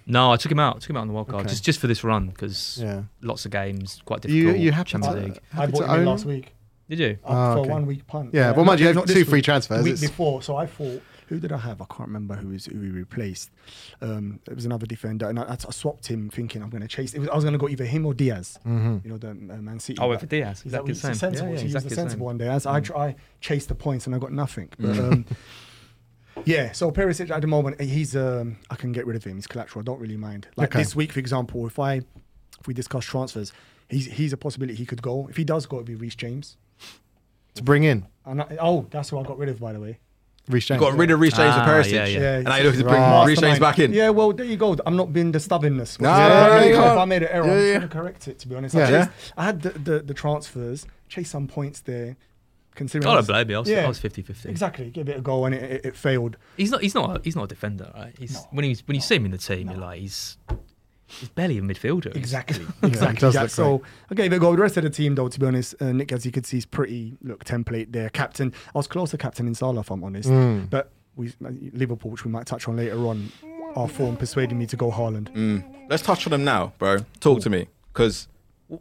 C: No, I took him out. Took him out on the wild card
B: Okay.
C: just just for this run because
B: Yeah.
C: lots of games, quite
B: You,
C: difficult.
B: you happen
C: Champions
B: to,
C: League.
F: I
B: happy
F: bought
B: to
F: him in
B: own
F: last
B: him?
F: week.
C: Did you?
B: Ah,
F: for
B: okay.
F: one week punt.
B: Yeah, but
F: not-
B: mind you, you
F: not
B: have two
F: this
B: free
F: week,
B: transfers,
F: The week
B: it's-
F: before, so I thought, who did I have? I can't remember who was who we replaced. Um, it was another defender, and I, I swapped him, thinking I'm going to chase. It was, I was going to go either him or Diaz.
B: Mm-hmm.
F: You know, the uh, Man City.
C: I went
F: but-
C: for Oh, Diaz.
F: Is that
C: Exactly the
F: what
C: same.
F: it's sensible
C: Yeah, yeah,
F: to use
C: exactly
F: the
C: the same. Mm.
F: sensible one there. As I try, chase the points and I got nothing. But, um, yeah, so Perisic at the moment, he's um, I can get rid of him. He's collateral. I don't really mind. Like
B: Okay.
F: this week, for example, if I if we discuss transfers, he's he's a possibility he could go. If he does go, it'd be Reece James.
B: to bring in.
F: And I, oh, that's who I got rid of, by the way.
B: Reece James.
A: Got rid of Reece James
C: Ah,
A: and Perisic.
C: yeah, yeah.
F: Yeah,
A: And now you look to bring
B: Right.
A: Reece James
F: Mastermind.
A: back in.
F: Yeah, well, there you go. I'm not being the stubbornness.
A: No,
F: Yeah,
A: no, no,
F: if
A: you
F: I-
A: can't.
F: If I made an error,
A: Yeah,
F: I'm
A: yeah.
F: just going to correct it, to be honest. I,
B: Yeah.
F: chased- I had the, the, the transfers, chased some points there.
C: I
F: Considering I
C: Oh, don't
F: was-
C: blame you. I was,
F: Yeah.
C: I was 50-50.
F: Exactly, give it a go and it, it, it failed.
C: He's not. He's not. A, he's not a defender, right? He's when he's when you see him in the team, you're like he's he's barely a midfielder.
F: Exactly.
B: it
F: exactly.
B: does
F: Yeah,
B: look
F: so I gave it a go. The rest of the team, though, to be honest, uh, Nick, as you could see, is pretty look template there. Captain, I was close to captain in Salah, if I'm honest.
A: Mm.
F: But we uh, Liverpool, which we might touch on later on, our form persuaded me to go Haaland.
A: Let's touch on them now, bro. Talk to me, because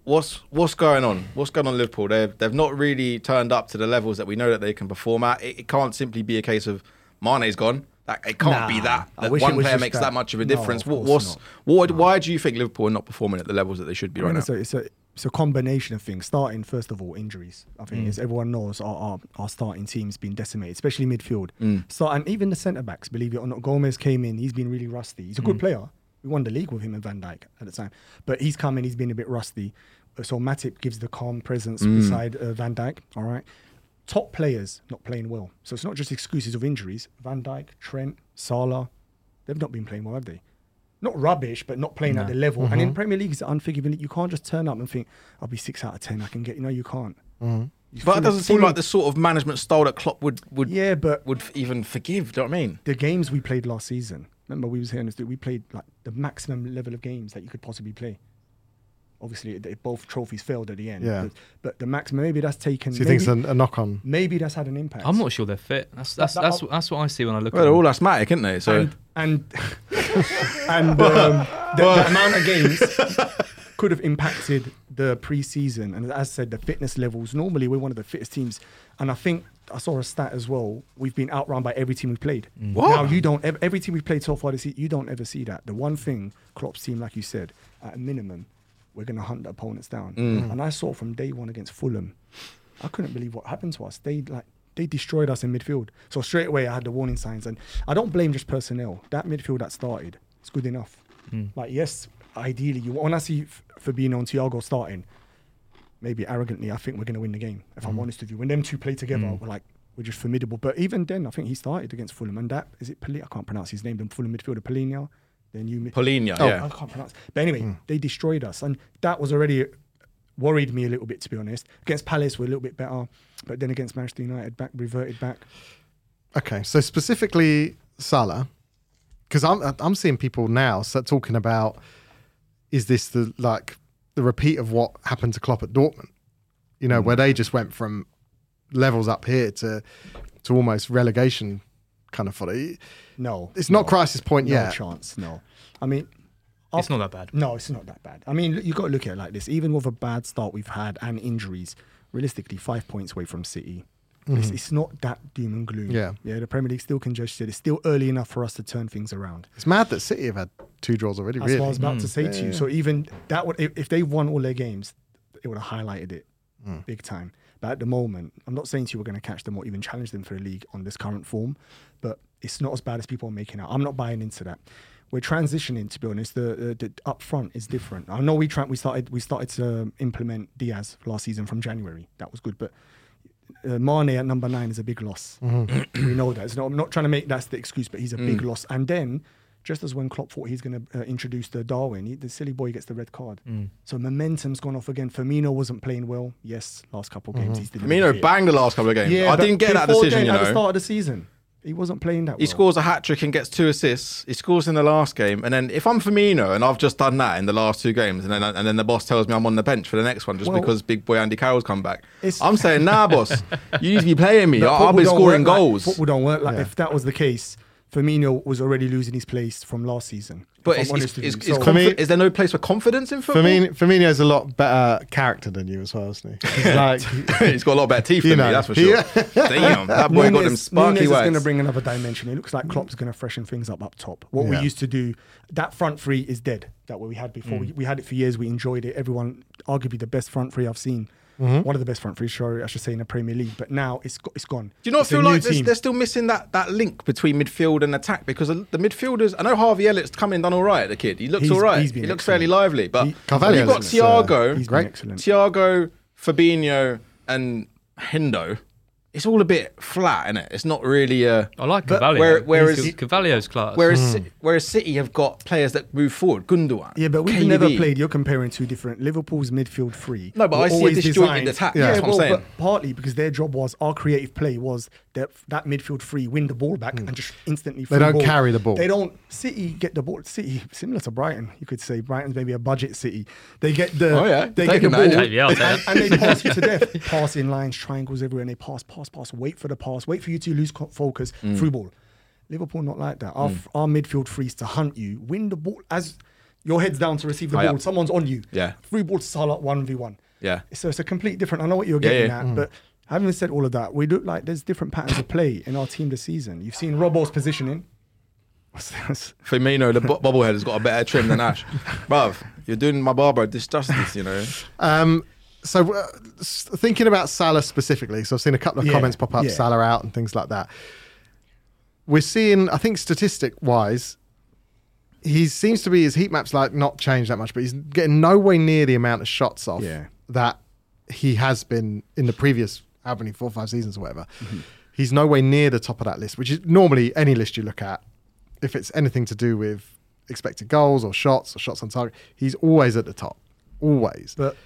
A: what's what's going on? What's going on, in Liverpool? They've they've not really turned up to the levels that we know that they can perform at. It, it can't simply be a case of Mane's gone. That it can't
F: Nah,
A: be that
F: I
A: that
F: wish it
A: one
F: was
A: player
F: just
A: makes that,
F: that.
A: much of a
F: No,
A: difference.
F: of
A: What-
F: course
A: what's
F: not.
A: what? Why do you think Liverpool are not performing at the levels that they should be right
F: I mean,
A: now?
F: it's, a, it's, a, it's a combination of things. Starting, first of all, injuries. I think,
A: Mm.
F: as everyone knows, our, our, our starting team's been decimated, especially
A: Mm. Mm.
F: midfield. So, and even the centre backs, believe it or not, Gomez came in, he's been really rusty. He's a good player. We won the league with him and Van Dijk at the time. But he's come in, he's been a bit rusty. Uh, So Matip gives the calm presence
A: Mm.
F: beside uh, Van Dijk. All right. Top players not playing well. So it's not just excuses of injuries. Van Dijk, Trent, Salah, they've not been playing well, have they? Not rubbish, but not playing at the level. And in Premier League, it's an unforgiving. league. You can't just turn up and think, I'll be six out of 10. I can get, you know, you can't.
A: But
F: You
A: that
F: Fulham-
A: doesn't seem
F: Fulham-
A: like the sort of management style that Klopp would would
F: Yeah, but
A: would f- even forgive. Do you know what I mean?
F: the games we played last season. Remember, we was here and we played like the maximum level of games that you could possibly play. Obviously, they, both trophies failed at the end.
B: Yeah.
F: But, but the max, maybe that's taken.
B: So you
F: maybe,
B: think it's a, a knock on?
F: maybe that's had an impact.
C: I'm not sure they're fit. That's that's
E: that-
C: that's, that's what I see when I look
A: Well,
C: at
A: they're
C: them.
A: all asthmatic, aren't they? So
F: And and, and um, the, the amount of games could have impacted the pre-season. And as I said, the fitness levels. Normally, we're one of the fittest teams, and I think I saw a stat as well. We've been outrun by every team we played.
A: What?
F: Now you don't. ev- Every team we played so far this season, you don't ever see that. The one thing Klopp's team, like you said, at a minimum, we're going to hunt the opponents down. And I saw from day one against Fulham, I couldn't believe what happened to us. They like they destroyed us in midfield. So straight away I had the warning signs, and I don't blame just personnel. That midfield that started, it's good enough. Like yes, ideally you when I see F- Fabinho and Thiago starting, maybe arrogantly I think we're going to win the game. If I'm honest with you, when them two play together, we're like we're just formidable. But even then, I think he started against Fulham, and that is it. Poli- I can't pronounce his name. Then Fulham midfielder Polina, then you.
A: Polina, yeah.
F: I can't pronounce. But anyway,
C: Hmm.
F: they destroyed us, and that was already worried me a little bit, to be honest. Against Palace, we're a little bit better, but then against Manchester United, back reverted back.
B: Okay, so specifically Salah, because I'm I'm seeing people now so talking about is this the like the repeat of what happened to Klopp at Dortmund? You know, where
F: Mm.
B: they just went from levels up here to to almost relegation kind of folly.
F: No,
B: It's not crisis point
F: no
B: yet.
F: chance. No, I mean,
C: It's not that bad.
F: no, it's not that bad. I mean, look, you've got to look at it like this. Even with a bad start we've had and injuries, realistically, five points away from City.
C: Mm-hmm.
F: It's, it's not that doom and gloom.
B: Yeah.
F: yeah. The Premier League still congested. It's still early enough for us to turn things around.
B: It's mad that City have had two draws already.
F: That's
B: really,
F: what I was about to say to you. So even that would, if, if they won all their games, it would have highlighted it big time. But at the moment, I'm not saying to you we're going to catch them or even challenge them for the league on this current form, but it's not as bad as people are making out. I'm not buying into that. We're transitioning, to be honest. The, the, the up front is different. I know we tra- we started we started to implement Diaz last season from January. That was good, but uh, Mane at number nine is a big loss. we know that. It's not, I'm not trying to make that's the excuse, but he's a big loss. And then, just as when Klopp thought he's going to uh, introduce the Darwin, he, the silly boy gets the red card. So momentum's gone off again. Firmino wasn't playing well. Yes, last couple games he's been. a
A: Firmino
F: bit.
A: banged the last couple of games. I
F: but
A: didn't get that
F: before
A: decision,
F: then,
A: you
F: At the
A: know.
F: start of the season, he wasn't playing that.
A: He
F: well.
A: scores a hat trick and gets two assists. He scores in the last game, and then if I'm Firmino and I've just done that in the last two games, and then and then the boss tells me I'm on the bench for the next one just
F: Well-
A: because big boy Andy Carroll's come back,
F: It's-
A: I'm saying nah, boss, you need to be playing me.
F: But
A: I- I'll
F: football
A: be
F: don't
A: scoring
F: work like-
A: goals.
F: football don't work. Like if that was the case, Firmino was already losing his place from last season.
A: but
F: if
A: it's,
F: I'm
A: it's,
F: honest with
A: it's,
F: you.
A: it's
F: So-
A: confi-
B: me-
A: is there no place for confidence in football?
B: Firmino, Firmino's a lot better character than you as well, isn't he? He's like,
A: he's got a lot better teeth
B: You
A: than
B: know.
A: me, that's for sure. Damn, that boy got them sparky
F: Nunes is
A: wags.
F: going to bring another dimension. It looks like Klopp's going to freshen things up up top. What we
B: Yeah.
F: used to do, that front three is dead. That what we had before.
A: Mm.
F: We, we had it for years. We enjoyed it. Everyone, arguably the best front three I've seen.
A: Mm-hmm.
F: One of the best front three, sorry, I should say, in the Premier League. But now it's go- it's gone.
A: Do you not
F: It's a
A: feel
F: new
A: like there's,
F: team.
A: they're still missing that, that link between midfield and attack? Because the midfielders, I know Harvey Elliott's come in, done all right, the kid. He looks
F: He's-
A: all right.
F: he's been
A: he looks
F: excellent.
A: fairly lively. But
F: He-
B: Carvalho's
A: you've got
B: been, uh,
A: Thiago,
F: he's been
B: Great.
F: excellent.
A: Thiago, Fabinho, and Hendo. It's all a bit flat, innit? It's not really a.
C: I like
A: But
C: Cavallio.
A: where- where
C: He's
A: is-
C: good. Cavalio's class?
A: Whereas, Ci- whereas City have got players that move forward, Gundogan.
F: Hmm. Yeah, but we've
A: KDB.
F: never played. You're comparing two different Liverpool's midfield three.
A: No, but
F: were
A: I see a
F: always
A: disjointed
F: designed-
A: attack,
F: Yeah,
A: that's what I'm
F: well,
A: saying.
F: but partly because their job was our creative play was that that midfield three win the ball back
A: Hmm.
F: and just instantly. free
B: don't carry the ball.
F: They don't. City get the ball. City similar to Brighton. You could say Brighton's maybe a budget city. They get the.
A: Oh, yeah.
F: They
A: Take
F: get the
A: it,
F: ball
A: mate.
C: Take me out,
F: and, and they pass you to death. Passing lines, triangles everywhere, and they pass, pass, pass. Wait for the pass. Wait for you to lose co- focus.
A: Mm.
F: Through ball. Liverpool not like that. Our, our midfield freeze to hunt you, win the ball as your head's down to receive the
A: High
F: ball.
A: up.
F: Someone's on you.
A: Oh, Yeah.
F: Through ball to Salah one v one.
A: Yeah.
F: So it's a complete different. I know what you're getting
A: yeah.
F: at, but having said all of that, we look like there's different patterns of play in our team this season. You've seen Robbo's positioning. What's this?
A: Firmino, the bo- bobblehead, has got a better trim than Ash. Bruv, you're doing my barber a disjustice, you know?
B: Um, so uh, s- thinking about Salah specifically, so I've seen a couple of
F: Yeah,
B: comments pop up,
F: yeah.
B: Salah out and things like that. We're seeing, I think, statistic wise, he seems to be his heat maps like not changed that much, but he's getting nowhere near the amount of shots off
F: Yeah.
B: that he has been in the previous how many four or five seasons or whatever.
F: Mm-hmm.
B: He's nowhere near the top of that list, which is normally any list you look at, if it's anything to do with expected goals or shots or shots on target, he's always at the top, always.
F: But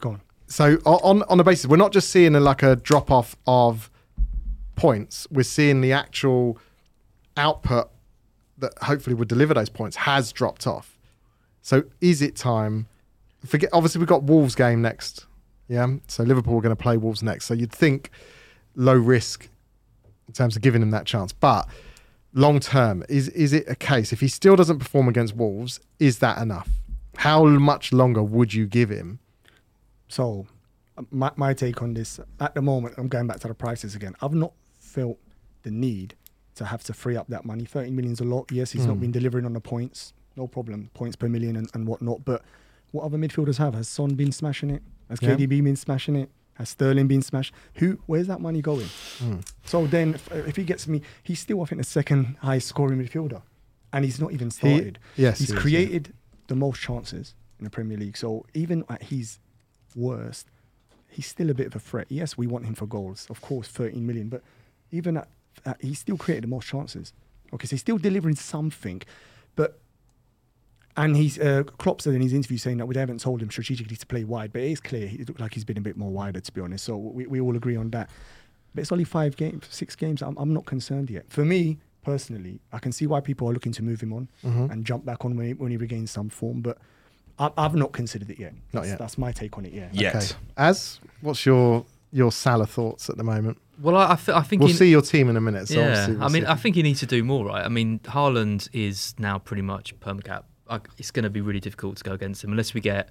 F: go on.
B: So o- on on the basis, we're not just seeing a, like a drop off of points. We're seeing the actual output that hopefully would deliver those points has dropped off. So is it time? Forget. Obviously, we've got Wolves game next. Yeah. So Liverpool are going to play Wolves next. So you'd think low risk in terms of giving him that chance, but long term, is is it a case if he still doesn't perform against Wolves? Is that enough? How much longer would you give him?
F: So, uh, my, my take on this at the moment, I'm going back to the prices again. I've not felt the need to have to free up that money. 30 million's a lot. Yes, he's not been delivering on the points. No problem. Points per million and, and whatnot. But what other midfielders have? Has Son been smashing it? Has
B: Yeah.
F: KDB been smashing it? Has Sterling been smashed? Who? Where's that money going? So then, if, if he gets me, he's still I think the second highest scoring midfielder, and he's not even started.
B: yes,
F: he's
B: he is, yeah.
F: created the most chances in the Premier League. So even at his worst, he's still a bit of a threat. Yes, we want him for goals, of course, 13 million, but even at, at he still created the most chances. Okay, so he's still delivering something, but and he's uh, Klopp said in his interview saying that we haven't told him strategically to play wide, but it is clear he looked like he's been a bit more wider to be honest. So we, we all agree on that. But it's only five games, six games. I'm, I'm not concerned yet. For me personally, I can see why people are looking to move him on
B: Mm-hmm.
F: and jump back on when he, when he regains some form, but I, I've not considered it yet.
B: Not
F: That's-
B: yet.
F: That's my take on it. Yeah.
A: Yet.
B: As what's your your Salah thoughts at the moment?
C: Well, I, I, th- I think
B: We'll
C: in-
B: see your team in a minute. So
C: yeah,
B: obviously we'll
C: I mean,
B: see.
C: I think he needs to do more, right? I mean, Haaland is now pretty much permacap. I- It's going to be really difficult to go against him unless we get.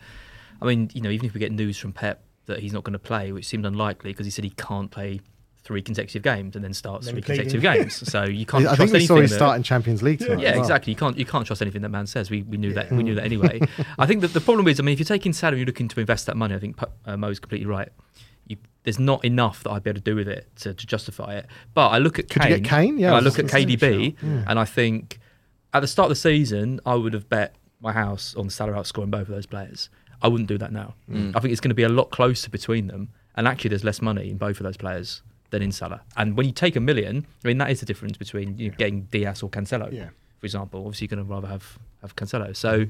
C: I mean, you know, even if we get news from Pep that he's not going to play, which seemed unlikely because he said he can't play three consecutive games and then starts
F: Then he
C: three
F: played
C: consecutive games. So you can't.
B: I
C: trust
B: think we
C: anything
B: saw him
C: that-
B: start in Champions League tonight.
C: yeah,
B: as well.
C: exactly. You can't you can't trust anything that man says. We, we knew that we knew that anyway. I think that the problem is, I mean, if you're taking Salah, and you're looking to invest that money. I think P- uh, Mo's completely right. You, there's not enough that I'd be able to do with it to, to justify it. But I look at
B: Could
C: Kane.
B: you get Kane? Yeah,
C: and
B: I
C: I
B: was
C: look at
B: just gonna
C: KDB, and I think at the start of the season, I would have bet my house on Salah outscoring both of those players. I wouldn't do that now. I think it's going to be a lot closer between them, and actually, there's less money in both of those players than in Salah. And when you take a million, I mean, that is the difference between you know, getting Diaz or Cancelo,
F: Yeah.
C: for example. Obviously, you're going to rather have have Cancelo. So,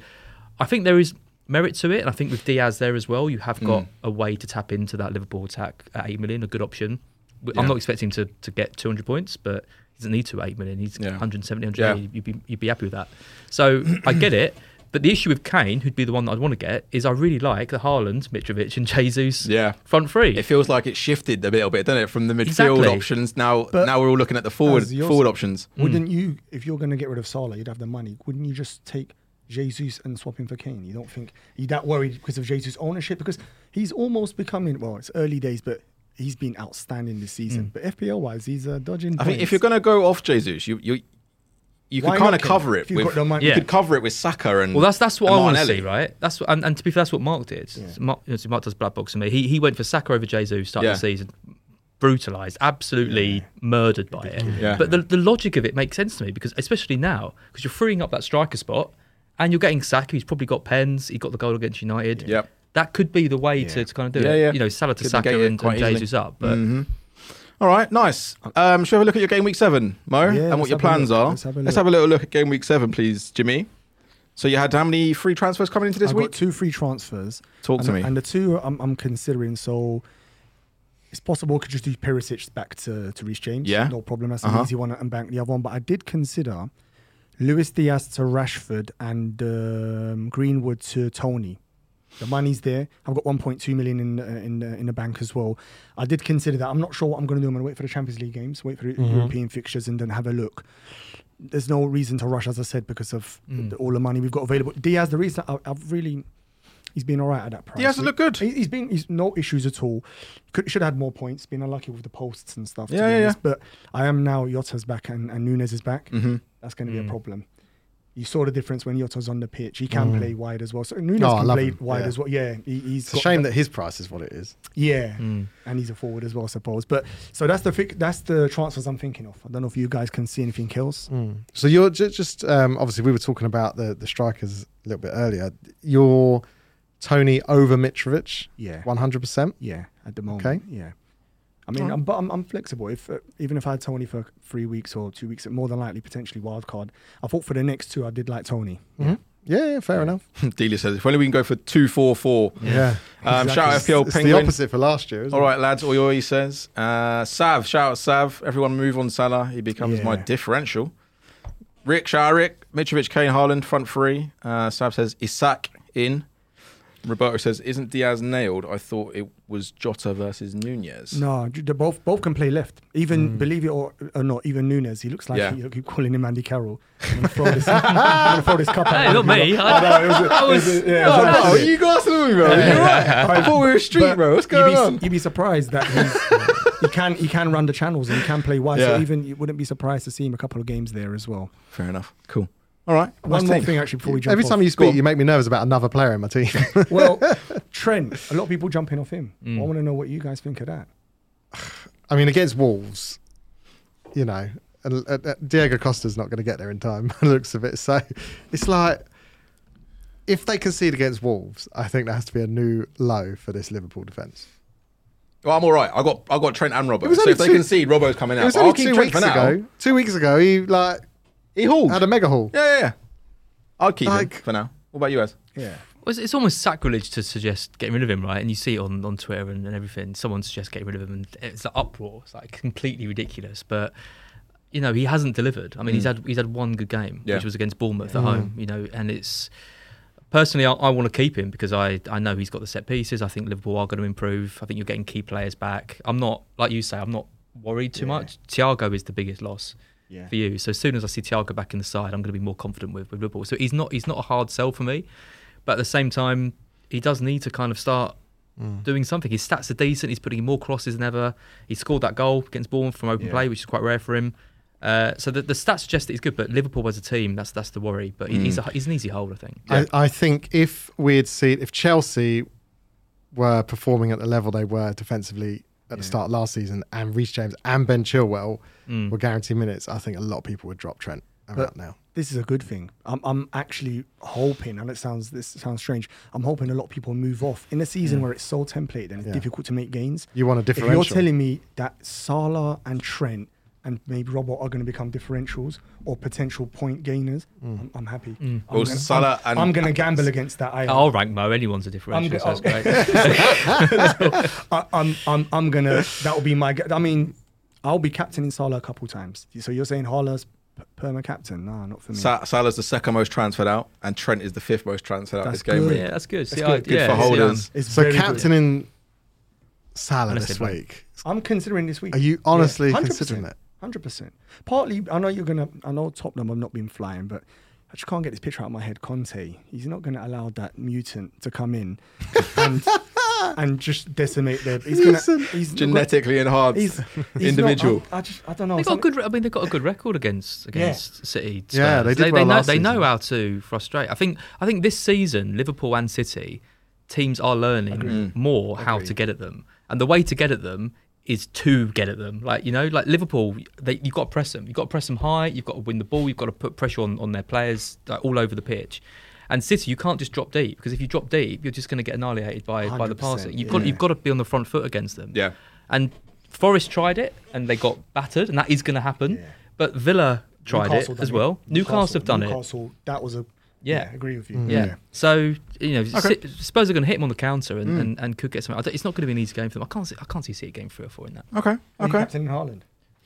C: I think there is merit to it, and I think with Diaz there as well, you have got a way to tap into that Liverpool attack at eight million, a good option. W- I'm
A: Yeah.
C: not expecting to to get 200 points, but he doesn't need to at eight million. He's
A: Yeah.
C: 170,
A: Yeah.
C: 180, you'd be you'd be happy with that. So I get it. But the issue with Kane, who'd be the one that I'd want to get, is I really like the Haaland, Mitrovic, and Jesus
A: Yeah.
C: front three.
A: It feels like it shifted a little bit, doesn't it? From the midfield
C: Exactly.
A: options now,
F: But
A: now we're all looking at the forward
F: as yours-
A: forward options.
F: Wouldn't you, if you're going to get rid of Salah, you'd have the money. Wouldn't you just take Jesus and swap him for Kane? You don't think you're that worried because of Jesus' ownership? Because he's almost becoming, well, it's early days, but he's been outstanding this season. But FPL wise, he's uh, dodging.
A: Mm. I think
F: points.
A: if you're going to go off Jesus, you you you could
F: Why
A: kind of
F: not Kane?
A: cover it
F: If you've
A: with
F: got the money.
A: you
C: Yeah.
A: could cover it with Saka and
C: Well, that's that's what
A: and
C: I want to
A: Martinelli.
C: see, right? That's what, and, and to be fair, that's what Mark did. So Mark, you know, so Mark does black box for me. He he went for Saka over Jesus start
A: Yeah.
C: of the season, brutalized, absolutely murdered by it.
A: Yeah.
C: But the the logic of it makes sense to me because especially now because you're freeing up that striker spot and you're getting Saka. He's probably got pens. He got the goal against United.
A: Yep.
C: That could be the way to, to kind of do
A: Yeah,
C: it.
A: yeah.
C: You know, Salah to
A: Could
C: Saka
A: negate it
C: and,
A: quite
C: and
A: easily. Mm-hmm.
C: Jesus up. But
A: All right, nice. Um, shall we have a look at your game week seven, Mo,
F: Yeah,
A: and what
F: let's
A: your
F: have a
A: plans
F: look.
A: are?
F: Let's have a look.
A: little look at game week seven, please, Jimmy. So you had how many free transfers coming into this
F: I've
A: week?
F: got two free transfers.
A: Talk
F: and,
A: to me.
F: And the two I'm, I'm considering, so it's possible I could just do Perisic back to, to Reece James.
A: Yeah.
F: No problem. That's
A: Uh-huh.
F: an easy one and bank the other one. But I did consider Luis Diaz to Rashford and um, Greenwood to Tony. The money's there. I've got 1.2 million in uh, in uh, in the bank as well. I did consider that. I'm not sure what I'm going to do. I'm going to wait for the Champions League games, wait for the European fixtures, and then have a look there's no reason to rush, as I said, because of the, all the money we've got available. Diaz, the reason I, I've really, he's been all right at that price.
A: Diaz has
F: We-
A: looked good.
F: He, he's been, he's no issues at all. Could, should have had more points, been unlucky with the posts and stuff. to
A: Yeah,
F: be
A: yeah,
B: Mm-hmm.
F: honest. But I am now, Yota's back and, and Nunes is back. That's going to be a problem. You saw the difference when Yota's on the pitch. He can play wide as well. So Nunes
B: Mm. Oh, I
F: can
B: love
F: play
B: him.
F: wide
B: Yeah.
F: as well. Yeah, he, he's
B: It's a
F: got
B: shame that his price is what it is.
F: yeah, and he's a forward as well, I suppose. But so that's the fi- that's the transfers I'm thinking of. I don't know if you guys can see anything else.
B: So you're just, just um, obviously we were talking about the the strikers a little bit earlier. You're Tony over Mitrovic,
F: Yeah.
B: one hundred percent.
F: Yeah, at the moment.
B: Okay.
F: Yeah. I mean, I'm, but I'm, I'm flexible. If uh, even if I had Tony for three weeks or two weeks, more than likely potentially wild card. I thought for the next two, I did like Tony.
B: Yeah, yeah, fair enough.
A: Delia says, if only we can go for 244.
B: Yeah,
A: Um, Shout out FPL
B: it's
A: Penguin.
B: the opposite for last year. Isn't
A: All right, lads. Oyoi says, uh, Sav, shout out Sav. Everyone move on Salah. He becomes my
F: Yeah.
A: differential. Rick, shout out Rick. Mitrovic, Kane, Haaland, front three. Uh, Sav says, Isak in. Roberto says, isn't Diaz nailed? I thought it was Jota versus Nunez.
F: No, j- they both both can play left. Even believe it or, or not, even Nunes. He looks like
A: Yeah.
F: you keep calling him Andy Carroll. I'm gonna throw this, I'm gonna throw this cup.
C: Hey,
F: at
C: not
F: him.
C: me. I, I was.
F: yeah, it was
A: Oh,
F: an
A: you got me, bro. You're right. I thought we were street,
F: But
A: bro. What's
F: you'd
A: going
F: be, su-
A: on?
F: You'd be surprised that he's, he can he can run the channels and he can play wide.
A: Yeah.
F: So even you wouldn't be surprised to see him a couple of games there as well.
A: Fair enough. Cool. All right.
F: One
A: nice
F: more
A: team.
F: thing actually before we jump
B: Every
F: off.
B: time you
A: Go
B: speak,
A: on.
B: you make me nervous about another player in my team.
F: well, Trent, a lot of people jumping off him.
B: Mm.
F: I want to know what you guys think of that.
B: I mean, against Wolves, you know, and, uh, uh, Diego Costa's not going to get there in time, by the looks of it. So it's like, if they concede against Wolves, I think that has to be a new low for this Liverpool defence.
A: Well, I'm all right. I got I got Trent and Robbo.
B: It was
A: So
B: only
A: if they
B: two-
A: concede, Robbo's coming out.
B: It was
A: But I'll
B: only
A: keep
B: two
A: Trent
B: weeks
A: for now.
B: ago. Two weeks ago, he like
A: He hauled.
B: had a mega haul.
A: yeah, yeah, yeah. I'll keep him
B: Like-
A: for now. What about you guys?
F: Yeah.
C: Well, it's- it's almost sacrilege to suggest getting rid of him, right? And you see it on, on Twitter and, and everything. Someone suggests getting rid of him, and it's an uproar. It's like completely ridiculous. But you know, he hasn't delivered. I mean, he's had he's had one good game,
A: Yeah.
C: which was against Bournemouth at home. You know, and it's personally, I, I want to keep him because I I know he's got the set pieces. I think Liverpool are going to improve. I think you're getting key players back. I'm not like you say. I'm not worried too much. Thiago is the biggest loss.
F: Yeah.
C: For you, so as soon as I see Thiago back in the side, I'm going to be more confident with, with Liverpool. So he's not he's not a hard sell for me. But at the same time, he does need to kind of start doing something. His stats are decent. He's putting in more crosses than ever. He scored that goal against Bournemouth from open play, which is quite rare for him. Uh, so the, the stats suggest that he's good, but Liverpool as a team, that's that's the worry. But he, he's, a, he's an easy hold, I think.
B: I, I think if we'd seen if Chelsea were performing at the level they were defensively at the start of last season, and Reece James and Ben Chilwell were guaranteed minutes, I think a lot of people would drop Trent around now.
F: This is a good thing. I'm, I'm actually hoping, and it sounds this sounds strange. I'm hoping a lot of people move off in a season where it's so template and it's
B: Yeah.
F: difficult to make gains.
B: You want a
F: If you're
B: differential.
F: telling me that Salah and Trent and maybe Robert are going to become differentials or potential point gainers,
B: Mm.
F: I'm, I'm happy. I'm
A: Well,
F: gonna,
A: Salah
F: I'm,
A: and-
F: I'm going to gamble against that. I am.
C: Oh, I'll rank Mo. Anyone's a differential,
F: I'm
C: so
F: go-
C: that's great.
F: I, I'm, I'm, I'm gonna. That will be my. gu- I mean, I'll be captaining Salah a couple times. So you're saying Salah's p- perma captain? Nah, not for me.
A: Sa- Salah's the second most transferred out, and Trent is the fifth most transferred out this
F: That's
A: game
F: good.
A: week.
C: yeah, that's good. See,
F: That's
C: I,
F: good.
A: Good
C: yeah,
A: for
C: see, I'm-
A: holders.
F: It's
B: So
F: very good.
B: captaining Salah
C: Honestly,
B: this
C: man.
B: week.
F: I'm considering this week.
B: Are you honestly
F: 100%,
B: considering it?
F: Hundred percent. Partly, I know you're gonna. I know Tottenham have not been flying, but I just can't get this picture out of my head. Conte, he's not gonna allow that mutant to come in and and just decimate their. He's gonna. He's not gonna-
A: Genetically enhanced
F: He's, he's
A: individual.
F: Not, I, I just. I don't know.
C: They got a
F: Something-
C: good. re- I mean, they got a good record against against City. Spurs.
B: Yeah, they did
C: They,
B: well
C: know,
B: last
C: they know
B: season.
C: how to frustrate. I think. I think this season, Liverpool and City teams are learning
B: Mm.
C: more how to get at them, and the way to get at them is to get at them. Like you know, like Liverpool, they, you've got to press them. You've got to press them high. You've got to win the ball. You've got to put pressure on on their players like, all over the pitch. And City, you can't just drop deep because if you drop deep, you're just going to get annihilated by, by the
F: 100%,
C: passing. You've got
F: yeah.
C: you've got to be on the front foot against them.
A: Yeah.
C: And Forest tried it and they got battered, and that is going to happen.
F: Yeah.
C: But Villa tried
F: Newcastle
C: it
F: done
C: as well. Newcastle, have done it.
F: Newcastle, that was a
C: Yeah.
F: yeah. agree with you.
C: Yeah. So you know, Si- Spurs are going to hit him on the counter
B: Mm.
C: and, and, and could get something. I don't- It's not going to be an easy game for them. I can't see. I can't see City getting three or four in that.
A: Okay,
F: Okay.
A: okay.
F: Captain Haaland.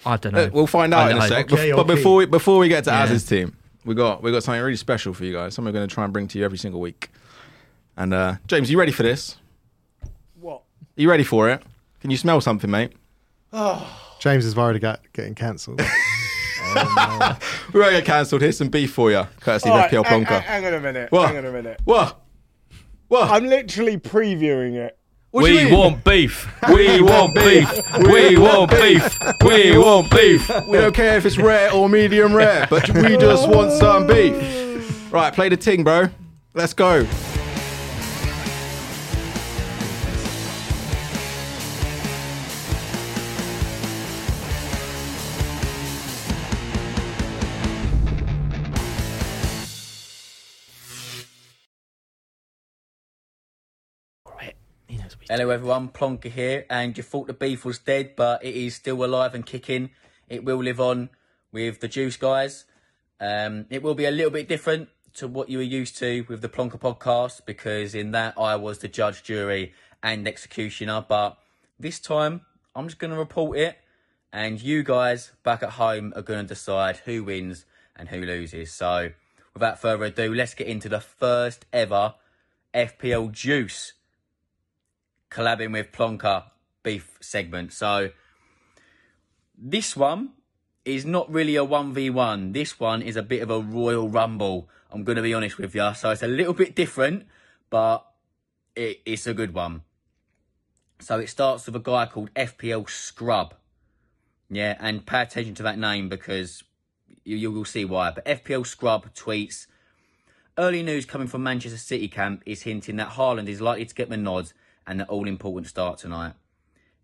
C: I don't know.
A: Uh, we'll find out
C: I-
A: in a
C: I-
A: sec.
F: okay,
A: Bef- But
F: okay.
A: before we before we get to
C: Yeah.
A: Az's team, we got we got something really special for you guys. Something we're going to try and bring to you every single week. And uh, James, you ready for this?
E: What?
A: Are you ready for it? Can you smell something, mate?
B: James is worried about getting cancelled.
A: We won't get cancelled. Here's some beef for you, courtesy
E: All
A: of
E: right,
A: FPL
E: hang, hang-
A: Plonker.
E: hang on a minute.
A: What?
E: Hang on a minute.
A: What? What?
E: I'm literally previewing it.
A: What do you mean?
C: beef. We want beef. We want beef. We want beef.
A: We don't care if it's rare or medium rare, but we just want some beef. Right, play the ting, bro. Let's go.
B: Uh,
G: Hello everyone, Plonker here, and you thought the beef was dead, but it is still alive and kicking. It will live on with the Juice guys. Um, it will be a little bit different to what you were used to with the Plonker podcast, because in that I was the judge, jury, and executioner. But this time, I'm just going to report it, and you guys back at home are going to decide who wins and who loses. So, without further ado, let's get into the first ever FPL Juice collabing with Plonker beef segment. So this one is not really a 1v1. This one is a bit of a Royal Rumble. I'm going to be honest with you. So it's a little bit different, but it, it's a good one. So it starts with a guy called FPL Scrub. Yeah, and pay attention to that name because you, you will see why. But FPL Scrub tweets Early news coming from Manchester City camp is hinting that Haaland is likely to get the nod and the all important start tonight.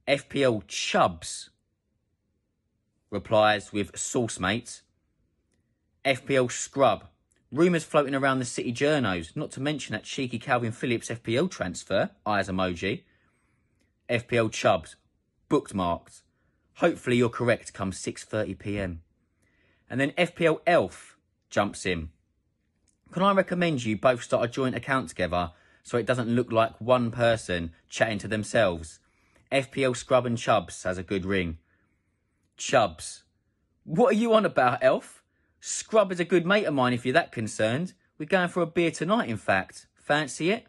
G: FPL Chubbs replies with sauce mate. FPL Scrub. Rumours floating around the City journos, not to mention that cheeky Calvin Phillips FPL transfer, eyes emoji. FPL Chubbs. Bookmarked. Hopefully you're correct come 6.30pm. And then FPL Elf jumps in. Can I recommend you both start a joint account together so it doesn't look like one person chatting to themselves? FPL Scrub and Chubbs has a good ring. Chubbs. What are you on about, Elf? Scrub is a good mate of mine if you're that concerned. We're going for a beer tonight, in fact. Fancy it?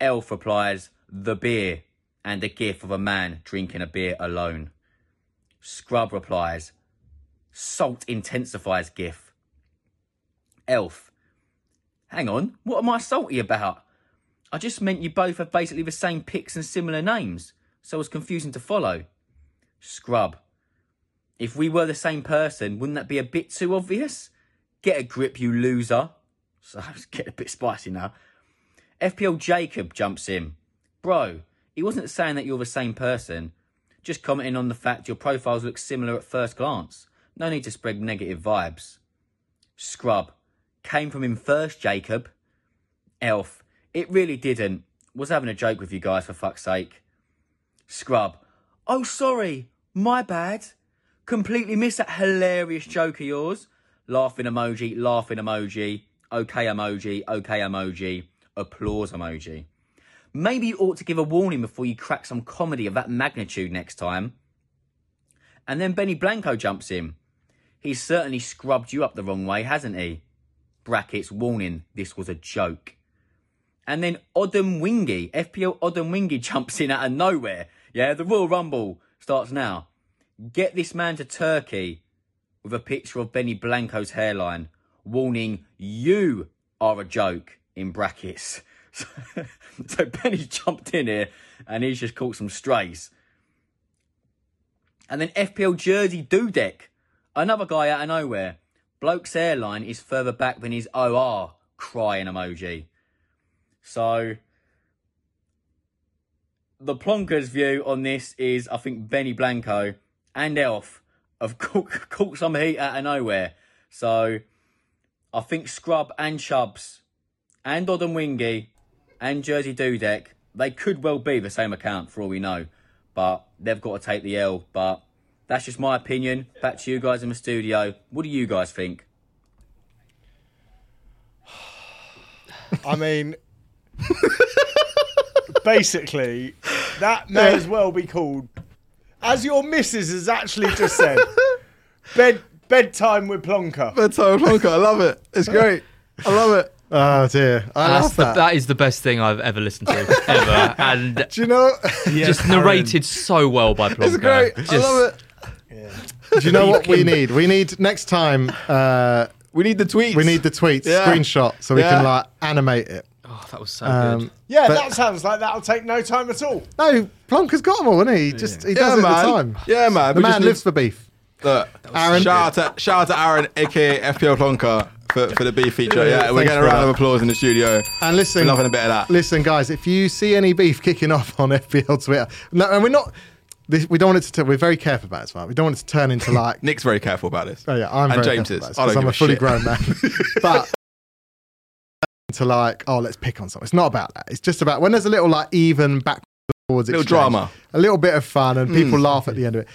G: Elf replies, the beer, and the gif of a man drinking a beer alone. Scrub replies, salt intensifies gif. Elf, hang on, what am I salty about? I just meant you both have basically the same pics and similar names, so it's confusing to follow. Scrub, if we were the same person, wouldn't that be a bit too obvious? Get a grip, you loser. So I was getting a bit spicy now. FPL Jacob jumps in. Bro, he wasn't saying that you're the same person, just commenting on the fact your profiles look similar at first glance. No need to spread negative vibes. Scrub. Came from him first, Jacob. Elf. It really didn't. Was having a joke with you guys, for fuck's sake. Scrub. Oh, sorry. My bad. Completely missed that hilarious joke of yours. Laughing emoji, laughing emoji, okay emoji, okay emoji, applause emoji. Maybe you ought to give a warning before you crack some comedy of that magnitude next time. And then Benny Blanco jumps in. He's certainly scrubbed you up the wrong way, hasn't he? Brackets warning, this was a joke. And then Odom Wingy, FPL Odom Wingy jumps in out of nowhere. Yeah, the Royal Rumble starts now. Get this man to Turkey with a picture of Benny Blanco's hairline, warning you are a joke in brackets. So, so Benny's jumped in here and he's just caught some strays. And then FPL Jersey Dudek, another guy out of nowhere. Bloke's hairline is further back than his OR, crying emoji. So the Plonker's view on this is I think Benny Blanco and Elf have caught, caught some heat out of nowhere. So I think Scrub and Chubbs and Odden Wingy and Jersey Dudek, they could well be the same account for all we know. But they've got to take the L. But that's just my opinion. Back to you guys in the studio. What do you guys think?
B: I mean,
E: Basically, that may as well be called, as your missus has actually just said, bed bedtime with Plonker.
A: That's so Plonker. I love it. It's great. I love it.
B: oh dear, I
C: That's
B: love
C: the,
B: that.
C: that is the best thing I've ever listened to, ever. And
B: Do you know?
C: just narrated so well by Plonker.
A: It's great. I love it.
B: do you know what we need? We need next time. Uh,
A: We need the tweets.
B: we need the tweets,
A: Yeah.
B: screenshot, so we
A: Yeah.
B: can like animate it.
C: Oh, that was so
B: Um,
C: good.
E: Yeah,
B: But-
E: that sounds like that'll take no time at all.
B: No, Plonker's got them all, isn't he? He Just he
A: Yeah,
B: does it
A: man.
B: all the time.
A: Yeah, man.
B: The
A: We just
B: man
A: need-
B: lives for beef.
A: Look,
B: Aaron.
A: Shout out to shout out to Aaron, aka FPL Plonker, for, for the B feature. Yeah, we're getting
B: Thanks
A: a
B: for
A: round
B: that.
A: of applause in the studio.
B: And listen,
A: We're loving a bit of that.
B: Listen, guys, if you see any beef kicking off on FPL Twitter, no, and we're not. This, we don't want it to. Turn, we're very careful about it as well. We don't want it to turn into like.
A: Nick's very careful about this.
B: oh yeah, I'm
A: and
B: very
A: James
B: careful about
A: is.
B: this
A: I
B: 'cause
A: don't
B: I'm
A: give
B: a fully
A: shit.
B: grown man. but to like, oh, let's pick on something. It's not about that. It's just about when there's a little like even back towards
A: Little drama. Mm.
B: a little bit of fun, and people laugh at the end of it.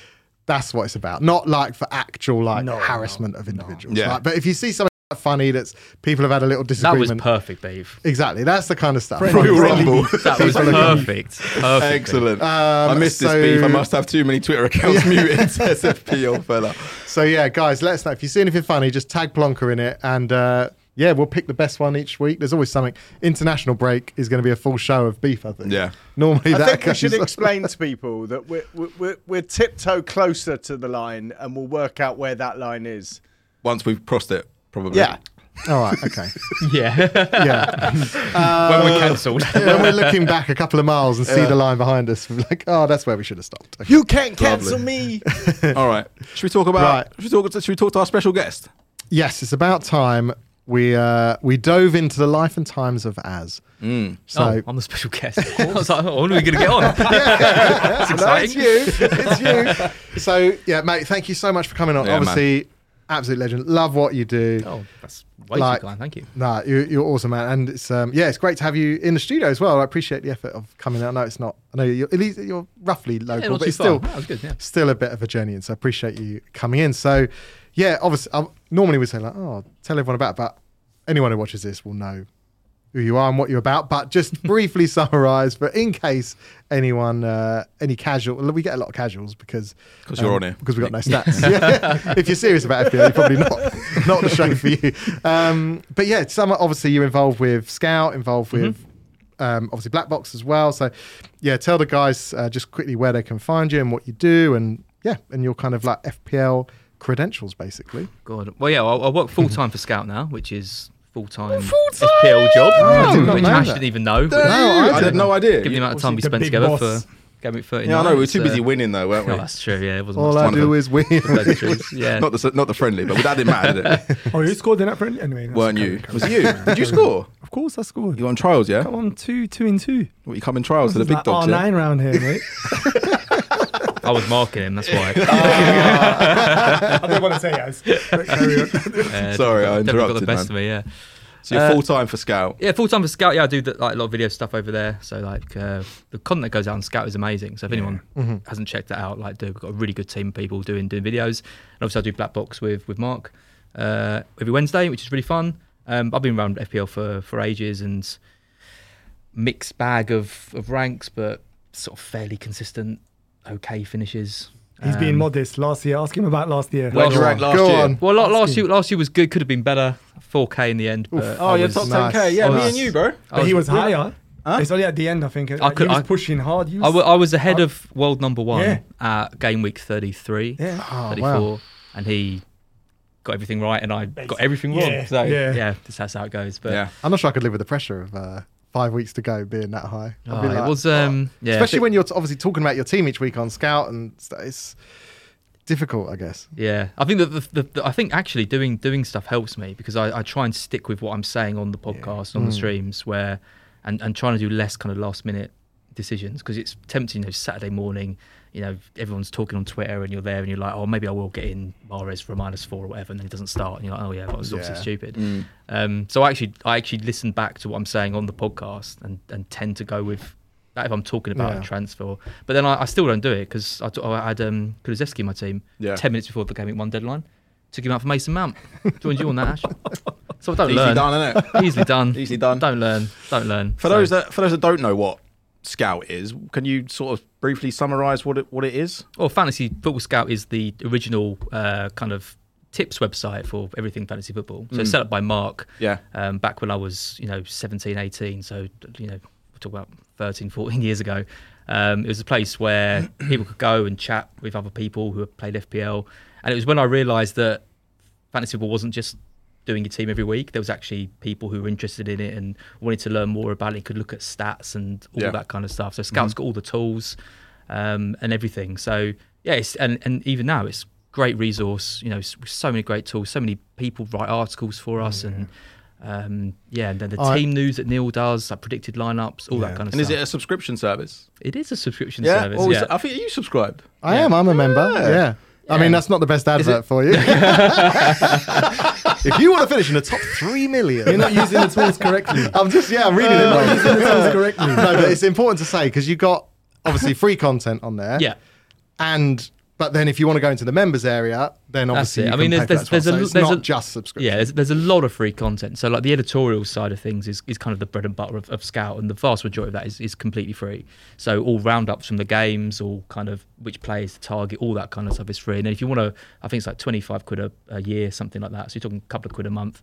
B: That's what it's about. Not like for actual like harassment of individuals.
A: Yeah.
B: right? But if you see something funny that's people have had a little
C: That was
B: disagreement.
C: perfect, Dave.
B: Exactly. That's the kind of stuff.
A: Royal Rumble.
C: That was
B: People are gonna-
C: perfect. perfect
A: Excellent.
B: Um,
A: I missed
B: so-
A: this beef. I must have too many Twitter accounts muted. Says FP old fella.
B: So yeah, guys, let us know if you see anything funny. Just tag Plonker in it, and uh, yeah, we'll pick the best one each week. There's always something. International break is going to be a full show of beef. I think.
A: Yeah.
B: Normally
E: I
B: that
E: think we
B: goes-
E: should explain to people that we're, we're- we're, we're tiptoe closer to the line and we'll work out where that line is.
A: Once we've crossed it, probably.
E: Yeah.
B: All right. Okay.
C: Yeah.
B: Yeah.
C: when we're cancelled.
B: when we're looking back a couple of miles and see the line behind us, we're like, oh, that's where we should have stopped. Okay.
E: You can't cancel me.
A: All right. Should we talk about?
B: Right.
A: Should we talk? Should we talk to our special guest?
B: Yes, it's about time we uh, we dove into the life and times of Az. So.
C: oh, I'm the special guest. I was like, oh, when are we going to get on? That's exciting.
B: it's you. It's you. So yeah, mate. Thank you so much for coming on.
A: Yeah, man.
B: Obviously, absolute legend. Love what you do.
C: Oh, that's way
B: Like-
C: too kind. Thank you.
B: Nah, you, you're awesome, man. And it's um, yeah, it's great to have you in the studio as well. I appreciate the effort of coming out. I know it's not. I know you're at least you're roughly
C: Yeah,
B: local,
C: not
B: but
C: too
B: it's
C: far.
B: still
C: That was good, yeah.
B: still a bit of a journey. And so I appreciate you coming in. So yeah, obviously, I normally we say like, oh, tell everyone about, it," but anyone who watches this will know who you are and what you're about. But just briefly summarize, but in case anyone, uh, any casual, well, we get a lot of casuals because um,
A: 'Cause you're on here.
B: because we got no stats. Yeah. if you're serious about FPL, you're probably not not the show for you. Um, but yeah, some obviously you're involved with Scout, involved with um, obviously Black Box as well. So yeah, tell the guys uh, just quickly where they can find you and what you do, and yeah, and your kind of like FPL credentials basically.
C: God. Well, yeah, I, I work full time for Scout now, which is full time FPL job,
B: I did not
C: which
B: know
C: Ash
B: that.
C: didn't even know.
A: No,
C: But
A: I, had no idea.
C: given the amount of
D: Obviously
C: time we
D: the
C: spent
D: big
C: together
D: boss.
C: for Game Week 39.
A: yeah, I know. We were
C: it's,
A: too
C: uh,
A: busy winning though, weren't we?
C: Oh, that's true. Yeah, it wasn't
B: All
C: much
B: I
A: one of them.
B: do is win.
C: time. Those trees, Yeah.
A: Not the not the friendly, but that didn't matter, did it?
D: Oh, you scored in that friendly? Anyway, that's
A: Weren't
D: okay,
A: you?
D: okay.
A: Was it you? Did you score?
D: Of course, I scored.
A: You were on trials, yeah?
D: Come on, two, two and two.
A: What, you come in trials to the
D: It's
A: big
D: like
A: dogs, yeah?
D: R9 round here, mate.
C: I was marking him, that's why.
D: I don't want to say yes. But carry on.
C: Uh,
A: Sorry, I
C: definitely got the
A: interrupted,
C: best
A: man.
C: of me, yeah.
A: So you're
C: Uh,
A: full time for Scout.
C: Yeah, full time for Scout. Yeah, I do the, like a lot of video stuff over there. So like uh, the content that goes out on Scout is amazing. So if anyone hasn't checked that out, like, do we've got a really good team of people doing doing videos. And obviously, I do Black Box with with Mark uh, every Wednesday, which is really fun. Um, I've been around FPL for for ages and mixed bag of of ranks, but sort of fairly consistent, okay finishes.
D: He's being
C: Um,
D: modest. Last year, ask him about last year.
C: Well,
A: Where'd you rank last
B: Go
A: year?
B: on.
C: Well, la- last year last year was good. Could have been better. 4K in the end.
B: Oh,
C: But I was-
B: nice.
C: Nice.
A: bro.
C: I
D: But he was
C: was-
D: higher. It's only at the end, I think. I
C: could-
D: he was
C: I-
D: pushing hard. You
C: I, w- I was ahead of world number one
D: Uh, Yeah.
C: at game week 33,
D: yeah.
B: Oh,
D: Oh,
C: 34, and he got everything right, and I got everything wrong.
D: Yeah,
C: So yeah,
D: yeah.
C: that's, that's how it goes. But
A: Yeah.
B: I'm not sure I could live with the pressure of uh, five weeks to go being that high. I'd
C: Ah,
B: be
C: it
B: like-
C: was um, yeah,
B: especially
C: I
B: when you're t- obviously talking about your team each week on Scout, and st- it's difficult, I guess.
C: think- yeah. I think that the, the, the, I think actually doing doing stuff helps me because I, I try and stick with what I'm saying on the podcast on the streams where, and and trying to do less kind of last minute decisions because it's tempting. You know, Saturday morning, you know, everyone's talking on Twitter, and you're there, and you're like, oh, maybe I will get in Mares for a minus four or whatever, and then it doesn't start, and you're like, oh yeah, that was obviously
B: Yeah.
C: stupid. Um, so I actually I actually listen back to what I'm saying on the podcast and, and tend to go with that if I'm talking about
B: Yeah.
C: a transfer. But then I, I still don't do it because I, t- I had um, Kulusevski in my team
A: Yeah.
C: ten minutes before the game at one deadline. Took him out for Mason Mount. Joined you on that, Ash. So I don't
A: Easily
C: learn.
A: done, isn't it?
C: Easily done.
A: Easily done.
C: Don't learn. Don't learn.
A: For those that for those that don't know what Scout is, can you sort of briefly summarise what it what it is?
C: Well, Fantasy Football Scout is the original uh, kind of tips website for everything fantasy football. So it's
A: Mm.
C: set up by Mark.
A: Yeah.
C: Um, back when I was, you know, 17, 18, so you know, we're talking about 13, 14 years ago. Um, it was a place where people could go and chat with other people who had played FPL, and it was when I realised that fantasy football wasn't just doing your team every week. There was actually people who were interested in it and wanted to learn more about it. Could look at stats and all
A: Yeah. Mm-hmm.
C: that kind of stuff. So Scout's got all the tools um, and everything. So yeah, it's, and and even now it's great resource. You know, s- so many great tools. So many people write articles
A: Mm,
C: for us, and um, yeah, and then the
B: I-
C: team news that Neil does, like predicted lineups, all that
B: Yeah.
C: kind of
A: And is
C: stuff.
A: it a subscription service?
C: it is a subscription
A: Yeah.
C: service.
A: Or is
C: yeah.
A: it- I think are you subscribed.
B: I am. I'm a member. Yeah. I mean, that's not the best advert for you. if you want to finish in the top three million,
F: You're not using the tools correctly.
B: I'm just yeah, I'm reading it. wrong.
F: tools correctly.
B: no, but it's important to say because you got obviously free content on there.
C: yeah.
B: and but then if you want to go into the members area, then obviously
C: it.
B: you
C: I
B: can
C: mean,
B: pay
C: there's-
B: for
C: there's-
B: that as well.
C: there's a-
B: So it's
C: there's
B: not
C: a-
B: just subscription.
C: Yeah, there's, there's a lot of free content. So like the editorial side of things is, is kind of the bread and butter of, of Scout, and the vast majority of that is, is completely free. So all roundups from the games, all kind of which players to target, all that kind of stuff is free. And then if you want to, I think it's like 25 quid a, a year, something like that. So you're talking a couple of quid a month.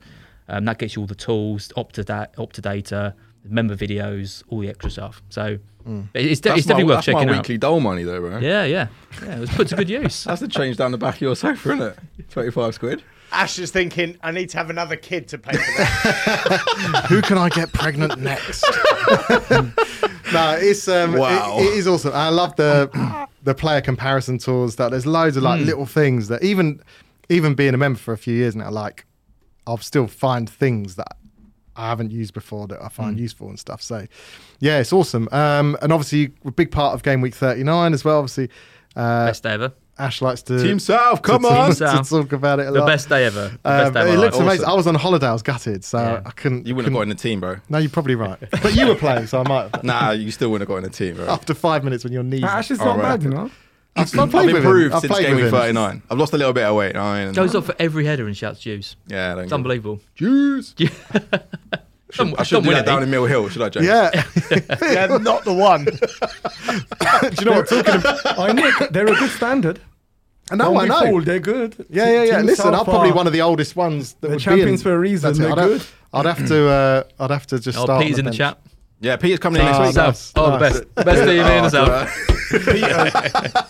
C: Um, that gets you all the tools, Optidata, Optidata, member videos, all the extra stuff. So but it's, de-
A: Mm. That's
C: it's definitely
A: my,
C: worth
A: that's
C: checking
A: my
C: out.
A: weekly dole money though, bro.
C: Yeah, yeah, yeah. It was put to good use.
A: That's the change down the back of your sofa, isn't it? Twenty-five quid.
E: Ash is thinking, I need to have another kid to pay for that.
B: Who can I get pregnant next? no, it's um, it-
A: Wow.
B: it is awesome. I love the the player comparison tools. That there's loads of
C: Hmm.
B: like little things that even even being a member for a few years now, like I'll still find things that I haven't used before that I
C: Hmm.
B: find useful and stuff. So yeah, it's awesome. Um, and obviously a big part of game week 39 as well. Obviously, uh,
C: Best day ever.
B: Ash likes to
A: Team South, come
B: to,
A: on.
B: to
C: South.
B: talk about it a
C: The
B: lot.
C: best day ever. The
B: Um,
C: best day of my
B: it
C: life.
B: looks amazing. I was on holiday. I was gutted, so
C: Yeah.
B: I couldn't.
A: You wouldn't have
B: couldn't
A: got in the team, bro.
B: no, you're probably right. But you were playing, so I might have.
A: Nah, you still wouldn't have got in the team, bro.
B: After five minutes when your knees.
F: Ash is
A: All
F: not
A: right.
F: bad, you know.
B: I've, I've
A: I've
B: with him.
A: improved
B: I've
A: since
B: played
A: game
B: with
A: week
B: him.
A: 39. I've lost a little bit of weight. I mean,
C: Goes up for every header and shouts Jews.
A: Yeah, I don't
C: It's
A: get it.
C: unbelievable.
A: Jews.
C: Don't-
A: I should
C: don't
A: do
C: win
A: that
C: any.
A: down in Mill Hill, should I, James?
B: Yeah.
E: yeah, not the one.
B: Do you know what I'm talking about?
F: I know they're a good standard.
B: No,
F: Don't
B: I
F: be
B: know.
F: fooled, they're good.
B: Yeah, yeah, yeah.
F: Team
B: Listen,
F: South
B: I'm probably
F: are-
B: one of the oldest ones. That
F: They're
B: would be
F: champions
B: in.
F: for a reason,
B: That's it.
F: they're
B: I'd
F: good.
B: Have, I'd have to. Uh, I'd have to just
C: Oh,
B: start.
C: Pete's
B: on
C: in
B: the bench.
C: the chat.
A: Yeah, Peter's coming in next
B: Oh,
A: week.
B: no.
A: South.
B: Nice,
C: South. Oh, the
B: nice.
C: best. Best team in the South.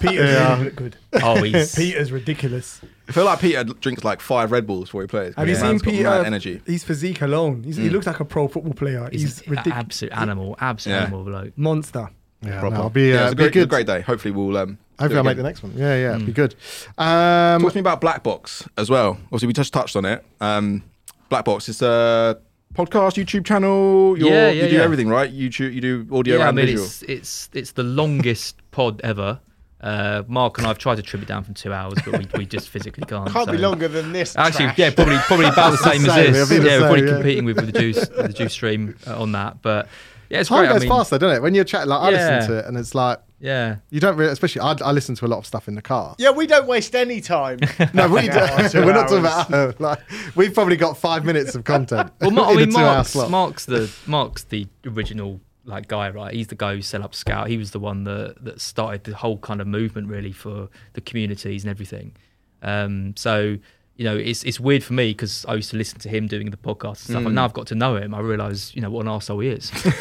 F: Peter
B: Yeah.
F: really look good.
C: Oh, he's.
F: Peter's ridiculous.
A: I feel like Peter drinks like five Red Bulls before he plays.
F: Have you
A: The
F: seen
A: man's got
F: Peter?
A: mad energy.
F: His physique alone, he's,
B: Mm.
F: he looks like a pro football player. He's,
C: He's an
F: ridiculous.
C: absolute animal, absolute
A: Yeah.
C: animal bloke.
F: Monster.
B: Yeah,
A: Proper.
B: no, I'll be.
A: Yeah,
B: Uh,
A: it's a
B: be
A: great,
B: good.
A: great day. Hopefully, we'll. Um, do
B: Hopefully,
A: it
B: I'll make the
A: again.
B: next one. Yeah, yeah, it'd be good. Um,
A: Talk to me about Black Box as well. Obviously, we just touched on it. Um, Black Box is a podcast, YouTube channel. Your,
C: Yeah, yeah,
A: you do
C: yeah.
A: everything, right? You choo- you do audio
C: yeah, I
A: and
C: mean,
A: visual.
C: it's it's it's the longest pod ever. Uh, Mark and I have tried to trim it down from two hours, but we, we just physically can't.
E: Can't be
C: so-
E: longer than this.
C: Actually,
E: trash.
C: yeah, probably probably about the same as
B: same,
C: this.
B: it'll be the
C: Yeah, we're probably
B: same, yeah.
C: competing with, with the juice with the juice stream uh, on that. But yeah, it's
B: time
C: great. I
B: goes
C: mean,
B: fast, though, doesn't it? When you're chatting, like I
C: Yeah.
B: listen to it, and it's like
C: yeah,
B: you don't really. Especially, I, I listen to a lot of stuff in the car.
E: Yeah, we don't waste any time.
B: No, we do,
E: Yeah, or two
B: we're not talking
E: hours.
B: about her. Like, we've probably got five minutes of content.
C: Well, Mar- I
B: in a
C: mean,
B: two-hour
C: Mark's,
B: slot.
C: Mark's the Mark's the original like guy, right? He's the guy who set up Scout. He was the one that that started the whole kind of movement really for the communities and everything. Um, so you know, it's it's weird for me because I used to listen to him doing the podcast and stuff, and now I've got to know him. I realise you know what an arsehole he is.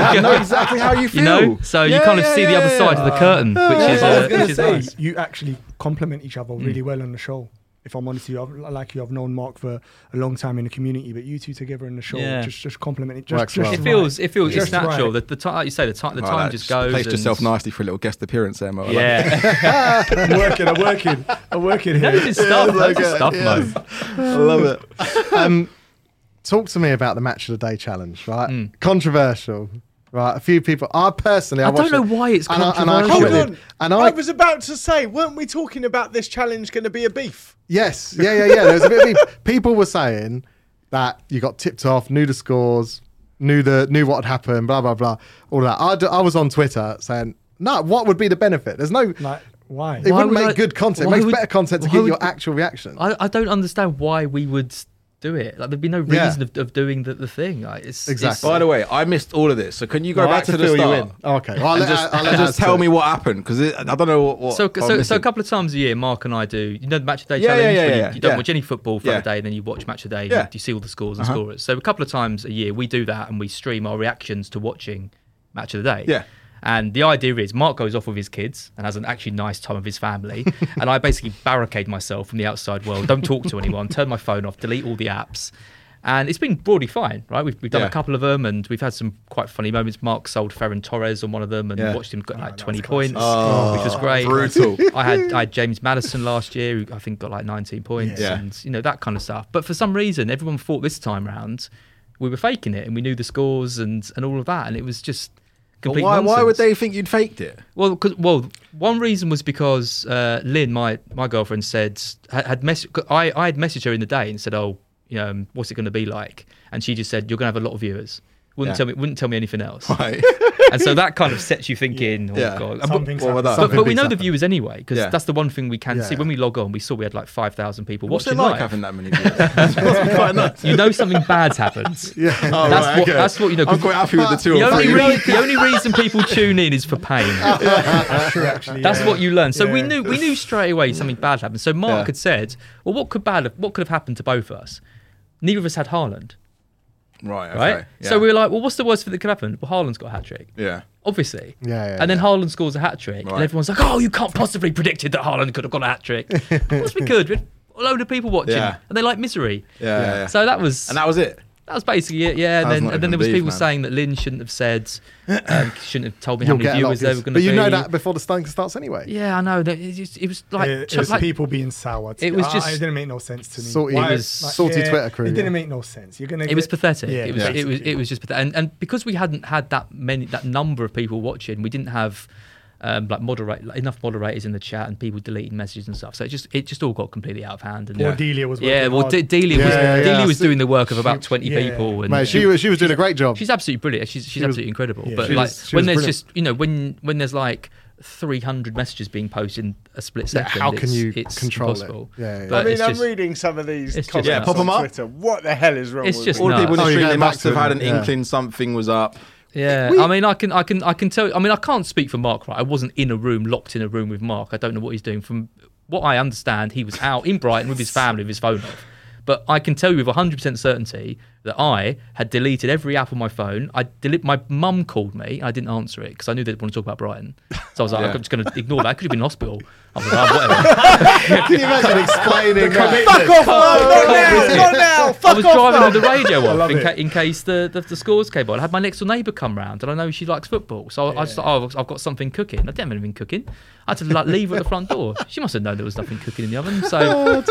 A: I know exactly how you feel.
C: you know, so you
A: Yeah,
C: kind of
A: yeah,
C: see the
A: yeah,
C: other
A: yeah.
C: side of the curtain, which is
F: I was
C: uh,
F: gonna
C: which is
F: say,
C: nice. Mm.
F: you actually complement each other really well on the show. If I'm honest with you, I've, like you, I've known Mark for a long time in the community, but you two together in the show
C: Yeah.
F: just just complement it. Just,
B: Works
F: just
B: well.
C: It
F: right.
C: feels it feels it's
F: Just
C: natural.
F: right.
C: The, the time, like you say, the time the
A: Right,
C: time
A: that
C: just goes.
A: Placed
C: and-
A: yourself nicely for a little guest appearance there, Mo. I like that.
C: Yeah,
F: I'm working, I'm working, I'm working
C: that's
F: here.
C: good stuff.
B: like
C: That's good
B: a-
C: stuff,
B: yeah.
C: mate.
A: I love it.
B: um, talk to me about the match of the day challenge, right?
C: Hmm.
B: Controversial, right? A few people. I personally, I,
C: I don't
B: watched
C: know
B: it,
C: why it's
B: and I, and I
C: controversial.
E: Hold
B: commented,
E: on.
B: and
E: I was about to say, weren't we talking about this challenge going to be a beef?
B: Yes, yeah, yeah, yeah. There was a bit of beef. people were saying that you got tipped off, knew the scores, knew the knew what had happened, blah blah blah, all that. I, d- I was on Twitter saying, no, what would be the benefit? There's no.
F: Like, why?
B: it wouldn't
C: would
B: make
C: I-
B: good content. It
C: why
B: makes
C: would-
B: better content to
C: why
B: get
C: would-
B: your actual reaction.
C: I, I don't understand why we would do it. Like there'd be no
B: Yeah.
C: reason of, of doing the, the thing. Like, it's,
B: Exactly.
C: It's,
A: By the way, I missed all of this. So can you go
B: No, I
A: back to,
B: had
A: the
B: fill you
A: start?
B: in. Oh, okay. Well, I'll
A: And
B: let-
A: just,
B: I'll let
A: and just
B: Az
A: tell
B: do
A: me
B: it.
A: what happened because I don't know what. what
C: so,
A: I'm
C: so, so a
A: missing.
C: couple of times a year, Mark and I do, you know, the match of the day
A: Yeah, yeah,
C: challenge.
A: yeah,
C: where you-
A: yeah,
C: you, don't
A: yeah.
C: watch any football for
A: Yeah.
C: a day, and then you watch match of the day, and
A: Yeah. Uh-huh.
C: you, you see all the scores and scorers. So a couple of times a year, we do that, and we stream our reactions to watching match of the day.
A: Yeah.
C: And the idea is Mark goes off with his kids and has an actually nice time with his family. and I basically barricade myself from the outside world. Don't talk to anyone. Turn my phone off. Delete all the apps. And it's been broadly fine, right? We've, we've done
A: Yeah.
C: a couple of them, and we've had some quite funny moments. Mark sold Ferran Torres on one of them, and
A: Yeah.
C: watched him get like twenty points,
A: Oh,
C: which was great.
A: brutal.
C: I had I had James Madison last year, who I think got like nineteen points,
A: Yeah.
C: and you know that kind of stuff. But for some reason, everyone thought this time round we were faking it, and we knew the scores and and all of that, and it was just complete.
A: why, why would
C: nonsense.
A: they think you'd faked it?
C: Well, 'cause- well, one reason was because uh, Lynn, my my girlfriend, said had, had mess- I I had messaged her in the day and said, oh, you know, um, what's it going to be like? And she just said, you're going to have a lot of viewers. Wouldn't
A: Yeah.
C: tell me. Wouldn't tell me anything else.
A: Right.
C: and so that kind of sets you thinking. Oh,
A: Yeah.
C: God. And but-
F: Something's
A: What were
F: happened.
A: that?
C: but, but we
B: things
C: know the
B: happen.
C: viewers anyway because
A: Yeah.
C: that's the one thing we can see
B: Yeah.
C: when we log on. We saw we had like five thousand people
A: What's it
C: watching
A: like
C: live.
A: having that many views? It's must be quite nuts.
C: You know something bad's happened.
B: Yeah.
A: Oh,
C: That's
A: right,
C: what-
A: okay.
C: that's what, you know,
A: I'm
C: 'cause
A: quite happy with the two
C: The
A: or
C: only,
A: three.
C: re- the only reason people tune in is for pain.
F: That's true, actually.
C: That's
F: yeah.
C: what you learn. So we
F: Yeah.
C: knew we knew straight away something bad happened. So Mark
A: Yeah.
C: had said, "Well, what could bad? What could have happened to both of us? Neither of us had Haaland,
A: Right. Okay.
C: right?
A: Yeah.
C: So we were like, "Well, what's the worst thing that could happen? Well, Haaland's got a hat trick,
A: Yeah.
C: obviously.
B: Yeah, yeah,
C: and then
B: yeah.
C: Haaland scores a hat trick,
A: Right.
C: and everyone's like, "Oh, you can't possibly predicted that Haaland could have got a hat trick. of course we could. We had a load of people watching,
A: Yeah.
C: and they like misery.
A: Yeah. yeah.
C: So that was
A: and that was it.
C: that was basically it, yeah. And
A: That's
C: then,
A: not
C: and then
A: even
C: there was
A: beef,
C: people
A: man.
C: saying that Lynn shouldn't have said, um, shouldn't have told me how
B: You'll
C: many
B: get a lot
C: viewers
B: of
C: there were
B: views.
C: going to
B: But
C: be.
B: you know that before the stunker starts anyway.
C: Yeah, I know. that- It, just- it was like,
F: it,
C: ch-
F: it was
C: like-
F: people being sour. To,
C: It was
F: I-
C: just-
F: it didn't make no sense to me.
B: Salty-
F: Why-
C: it was
B: salty Twitter crew,
F: It
B: yeah.
F: didn't make no sense. You're gonna.
C: it was pathetic.
F: Yeah,
C: it was. It was. It was just pathetic. And, and because we hadn't had that many, that number of people watching, we didn't have um, like moderate like, enough moderators in the chat and people deleting messages and stuff. So it just it just all got completely out of hand. And
F: Or Delia was.
C: yeah,
F: working
C: well,
F: hard.
C: De- Delia was
B: Yeah, yeah,
C: Delia
B: yeah.
C: was doing the work of about twenty
F: yeah.
C: people. And
B: Mate, she was she was doing a great job.
C: She's absolutely brilliant. She's she's
B: was-
C: absolutely incredible.
F: yeah,
C: but
F: she
C: like
B: was- she was
C: when there's
B: brilliant.
C: just you know when when there's like 300 messages being posted in a split
B: Yeah,
C: second,
B: how can
C: it's-
B: you
C: it's
B: control it?
C: impossible.
B: Yeah, yeah.
C: But
B: I
E: I mean,
C: it's
E: I'm
C: just-
E: reading some of these
C: it's just
E: comments
C: nuts. Yeah,
A: pop 'em
E: on
A: up.
E: Twitter. What the hell is wrong
C: It's
E: with
C: just
A: All
E: people?
A: the people in
B: Oh,
A: the
B: you're
A: stream
B: going
A: they
B: back
A: must
B: to
A: have had
B: them,
A: an
B: yeah.
A: inkling something was up.
C: Yeah, I mean, I can, I can, I can tell. I mean, I can't speak for Mark, right? I wasn't in a room, locked in a room with Mark. I don't know what he's doing. From what I understand, he was out in Brighton with his family, with his phone off. But I can tell you with 100% certainty that I had deleted every app on my phone. I delete. My mum called me. I didn't answer it because I knew they'd want to talk about Brighton. So I was like,
A: Yeah.
C: I'm just going to ignore that. I could have been in hospital. I was like, oh, whatever.
B: Can you imagine explaining that?
E: Fuck off! No, not now! Not now!
C: Oh, I
E: Fuck
C: was
E: off!
C: driving with the radio off in, ca- in case the, the, the scores came on. I had my next door neighbour come round, and I know she likes football, so I I just thought, oh, I've got something cooking. I didn't have anything cooking. I had to like leave her at the front door. She must have known there was nothing cooking in the oven. So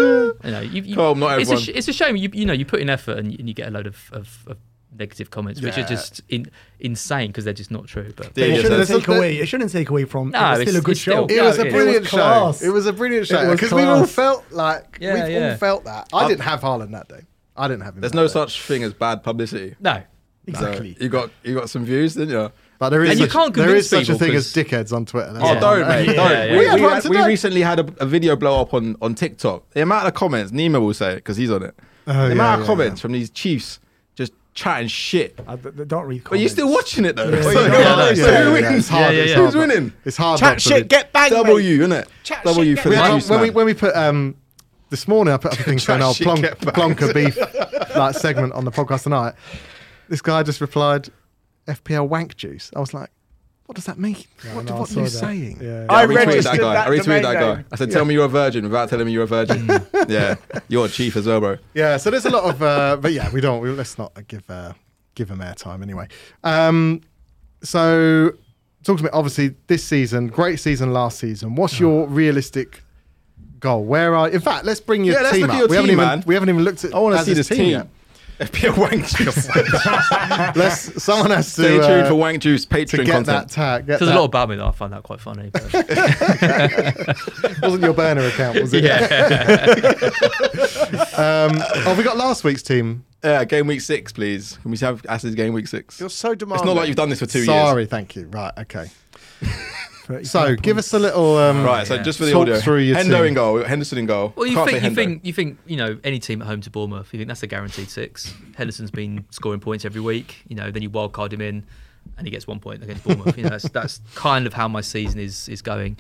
C: you know, you, you,
A: Tom, not
C: it's, a
A: everyone.
C: sh- it's a shame. You you know, you put in effort and you, and you get a load of, of, of negative comments, which are just in, insane because they're just not true. But
A: Delia
F: It
A: says-
F: shouldn't
B: There's
F: take
B: a-
F: away. It shouldn't take away from.
C: No,
F: it's still a
C: it's-
F: good
C: it's still-
F: show.
B: It was a
C: Yeah.
B: brilliant
F: It was
B: show.
F: class.
B: It was a brilliant
F: It
B: show
F: was
B: because we all
F: class.
B: felt like
C: Yeah,
B: we've
C: yeah.
B: all felt that. I didn't have Haaland that day. I didn't have him.
A: There's
B: that
A: no
B: day.
A: such thing as bad publicity.
C: no,
A: So
F: Exactly.
A: you got you got some views, didn't you?
B: But there is
C: And you
B: such,
C: can't
B: there is
C: convince
B: such a
C: people
B: thing as
C: 'cause-
B: dickheads on Twitter. That's
A: Oh,
B: all.
A: don't, mate.
C: Yeah,
A: don't.
C: yeah,
A: we,
B: yeah.
A: we,
B: We had one
A: we
B: today.
A: recently had a, a video blow up on, on TikTok. The amount of comments, Nima will say it because he's on it. the
B: Oh, yeah,
A: amount of
B: yeah,
A: comments from these Chiefs just chatting shit.
F: I d- d- don't read. Comments.
A: But you're still watching it though.
F: Yeah.
A: So,
F: Yeah,
A: so
B: Yeah, yeah,
A: who
B: yeah,
A: wins?
B: it's hard,
C: Yeah,
B: it's
C: yeah,
B: hard
A: Who's
B: not-
A: winning?
B: It's hard.
E: Chat
B: not to
E: shit,
B: win.
E: get banged. mate.
A: W, innit?
E: Chat
A: W
E: shit,
A: for
B: We
A: the
E: get
B: had-
A: Chiefs.
B: when we
A: man.
B: when we put um this morning, I put up a thing saying, "Oh,
A: shit,
B: Plonk,
A: get back."
B: Plonker beef like segment on the podcast tonight." This guy just replied, "FPL wank juice." I was like, "What does that mean? what
F: no, I
B: what
F: saw
B: are you
F: that.
B: saying?"
F: Yeah.
E: I
A: retweeted that
E: registered
A: guy. I
E: that
A: retweeted
E: domain
A: that guy.
E: name.
A: I said, "Tell me you're a virgin without telling me you're a virgin." yeah, you're a chief as well, bro.
B: Yeah, so there's a lot of, uh, but yeah, we don't. We, let's not give uh, give them airtime anyway. Um, so talk to me. Obviously, this season, great season last season. What's
A: Oh.
B: your realistic goal? Where are? In fact, let's bring your
A: Yeah, let's
B: team
A: look at
B: up.
A: your
B: we haven't
A: team,
B: even
A: man.
B: we haven't even looked at.
A: I want to
B: as
A: see
B: his
A: this team.
B: yet.
A: Be a wank juice.
B: Let's someone has to
A: Stay tuned
B: uh,
A: for wank juice
B: to
A: Patreon
B: get that
A: content.
B: tag. Get
C: there's
B: that.
C: a lot about me that I find that quite funny. But,
B: wasn't your burner account, was it?
C: yeah,
B: Um, oh, we got last week's team.
A: Yeah, uh, game week six, please. Can we have Acid game week six?
E: You're so demanding.
A: It's not like you've done this for two
B: Sorry,
A: years.
B: thank you. Right, okay.
F: 30
B: So give us a little. Um,
A: Right, so
C: Yeah.
A: just for the
B: Talk
A: audio,
B: through your
A: Hendo
B: team.
A: in goal, Henderson in goal.
C: Well, you
A: Can't
C: think
A: say
C: you
A: Hendo.
C: think you think you know any team at home to Bournemouth. You think that's a guaranteed six. Henderson's been scoring points every week. You know, then you wild card him in, and he gets one point against Bournemouth. you know, that's that's kind of how my season is is going.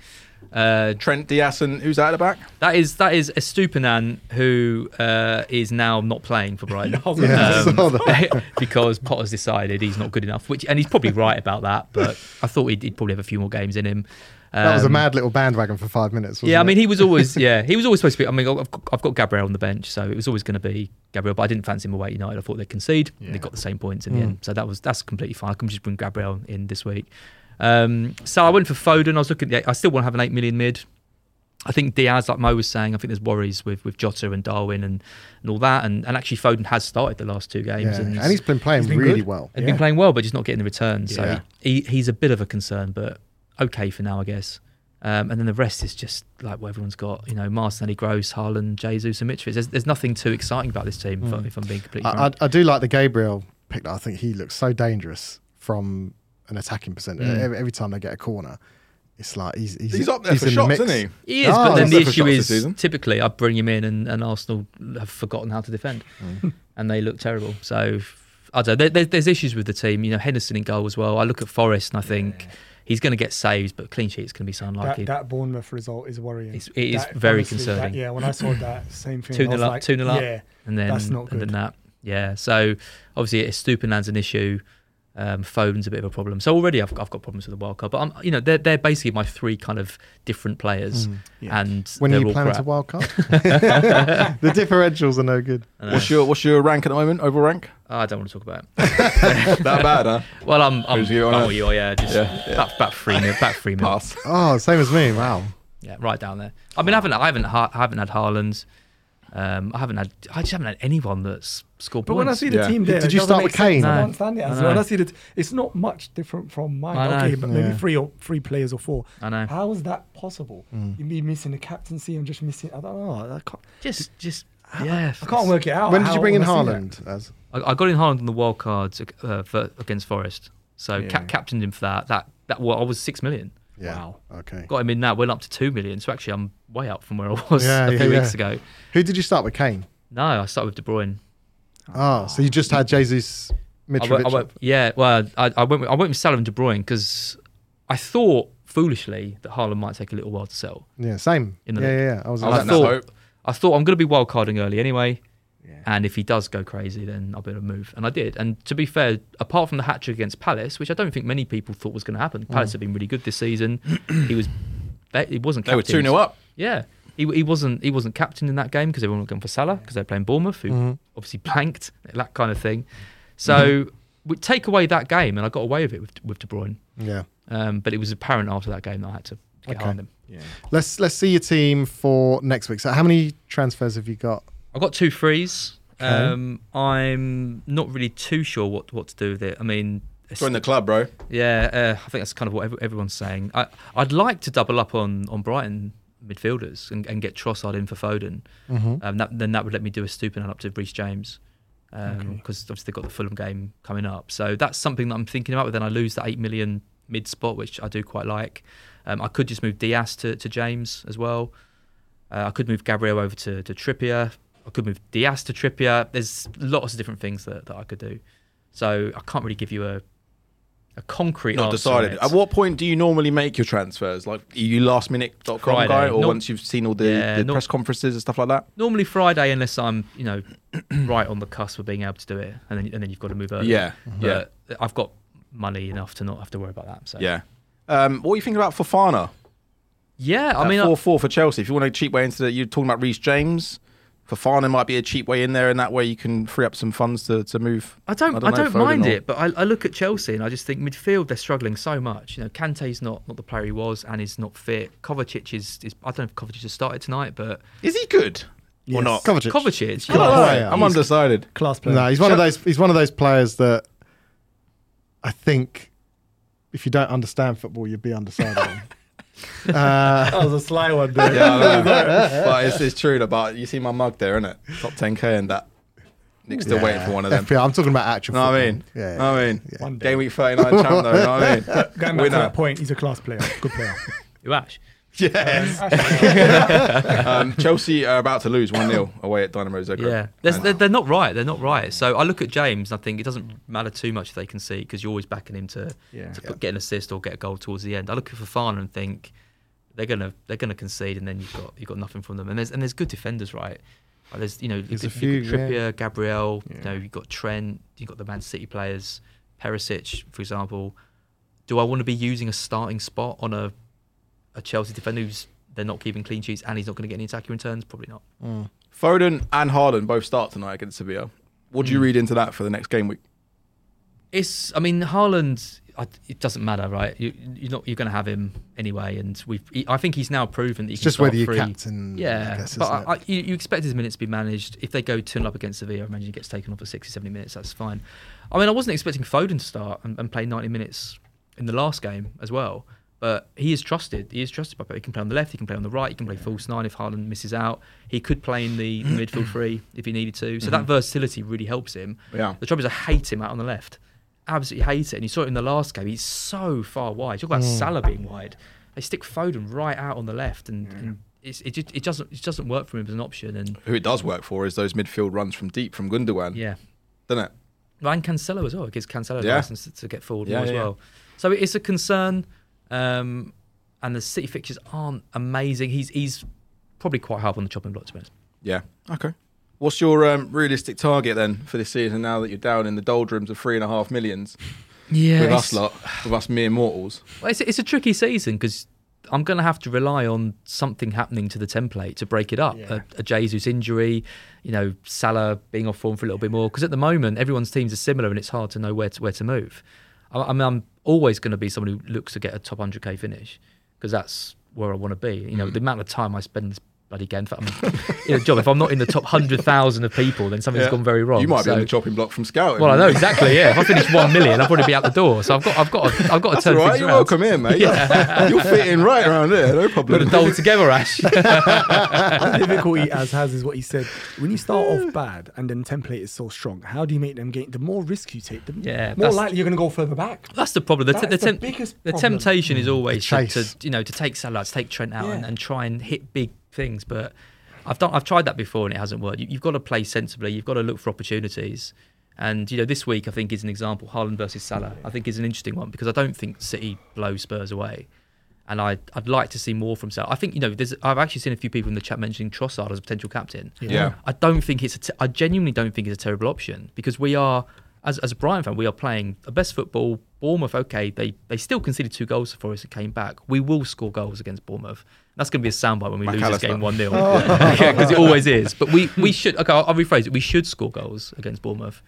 C: Uh,
A: Trent Diaz and who's that at the back?
C: that is that is Estupinan who uh, is now not playing for Brighton Um,
B: Yeah, I saw that.
C: because Potter's decided he's not good enough, which and he's probably right about that. But I thought he'd, he'd probably have a few more games in him.
B: That was a
C: Um,
B: mad little bandwagon for five minutes. Wasn't
C: Yeah, I mean,
B: it?
C: he was always yeah, he was always supposed to be. I mean, I've, got- I've got Gabriel on the bench, so it was always going to be Gabriel. But I didn't fancy him away at United. I thought they'd concede. and They got the same points in
B: Hmm.
C: the end, so that was that's completely fine. I can just bring Gabriel in this week. Um, so I went for Foden. I was looking. At the, I still want to have an eight million mid. I think Diaz, like Mo was saying, I think there's worries with with Jota and Darwin and, and all that. And, and actually, Foden has started the last two games.
B: Yeah. and he's been playing
F: been
B: really
F: good.
B: well.
C: He's been playing well, but just not getting the return. So
A: Yeah.
C: he, he's a bit of a concern, but okay for now, I guess. Um, and then the rest is just like what everyone's got. You know, Martinelli, Gross, Haaland, Jesus, and Mitrovic. There's, there's nothing too exciting about this team, if I- if I'm being completely
B: I, I,
C: frank.
B: I do like the Gabriel pick. that I think he looks so dangerous from an attacking percentage.
C: Mm.
B: Every, every time they get a corner, it's like he's he's,
A: He's up there for
B: in
A: shots,
B: mix.
A: isn't he?
C: He is,
B: Oh,
C: but
B: he's
C: then the
A: up for
C: issue
A: shots this
C: is
A: season.
C: typically I bring him in and, and Arsenal have forgotten how to defend and they look terrible. So I don't know. There, there's- there's issues with the team. You know, Henderson in goal as well. I look at Forrest and I think he's going to get saves, but clean sheets going to be so
F: That,
C: unlikely.
F: that Bournemouth result is worrying.
C: It's- it is
F: That-
C: very
F: honestly, that-
C: concerning.
F: yeah, when I saw that same thing, I
C: two
F: was
C: nil up,
F: like,
C: two nil up,
F: Yeah,
C: and then
F: that's not
C: and then
F: good.
C: that. Yeah, so obviously it's Stupiland's an issue. Um, Foden's a bit of a problem. So already I've, I've got problems with the wild card, but I'm you know they're they're basically my three kind of different players, and
B: Mm. When
C: they're
B: are you
C: all
B: planning to
C: crap.
B: wild card? the differentials are no good.
A: What's your what's your rank at the moment? Overall rank?
C: Oh, I don't want to talk about it.
A: that bad, huh?
C: Well, I'm I'm,
A: Who's you on
C: I'm
A: it?
C: with you, Oh, yeah, just
A: Yeah,
C: Back, back three mil, back three mil,
A: Pass.
B: Oh, same as me. Wow.
C: yeah, right down there. I mean, I haven't I haven't ha- I haven't had Haaland. Um, I haven't had I just haven't had anyone that's scored
D: But
C: points.
D: when I see the
A: Yeah.
D: team there,
B: Did
D: it
B: you
D: doesn't
B: start
D: make
B: with Kane?
D: sense. I
C: No.
D: don't understand it. As
C: I know.
D: well. When I see that, it's not much different from mine.
C: I know.
D: Okay, but maybe
B: Yeah.
D: three or three players or four.
C: I know.
D: How is that possible? You mean missing the captaincy and just missing? I don't know. I can't,
C: just just yeah,
D: I can't work it
C: Oh,
D: out.
B: when did you
D: how
B: bring in
D: when I see that.
B: Haaland? As
C: I, I got in Haaland on the wild cards uh, for, against Forest, so
D: Yeah.
C: cap- captained him for that. That that well, I was six million.
B: yeah.
D: Wow.
B: Okay.
C: Got him in now, went up to two million. So actually, I'm way up from where I was
B: Yeah,
C: a few
B: yeah,
C: weeks
B: yeah.
C: ago.
B: Who did you start with? Kane.
C: No, I started with De Bruyne.
B: Oh, so you just had Jesus
C: I went,
B: Mitrovic.
C: I went, yeah, well, I, I went with, I went with Salah and De Bruyne because I thought foolishly that Haaland might take a little while to sell.
B: yeah, same.
C: In
B: Yeah,
C: the
B: yeah,
C: league.
B: yeah. I was
A: I
B: like,
C: I
A: like that
C: thought
A: hope.
C: I thought I'm going to be wild carding early anyway. And if he does go crazy, then I'll be able to move. And I did. And to be fair, apart from the hat trick against Palace, which I don't think many people thought was going to
A: Mm.
C: happen, Palace have been really good this season. he was, they- he wasn't.
A: They were
C: captained.
A: two 0 up.
C: Yeah, he, he wasn't. He wasn't captain in that game because everyone was going for Salah because they're playing Bournemouth, who
A: Mm.
B: Mm-hmm.
C: obviously blanked that kind of thing. So
A: Mm-hmm.
C: we take away that game, and I got away with it with, with De Bruyne.
B: yeah.
C: Um, but it was apparent after that game that I had to get behind him.
B: Let's let's see your team for next week. So how many transfers have you got?
C: I've got two threes. Um, I'm not really too sure what, what to do with it. I mean, it's-
A: Join the club, bro.
C: yeah, uh, I think that's kind of what ev- everyone's saying. I, I'd like to double up on, on Brighton midfielders and, and get Trossard in for Foden. Um, that, then that would let me do a stooping up to Reece James because obviously they've got the Fulham game coming up. So that's something that I'm thinking about. But then I lose that 8 million mid spot, which I do quite like. Um, I could just move Diaz to, to James as well. Uh, I could move Gabriel over to, to Trippier. I could move Diaz to Trippier. There's lots of different things that, that I could do. So I can't really give you a a concrete
A: Not
C: answer on
A: decided.
C: it.
A: At what point do you normally make your transfers? Like, are you last minute.com
C: Friday.
A: guy, or
C: Not-
A: once you've seen all the,
C: Yeah,
A: the
C: not-
A: press conferences and stuff like that?
C: Normally Friday, unless I'm you know right on the cusp of being able to do it, and then and then you've got to move early.
A: Yeah, yeah.
C: but I've got money enough to not have to worry about that. So
A: Yeah. Um, what are you thinking about Fofana?
C: yeah. I
A: I mean,
C: mean, I-
A: four four for Chelsea. If you want a cheap way into the, you're talking about Reece James. Fofana might be a cheap way in there, and that way you can free up some funds to, to move.
C: I don't, I don't,
A: know, Foden
C: mind
A: or-
C: it, but I, I look at Chelsea and I just think midfield they're struggling so much. You know, Kante's not not the player he was, and he's not fit. Kovacic is, is I don't know if Kovacic has started tonight, but
A: Is he good or not?
B: Kovacic.
C: Kovacic,
A: I don't
C: yeah.
A: know.
B: player.
A: I'm undecided.
F: Class player.
B: No, he's one of those. He's one of those players that I think if you don't understand football, you'd be Uh, undecided. on.
F: that was a sly one there.
A: Yeah, I know. but it's, it's true. About you see my mug there, isn't it? Top 10k and that. Nick's still waiting for one of them.
B: FPL, I'm talking about actual.
A: Know what I
B: football.
A: mean?
B: yeah.
A: Know what I mean?
F: One day.
A: Game week 39 champ, though. Know what I mean?
F: Going back to
A: Winner.
F: that point, he's a class player. Good player.
C: Who, Ash?
A: Yes. um, Chelsea are about to lose 1 0 away at Dynamo Zagreb.
C: Yeah, There's,
A: And-
C: they're, they're not right. They're not right. So I look at James and I think it doesn't matter too much if they can see because you're always backing him to,
D: Yeah.
C: to put, get an assist or get a goal towards the end. I look at Fafana and think they're gonna they're gonna concede and then you've got you've got nothing from them. And there's and there's good defenders, right? Like there's you know you've
B: There's
C: got,
B: a few,
C: you've got Trippier,
B: yeah.
C: Gabriel. You know you've got Trent. You've got the Man City players, Perisic, for example. Do I want to be using a starting spot on a a Chelsea defender who's they're not keeping clean sheets and he's not going to get any attacking returns? Probably not.
A: Mm. Foden and Harden both start tonight against Sevilla. What
C: Hmm.
A: do you read into that for the next game week?
C: It's. I mean, Haaland. I, it doesn't matter, right? You, you're not. You're going to have him anyway, and we've. He, I think he's now proven that he
B: It's
C: can
B: just
C: start
B: whether you
C: three.
B: captain,
C: Yeah,
B: Mm, I guess,
C: but
B: isn't
C: I,
B: it?
C: I, you, you expect his minutes to be managed. If they go turn up against Sevilla, I imagine he gets taken off for 60, 70 minutes. That's fine. I mean, I wasn't expecting Foden to start and, and play 90 minutes in the last game as well. But he is trusted. He is trusted by. Pep. He can play on the left. He can play on the right. He can play false nine if Haaland misses out. He could play in the midfield three if he needed to.
B: Mm-hmm.
C: So that versatility really helps him.
A: Yeah.
C: The trouble is, I hate him out on the left. Absolutely hate it. And you saw it in the last game. He's so far wide. Talk about
A: Hmm.
C: Salah being wide. They stick Foden right out on the left, and, and it's, it just it doesn't it doesn't work for him as an option. And
A: Who it does work for is those midfield runs from deep from Gundogan,
C: yeah,
A: doesn't it?
C: and Cancelo as well. It gives Cancelo the
A: Yeah.
C: license to, to get forward
A: Yeah,
C: more as
A: yeah, yeah.
C: well. So it's a concern. Um, and the City fixtures aren't amazing. He's he's probably quite hard on the chopping block to be honest.
A: Yeah. Okay. What's your um, realistic target then for this season now that you're down in the doldrums of three and a half millions
C: Yeah,
A: with us lot, with us mere mortals?
C: Well, it's, it's a tricky season because I'm going to have to rely on something happening to the template to break it up. A, a Jesus injury, you know, Salah being off form for a little bit more. Because at the moment, everyone's teams are similar and it's hard to know where to, where to move. I, I mean, I'm always going to be someone who looks to get a top 100k finish because that's where I want to be. You
A: Mm.
C: know, the amount of time I spend in this bloody game. in fact, I'm, you know, John, if I'm not in the top 100,000 of people, then something's
A: Yeah.
C: gone very wrong.
A: You might be on
C: So-
A: the chopping block from scouting.
C: well, I know exactly. Yeah, if I finish one million, I'll probably be out the door. So I've got, I've got, to, I've got to
A: All
C: turn
A: right,
C: things
A: you're
C: around.
A: welcome here, mate. You'll fit in right around there, no
C: Put a
A: problem.
C: doll together, Ash.
F: the difficulty as has is what he said. When you start off bad and then template is so strong, how do you make them gain? The more risk you take, the
C: Yeah,
F: more
C: that's-
F: likely you're going to go further back.
C: That's the problem. The, te-
F: That's
C: the,
F: the
C: temp-
F: biggest
C: the
F: problem.
C: temptation is always
B: The
C: to,
B: chase.
C: to you know to take Salah, to take Trent out, and,
F: Yeah.
C: and try and hit big things. But I've done, I've tried that before, and it hasn't worked. You, you've got to play sensibly. You've got to look for opportunities. And you know, this week I think is an example. Haaland versus Salah, I think is an interesting one because I don't think City blow Spurs away. And I, I'd like to see more from Salah. I think you know, there's, I've actually seen a few people in the chat mentioning Trossard as a potential captain.
A: Yeah.
C: I don't think it's. A te- I genuinely don't think it's a terrible option because we are, as as a Brighton fan, we are playing the best football. Bournemouth, okay, they they still conceded two goals for us and came back. We will score goals against Bournemouth. That's going to be a soundbite when we lose this
A: McAllister.
C: game one 0 because it always is. But we we should. Okay, I'll, I'll rephrase it. We should score goals against Bournemouth.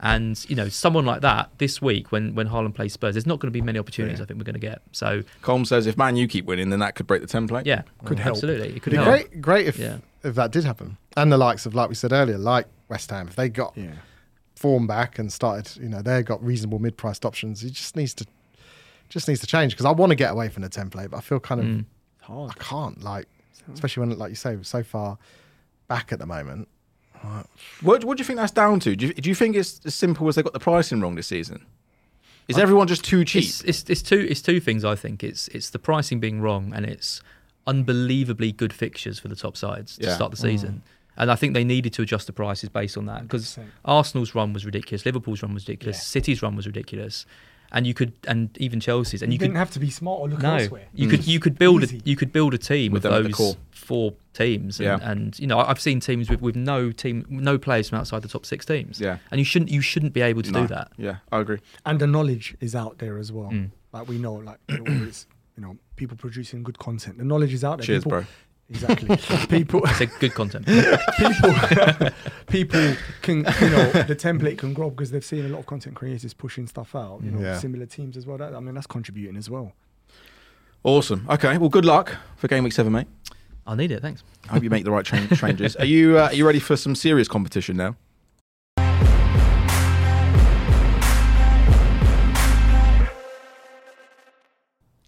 C: And you know, someone like that this week, when when Haaland plays Spurs, there's not going to be many opportunities. I think we're going to get. So
A: Colm says if Man U keep winning, then that could break the template.
C: yeah,
F: Could help.
C: absolutely. It could
B: It'd be
C: help.
B: great, great if
C: Yeah.
B: if that did happen, and the likes of like we said earlier, like West Ham, if they got
F: Yeah.
B: form back and started, you know, they got reasonable mid-priced options. It just needs to just needs to change because I want to get away from the template, but I feel kind of
A: Mm.
F: Hard.
B: I can't like, especially when like you say, we're so far back at the moment.
A: What, what do you think that's down to? Do you, do you think it's as simple as they got the pricing wrong this season? Is everyone just too cheap?
C: It's, it's, it's two it's two things I think. It's it's the pricing being wrong and it's unbelievably good fixtures for the top sides to
A: Yeah. Mm.
C: start the season. And I think they needed to adjust the prices based on that because Arsenal's run was ridiculous, Liverpool's run was ridiculous, City's run was ridiculous, and you could and even Chelsea's and
F: You,
C: you
F: didn't
C: could
F: have to be smart or look
C: no,
F: elsewhere.
C: you could you could build
F: Easy.
C: a you could build a team
A: With
C: with,
A: them at the
C: those
A: core.
C: four teams, and,
A: Yeah.
C: and you know I've seen teams with, with no team no players from outside the top six teams,
A: Yeah.
C: and you shouldn't you shouldn't be able to
A: No.
C: do that.
A: Yeah, I agree.
F: and the knowledge is out there as well.
C: Mm.
F: Like we know, like whether it's you know people producing good content. The knowledge is out there.
A: Cheers,
F: people,
A: bro.
F: Exactly. people,
C: It's a good content.
F: people, people can you know the template can grow because they've seen a lot of content creators pushing stuff out. You know,
B: Yeah.
F: similar teams as well. That, I mean, that's contributing as well.
A: Awesome. Okay. Well, good luck for game week seven, mate.
C: I need it. Thanks.
A: I hope you make the right change, changes. Are you uh, are you ready for some serious competition now?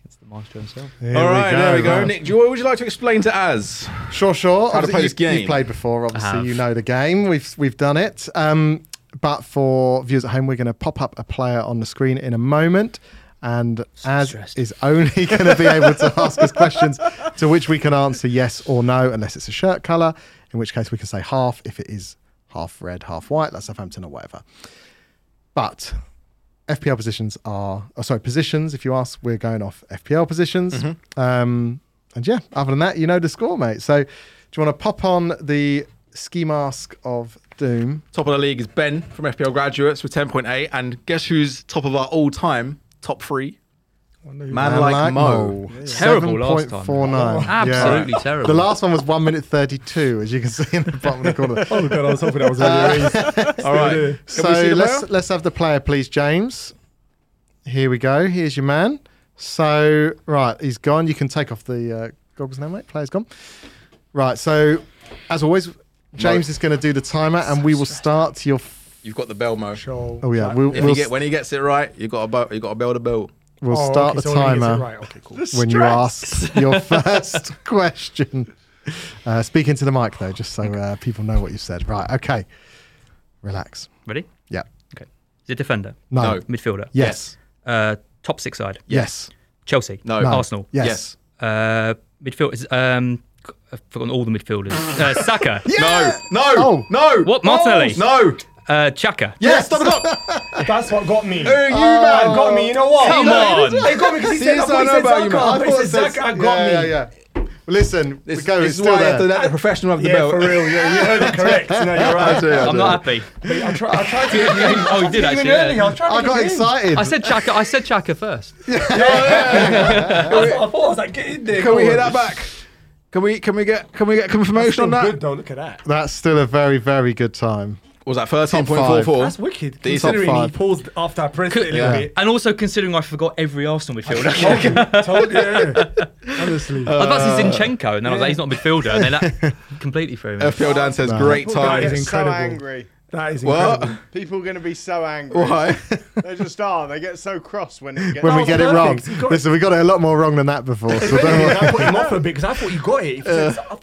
C: It's the maestro himself.
B: Here
A: All right, there we go.
B: Ralph.
A: Nick, do you, what would you like to explain to us?
B: Sure, sure.
A: How to play this
B: Obviously, you've-
A: game.
B: You've played before, obviously.
C: have.
B: You know the game. We've we've done it. Um, but for viewers at home, we're going to pop up a player on the screen in a moment. And Az
C: stressed.
B: is only going to be able to ask us questions to which we can answer yes or no, unless it's a shirt colour, in which case we can say half if it is half red, half white, like Southampton or whatever. But FPL positions are, oh, sorry, positions. If you ask, we're going off FPL positions.
C: Mm-hmm.
B: Um, and yeah, other than that, you know the score, mate. So do you want to pop on the ski mask of doom?
A: Top of the league is Ben from FPL graduates with ten point eight, and guess who's top of our all time top three?
H: wonder who-
A: Man like Mo.
C: Terrible last time. Oh,
B: 7.49.
C: Absolutely terrible.
B: The last one was 1 minute 32, as you can see in the bottom of the corner.
F: Oh god, I was hoping that was uh,
A: All right.
B: so let's let's have the player, please, James. Here we go. Here's your man. So right, he's gone. You can take off the uh, goggles now, mate. Player's gone. Right. So as always, James is going to do the timer, and we will start your. F-
A: You've got the bell, Mo.
H: Joel.
B: oh yeah, we'll,
A: If
B: we'll,
A: he get, when he gets it right, you got a bo- you got to bell the bell.
B: we'll
H: Oh,
B: start
H: okay,
B: the
H: so when he gets it
B: timer
H: Right, okay, cool.
B: when you ask your first question. Uh, speak into the mic though, just so uh, people know what you said. Right. Okay. Relax.
C: Ready?
B: Yeah.
C: Okay. Is it defender?
B: No.
A: No.
C: Midfielder?
B: Yes.
C: Uh, top six side?
B: Yes.
C: Chelsea?
A: No.
B: No.
C: Arsenal?
B: Yes.
A: Yes.
C: Uh, midfielders? Um, I've forgotten all the midfielders. Uh, Saka?
A: No. No.
B: Oh.
A: No.
C: What? Martinelli?
A: No.
C: Uh, Chaka?
A: Yes. Stop the clock.
F: That's what got me. Oh,
A: Hey, you man.
F: got me. You know what?
C: Come
F: You know-
C: on.
F: It got me because he said, I
A: I
F: thought he
A: know
F: said
A: about you,
F: Zaka.
A: man.
F: I thought he said Zaka. Got me.
B: yeah, yeah, yeah. Listen,
A: This,
B: we go.
A: this
B: It's
A: is why
B: still
A: I have to
B: there.
A: let the professional have the
F: Yeah,
A: bell.
F: for real. Yeah, you heard it correct. No, you're right.
C: I'm not happy.
F: I, try, I tried to get you in.
C: Oh, you did actually.
F: Even
C: yeah.
F: earlier, I was trying to
B: I
F: get
B: got
F: you in.
B: excited.
C: I said Chaka. I said Chaka first.
F: That's what I thought. I was like, get in there.
A: Can we
F: go
A: hear
F: on.
A: that back? Can we can we get can we get
F: Still
A: confirmation on
F: good
A: that?
F: though. Look at that.
B: That's still a very, very good time.
A: Was that thirteen point four four?
F: That's wicked.
A: Decent.
F: Considering he
B: Top five.
F: paused after I pressed it a little
B: Yeah.
F: bit.
C: And also considering I forgot every Arsenal midfielder.
F: Told you. Told you. Uh, yeah. Honestly.
C: I was about to say Zinchenko, and then I was like, he's not a midfielder. And then that completely threw me.
A: FPL Dan says great
F: That
E: People
F: is
E: get
A: time.
E: so
F: incredible.
E: angry.
F: that is incredible.
A: What?
E: People are going to be so angry.
A: Why?
E: They just are. They get so cross when it gets.
B: When we
F: was
B: get it
F: perfect.
B: wrong.
F: You got it.
B: Listen, we got it a lot more wrong than that before. So don't worry.
F: I put him off a bit because I thought you got it. If you said Zaka-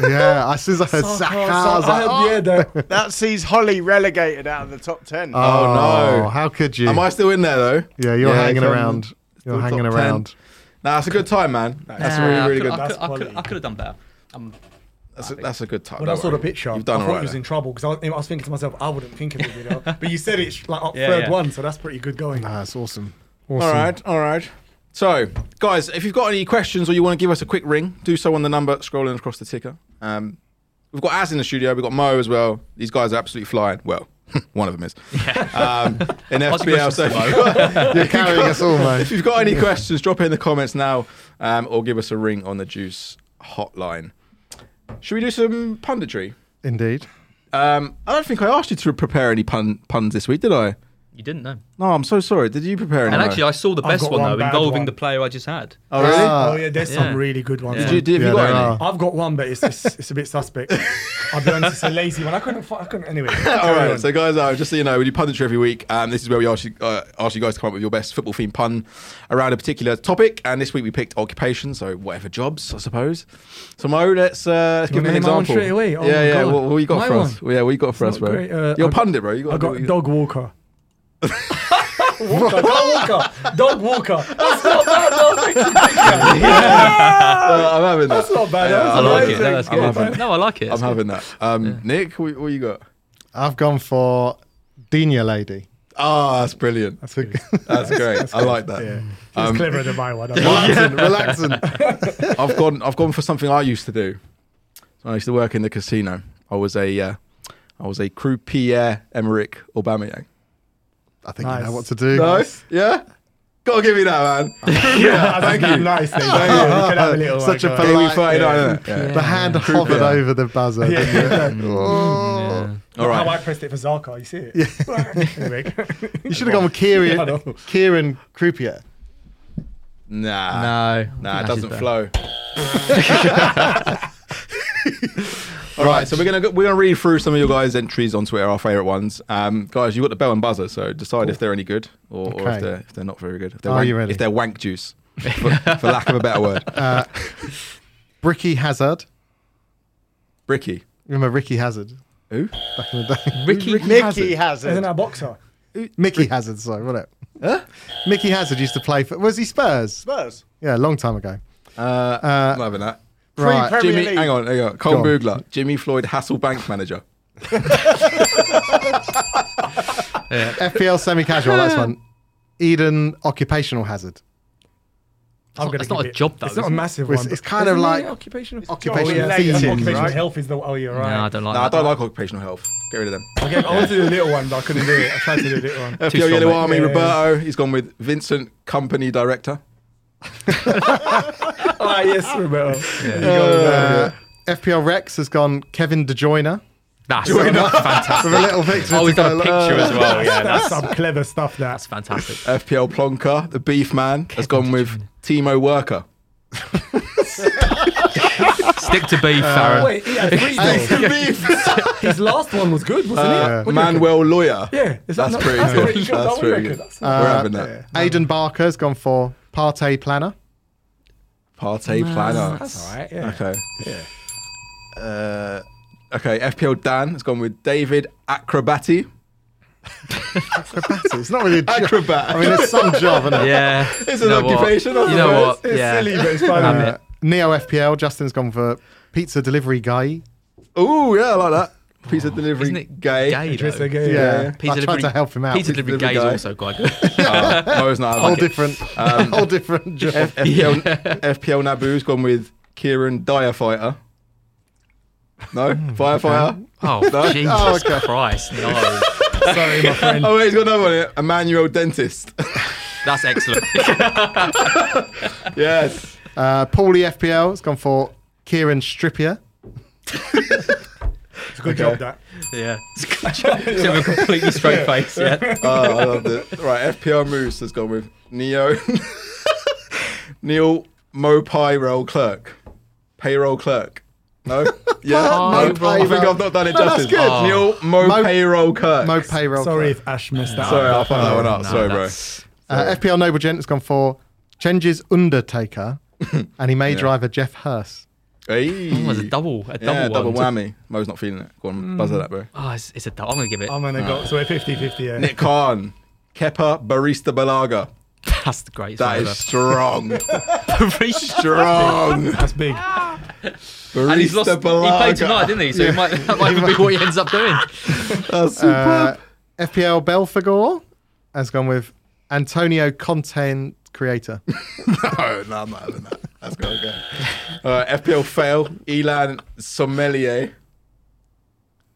B: yeah, as soon as I heard
F: Zaka,
B: Saka, I was
F: Zaka, I
B: like,
F: had-
B: oh,
F: yeah, though.
E: that sees Holly relegated out of the top ten.
A: Oh, no.
B: How could you?
A: Am I still in there though?
B: yeah, you're hanging
A: from-
B: around. You're
A: top
B: hanging
A: 10.
B: around.
A: Nah, that's a good time, man. That's
C: Nah,
A: a really, really good.
C: I could, I could, I
F: That's
C: could, I
F: quality.
C: could have done better. Um,
A: That's a, that's a good time.
F: When I
A: Don't
F: saw the
A: worry.
F: picture,
A: you've done
F: I
A: all
F: thought
A: right.
F: he was
A: there.
F: in trouble because I, was- I was thinking to myself, I wouldn't think of it, you know. but you said it's like up
C: Yeah,
F: third
C: yeah.
F: one, so that's pretty good going.
B: Ah, that's awesome.
A: All right, all right. So, guys, if you've got any questions or you want to give us a quick ring, do so on the number scrolling across the ticker. Um, we've got Az in the studio. We've got Mo as well. These guys are absolutely flying. Well, one of them is. Um, in
C: Lots of
A: FBL, so
C: questions
A: if you've got-
B: You're carrying us all,
A: if
B: mate.
A: you've got any questions, drop it in the comments now um, or give us a ring on the Juice hotline. Should we do some punditry?
B: Indeed.
A: Um, I don't think I asked you to prepare any pun- puns this week, did I?
C: you didn't know.
A: No, I'm so sorry. Did you prepare any?
C: And
A: Mo?
C: actually, I saw the
F: I've
C: best
F: got
C: one,
F: one
C: though,
F: bad
C: involving
F: one.
C: the player I just had.
A: oh really?
B: Ah,
F: Oh yeah, there's
C: Yeah.
F: some really good ones.
C: Did
A: Did you- did- have
B: yeah,
A: you got
B: there
A: any?
B: are.
F: I've got one, but it's, it's, it's a bit suspect. I'll be honest, it's a lazy one. I couldn't. fi- I couldn't. Anyway,
A: All
F: carry
A: right,
F: on.
A: so guys, uh, just so you know, we do punditry every week. Um, this is where we ask you, uh, ask you guys to come up with your best football themed pun around a particular topic. And this week we picked occupation, so whatever jobs, I suppose. So Mo, let's, uh, let's
F: Do you
A: give them an
F: want me to name my one
A: example.
F: straight away? Oh
A: yeah,
F: my
A: yeah.
F: God.
A: What, what you got
F: My
A: for us? Yeah, what you got for
F: It's
A: us,
F: not
A: bro?
F: great. Uh,
A: You're a
F: I-
A: pundit, bro. You got.
F: I
A: do
F: got
A: what you-
F: dog walker. walker, dog walker, dog walker. That's not bad. That was actually pretty good.
A: Uh, I'm having that.
F: That's not bad. That was
C: I like it.
F: amazing.
C: No, that's
A: I'm
C: good.
A: having-
C: no, I like it.
A: I'm
C: That's good.
A: having that. Um, Nick, what, what you got?
B: I've gone for Dina Lady.
A: Ah, that's brilliant. That's,
B: That's a-
A: great. I like that.
F: It's cleverer than my one.
B: relaxing, relaxing.
A: I've gone. I've gone for something I used to do. So I used to work in the casino. I was a, uh, I was a croupier, Emmerich Aubameyang.
B: I think
F: Nice.
B: you know what to do.
A: No, yeah. Gotta give me that, man.
F: yeah, thank you. Nice. Thing. Thank you. You can have a little
B: Such
F: one,
B: a
F: go.
A: Give me
B: polite.
A: 39. innit? Yeah.
B: The hand hovered over the buzzer. didn't it? Oh.
A: All
F: How I
A: right.
F: pressed it for Zarka, you see it? Yeah. anyway,
B: You should have gone with Kieran,
F: Yeah, I know.
B: Kieran Croupier.
A: Nah.
C: No.
A: Nah, it
C: That's
A: doesn't
C: just
A: flow. All right, so we're gonna go, we're gonna read through some of your guys' entries on Twitter, our favourite ones. Um, guys, you have got the bell and buzzer, so decide if they're any good or, or if
B: Okay.
A: they're if they're not very good. If they're,
B: Are
A: wank,
B: you ready?
A: if they're wank juice, for, for lack of a better word.
B: Ricky Hazard.
A: Bricky,
B: Remember Ricky Hazard?
A: who?
B: Back in the day.
C: Ricky,
E: Mickey has
F: isn't
E: it.
F: that a boxer?
B: Mickey Hazard, sorry, wasn't it? Mickey Hazard used to play for. Was he Spurs?
E: Spurs.
B: Yeah, a long time ago.
A: Uh, I'm not having that.
B: Right.
E: Pre-Premier
A: Jimmy,
E: League.
A: hang on, hang on. Cole
B: on.
A: Boogler, Jimmy Floyd, Hasselbank manager.
B: FPL semi casual, that's one. Eden Occupational Hazard.
F: I'm gonna
C: it's not
F: give
C: a
F: it-
C: job, though,
F: It's not a
C: is it?
F: massive
B: It's-
F: one.
B: it's
F: but-
B: kind of
F: Isn't it
B: like
F: occupational.
B: occupational
F: oh, yeah,
B: health.
F: occupational
B: right?
F: health is the. Oh, you're
C: No, I
F: right.
C: don't like
A: No, I
C: that.
A: don't like occupational health. Get rid of them.
F: I, gave, I wanted to do a little one, but I couldn't do it. I tried to do a little one.
A: FPL
C: strong,
A: Yellow
C: mate.
A: Army,
F: Yeah.
A: Roberto. He's gone with Vincent, company director.
F: ah, yes, Roberto.
B: Uh, FPL Rex has gone Kevin DeJoyner
C: That's fantastic.
B: with a little victory.
C: Oh,
B: to
C: we've got a
B: go.
C: picture as well. Yeah, that's,
F: That's some clever stuff, that.
C: that's fantastic.
A: FPL Plonker, the beef man, has gone with Timo Worker.
C: Stick to beef, Farron.
F: Wait, he had three though. His last one was good, wasn't
A: Uh,
F: it? What do you reckon?
A: Manuel Lawyer.
F: Yeah, is that
A: that's
F: not-
A: pretty
F: that's
A: good.
F: pretty good.
A: That's
F: That
A: pretty
F: one,
A: good.
F: that's-
A: We're having that.
B: Aidan Barker has gone for Partey Planner.
A: Partey planner.
F: That's all right. Yeah.
A: Okay. Uh, okay. FPL Dan has gone with David Acrobati.
B: It's not really a job.
A: Acrobat.
B: I mean, it's some job, isn't it?
C: Yeah.
A: It's an
C: You know what?
A: occupation, I
C: You know
A: suppose.
C: what? yeah.
F: Silly, but it's funny.
C: Damn
B: Uh,
C: it.
B: Neo FPL, Justin's gone for Pizza Delivery Guy.
A: Ooh, yeah, I like that. Pizza delivery
C: Oh, Isn't it
A: gay.
C: gay
F: Dress
C: though?
F: again.
B: Yeah,
A: yeah.
B: I tried to help him out.
C: Pizza
B: It's
C: delivery
A: delivery
C: gay is
A: guy.
C: also quite good.
A: Uh, Mo's not.
B: All
A: having it.
B: different, all different job.
A: Um, F- FPL, FPL Naboo's gone with Kieran Firefighter. No,
C: Hmm,
A: firefighter.
C: Oh,
A: No?
C: Jesus
A: Oh, okay.
C: Christ. No.
F: Sorry, my friend.
A: Oh wait, he's got another one here. Emmanuel Dentist.
C: That's excellent.
A: yes.
B: Uh, Paulie FPL has gone for Kieran Strippier.
F: It's a good
A: Okay.
F: job, that.
C: yeah. Except with a completely straight face. Yeah.
A: Oh, I loved it. Right, FPL Moose has gone with Neo. Neil Mopai Roll Clerk. Payroll Clerk. No? Yeah?
C: Mo
A: no.
C: Payroll.
A: I think I've not done it
B: No, that's
A: justice. Oh.
B: good.
A: Neil
C: Oh.
A: Mo,
B: Mo-
A: Payroll Clerk.
B: Mo payroll.
F: Sorry
B: clerk.
F: if Ash missed that
A: Sorry, I'll
F: up.
A: find that one out.
C: Oh, No,
A: Sorry, bro.
C: that's-
B: Uh, FPL Noble Gent has gone for Changes Undertaker, and he may
A: Yeah.
B: drive a Jeff Hurst.
A: Hey.
C: Oh, it's a double. A double
A: yeah,
C: one.
A: double whammy. Mo's not feeling it. Go on, buzz that, bro.
C: Oh, it's, it's a double. I'm going to give it.
F: I'm going to go. So we're 50 50. Yeah.
A: Nick Khan. Kepa Barista Balaga.
C: That's the greatest
A: That
C: one
A: is strong.
C: ever. Barista.
A: strong.
F: That's big.
A: Barista
C: And he's lost. He played
A: Balaga.
C: tonight, didn't he? So it might, that might be what he ends up doing.
A: That's
B: Uh,
A: superb.
B: FPL Belfagor has gone with Antonio Content Creator.
A: Oh, no, I'm not having that. That's going to go. Uh, All right, FPL fail. Elan Sommelier.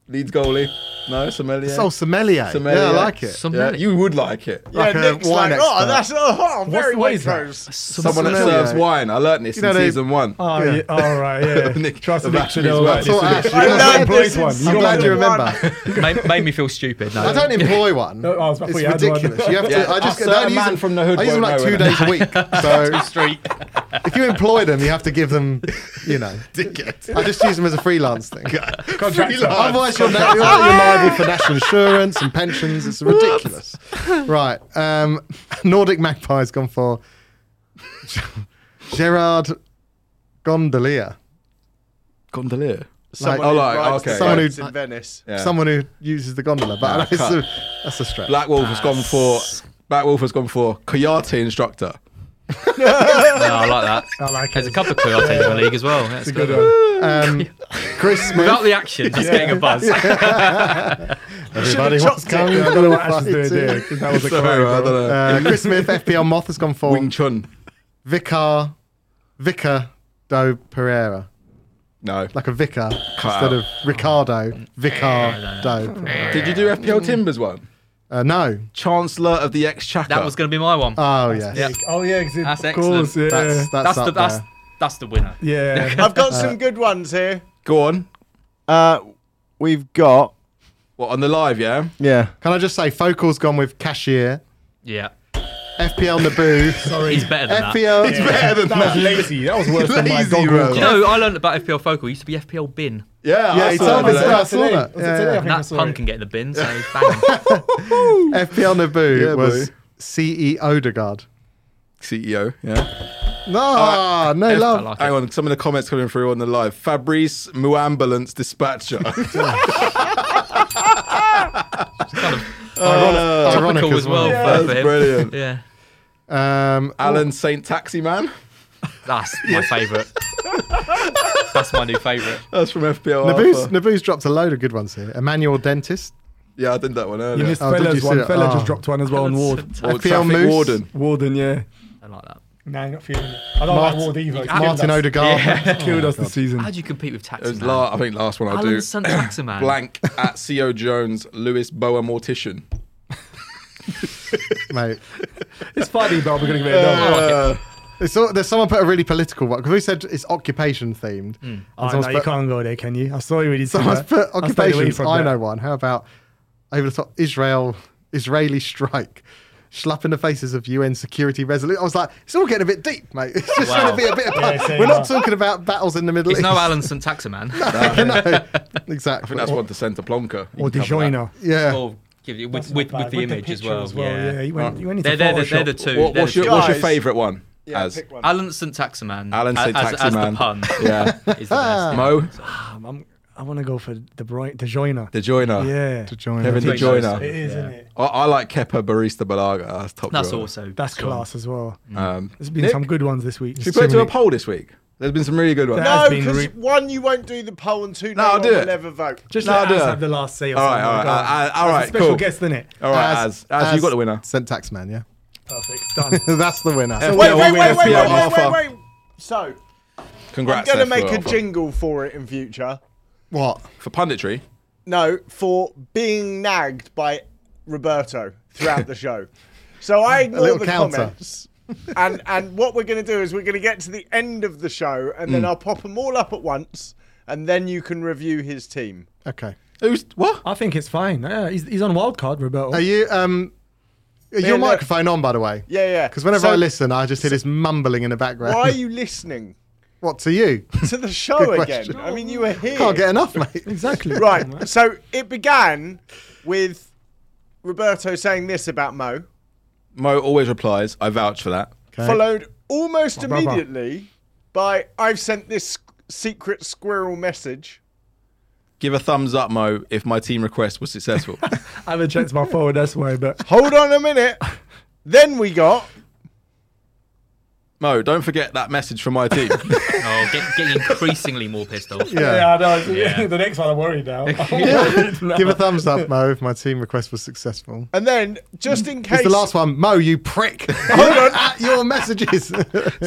A: Leeds goalie. No, Sommelier.
B: It's all sommelier. Yeah, I
A: Sommelier.
B: like it.
A: yeah,
C: Sommelier.
A: you would like it.
E: Yeah,
B: Like a
E: Nick's
B: wine
E: like, oh,
B: expert.
E: that's oh, very
F: the
E: well
F: ways that-
E: posed.
A: Someone that
B: Sommelier.
A: serves wine. I learned this
B: know
A: in
B: they-
A: season one.
F: Oh, yeah. All right. Yeah.
A: Nick-
F: Trust
A: the
F: Nick
A: batteries
F: to know
A: work.
F: that.
A: Sort
F: This
B: out.
F: is-
B: I
F: you
E: learned
F: employed
E: this in
F: one.
B: I'm
E: You
B: glad
E: got
B: you
E: one.
B: remember.
C: made, made me feel stupid. No.
B: I don't employ one.
F: No, I was- I
B: it's
F: thought you had one.
B: ridiculous. You have to.
A: Yeah,
B: I just
A: a
B: I
A: certain
B: use
A: man
B: them-
A: from the hood
B: I use them
A: won't
B: like
A: know,
B: two
A: innit?
B: days a week. So street. If you employ them, you have to give them. You know, I just use them as a freelance thing.
F: Contractor.
B: Otherwise, you're, na- you're liable for national insurance and pensions. It's ridiculous. right. Um, Nordic Magpie's gone for Gerard Gondolier.
A: Gondolier.
E: Someone
A: oh,
E: who
A: like,
E: rides the
A: okay.
B: Someone who-
E: boats in Venice.
A: Yeah.
B: Someone who uses the gondola, but
A: Nah,
B: that's,
A: cut.
B: a, that's a stretch.
A: Black Wolf has gone for. Black Wolf has gone for Coyote instructor.
C: No, I like that.
F: I like
C: There's a
F: it.
C: couple of Coyotes in the league as well. That's
F: It's a good
C: good.
F: one.
B: Um, Chris Smith.
C: Without the action, just getting a buzz.
B: Everybody wants
E: chopped
B: Kung
F: Yeah, I don't know what Ash was
B: Fu
F: doing there.
B: fighting.
F: 'cause That was a
A: Sorry,
F: cry,
A: bro, I
F: bro.
A: don't know.
B: Uh, Chris Smith, FPL Moth has gone for
A: Wing Chun.
B: Vicar, Vicar do Pereira.
A: No.
B: Like a vicar
A: out.
B: instead of Ricardo, Vicar do. Pereira.
A: Did you do
C: Mm.
A: FPL Timbers one?
B: Uh, no.
A: Chancellor of the Exchequer.
C: That was going to be my one.
B: Oh, yes.
C: Yeah.
F: Oh, yeah. 'cause it-
C: That's
F: of course. Yeah.
C: excellent.
B: That's, that's,
C: that's
B: up
C: the that's
B: there.
C: that's the winner.
F: yeah.
E: I've got some good ones here.
A: Go on.
E: Uh, we've got
A: What on the live? Yeah.
E: yeah.
B: Can I just say, Focal's gone with Cashier,
C: Yeah,
B: FPL Naboo,
C: he's better than that.
B: FPL.
A: Better than
F: That was lazy. That was worse than my
A: Lazy,
F: dog
A: bro.
F: walker.
C: You know, I learned about FPL Focal. It used to be FPL Bin.
A: Yeah.
B: Yeah,
A: I
B: he
A: saw
B: told me
A: that.
B: that. I saw
F: today?
B: that.
F: Was it
B: Yeah,
F: today?
B: yeah.
F: I think I
C: That
F: saw
C: pun
F: it.
C: can get in the bin, so bang.
B: FPL Naboo
A: Yeah,
B: was
A: boy.
B: CE Odegaard.
A: CEO. E Yeah.
B: No, no
C: Oh, I
B: love.
C: like
A: Hang
C: it.
A: on. Some of the comments coming through on the live. Fabrice Muambulance Dispatcher.
B: Ironic, ironic
C: Topical
B: as
C: as well.
B: well.
C: for- for
A: That's
C: him.
A: brilliant.
C: Yeah,
B: Um,
A: Alan Saint Taxi Man.
C: that's my favourite. that's my new favourite.
A: That's from FPL.
B: Naboo's,
A: Alpha.
B: Naboo's dropped a load of good ones here. Emmanuel Dentist,
A: Yeah, I did that one
F: You
A: earlier.
F: missed
B: Oh, did you
F: Fella's
B: see
F: one.
B: that?
F: Fella
B: Oh.
F: just dropped one as well on Ward.
A: Or
B: FPL
A: Traffic
B: Moose.
A: Warden.
F: Warden, yeah.
C: I like that.
F: No, you're not feeling it. I don't like Ward either. He's killed
B: Martin
F: us.
B: Odegaard
F: killed us this season.
C: How do you compete with
A: It was
C: Taximan?
A: la- I think last one I'll
C: Alan
A: do.
C: Sun Taximan.
A: Blank at Co Jones Lewis Boa Mortician.
B: mate.
F: It's funny, but we're going to give it a
E: Oh,
F: no.
B: It's all, there's someone put a really political one because we said it's occupation themed. And
F: Oh,
B: someone's
F: no, you
B: put-
F: can't go there, can you? I saw you with his
B: Someone's
F: finger.
B: put
F: I stayed away
B: occupations.
F: from
B: I
F: that.
B: know one. How about over the top Israel Israeli strike? Slap in the faces of UN security resolution. I was like, it's all getting a bit deep, mate. It's just
C: Wow.
B: going to be a bit. Of
F: Yeah,
B: fun.
F: same
B: We're not
F: here.
B: talking about battles in the Middle
C: It's
B: East.
C: no Alan Sun Taximan.
B: no,
A: I think
B: exactly.
A: that's one to send to Plonker. You
F: Or
A: can cover that.
F: DiGioino.
B: yeah.
C: Or give you with,
F: That's not
C: with,
F: bad.
C: with the image as
F: picture
C: well. Yeah.
F: you went, you went into
C: They're, they're, the- they're the
F: Photoshop.
C: two.
A: What,
C: they're
A: what's
C: the
A: your
C: two.
A: What's your
E: Guys.
A: favourite one?
E: Yeah,
A: as
E: pick one.
C: Alan St. Taximan.
A: Alan
C: as,
A: St.
C: as- As the
A: Taximan.
C: pun.
A: Yeah. Ah.
C: Is the best.
A: Mo
F: Um, I'm, I want to go for the Bruyne, the Joiner.
A: the Joiner.
F: yeah.
B: To join
A: Kevin
B: us.
A: the
C: Great choice.
A: Joiner.
F: It is, isn't it?
A: I, I like Kepa Barista Balaga. That's top.
C: That's
A: drawer.
C: also
F: That's
C: strong.
F: class as well.
A: Um,
F: There's been
A: Nick?
F: some good ones this week.
A: should we put it to a poll this week? There's been some really good ones.
F: That
E: No,
F: has been
E: because
F: re-
E: one, you won't do the poll, and two,
A: No,
E: no,
A: I'll
E: one
A: do
E: will
A: it.
E: ever vote.
F: Just
A: No,
F: let
A: I'll
F: us
A: do it.
F: have the last say. Or
A: All right,
F: something.
A: all right,
F: Go on.
A: uh, uh, all
F: That's
A: right,
F: a special
A: cool. Oh.
F: guest, isn't it?
A: All right, as, as, you got the winner.
B: Sent tax man, yeah.
F: Perfect. Done.
B: that's the winner.
A: So
E: Wait,
A: Yeah,
E: wait,
A: we
E: wait,
A: win FPL
E: wait, wait, wait,
A: offer.
E: wait, wait. So, I'm
A: Congrats.
E: going to
A: Seth,
E: make
A: for-
E: a
A: for-
E: jingle for it in future.
B: what?
A: for punditry.
E: No, for being nagged by Roberto throughout the show. So I ignore
B: little
E: the
B: counter.
E: comments. And and what we're going to do is we're going to get to the end of the show, and
B: Mm.
E: then I'll pop them all up at once, and then you can review his team.
B: Okay.
A: Who's what?
F: I think it's fine. Yeah, he's, he's on wild card, Roberto.
B: Are you um? Are your
E: no.
B: microphone on, by the way?
E: Yeah, yeah.
B: Because whenever
E: So
B: I listen, I just hear this mumbling in the background.
E: why are you listening
B: What to you?
E: to the show again?
B: question.
E: I mean, you were here.
B: Can't get enough, mate.
F: exactly.
E: right. So it began with Roberto saying this about Mo,
A: Mo always replies. I vouch for that.
E: followed
B: Oh,
E: almost
F: brother.
E: immediately by I've sent this secret squirrel message.
A: Give a thumbs up, Mo, if my team request was successful.
F: I haven't checked my phone, that's why, but
E: Hold on a minute. then we got
A: Mo, don't forget that message from my team.
C: Oh, get, getting increasingly more pissed off.
B: Yeah.
F: I know.
C: Yeah.
F: the next one, I'm worried now.
B: Give a thumbs up, Mo, if my team request was successful.
E: and then just in
B: Mm.
E: case
B: It's the last one, Mo. You prick. Hold on at your messages.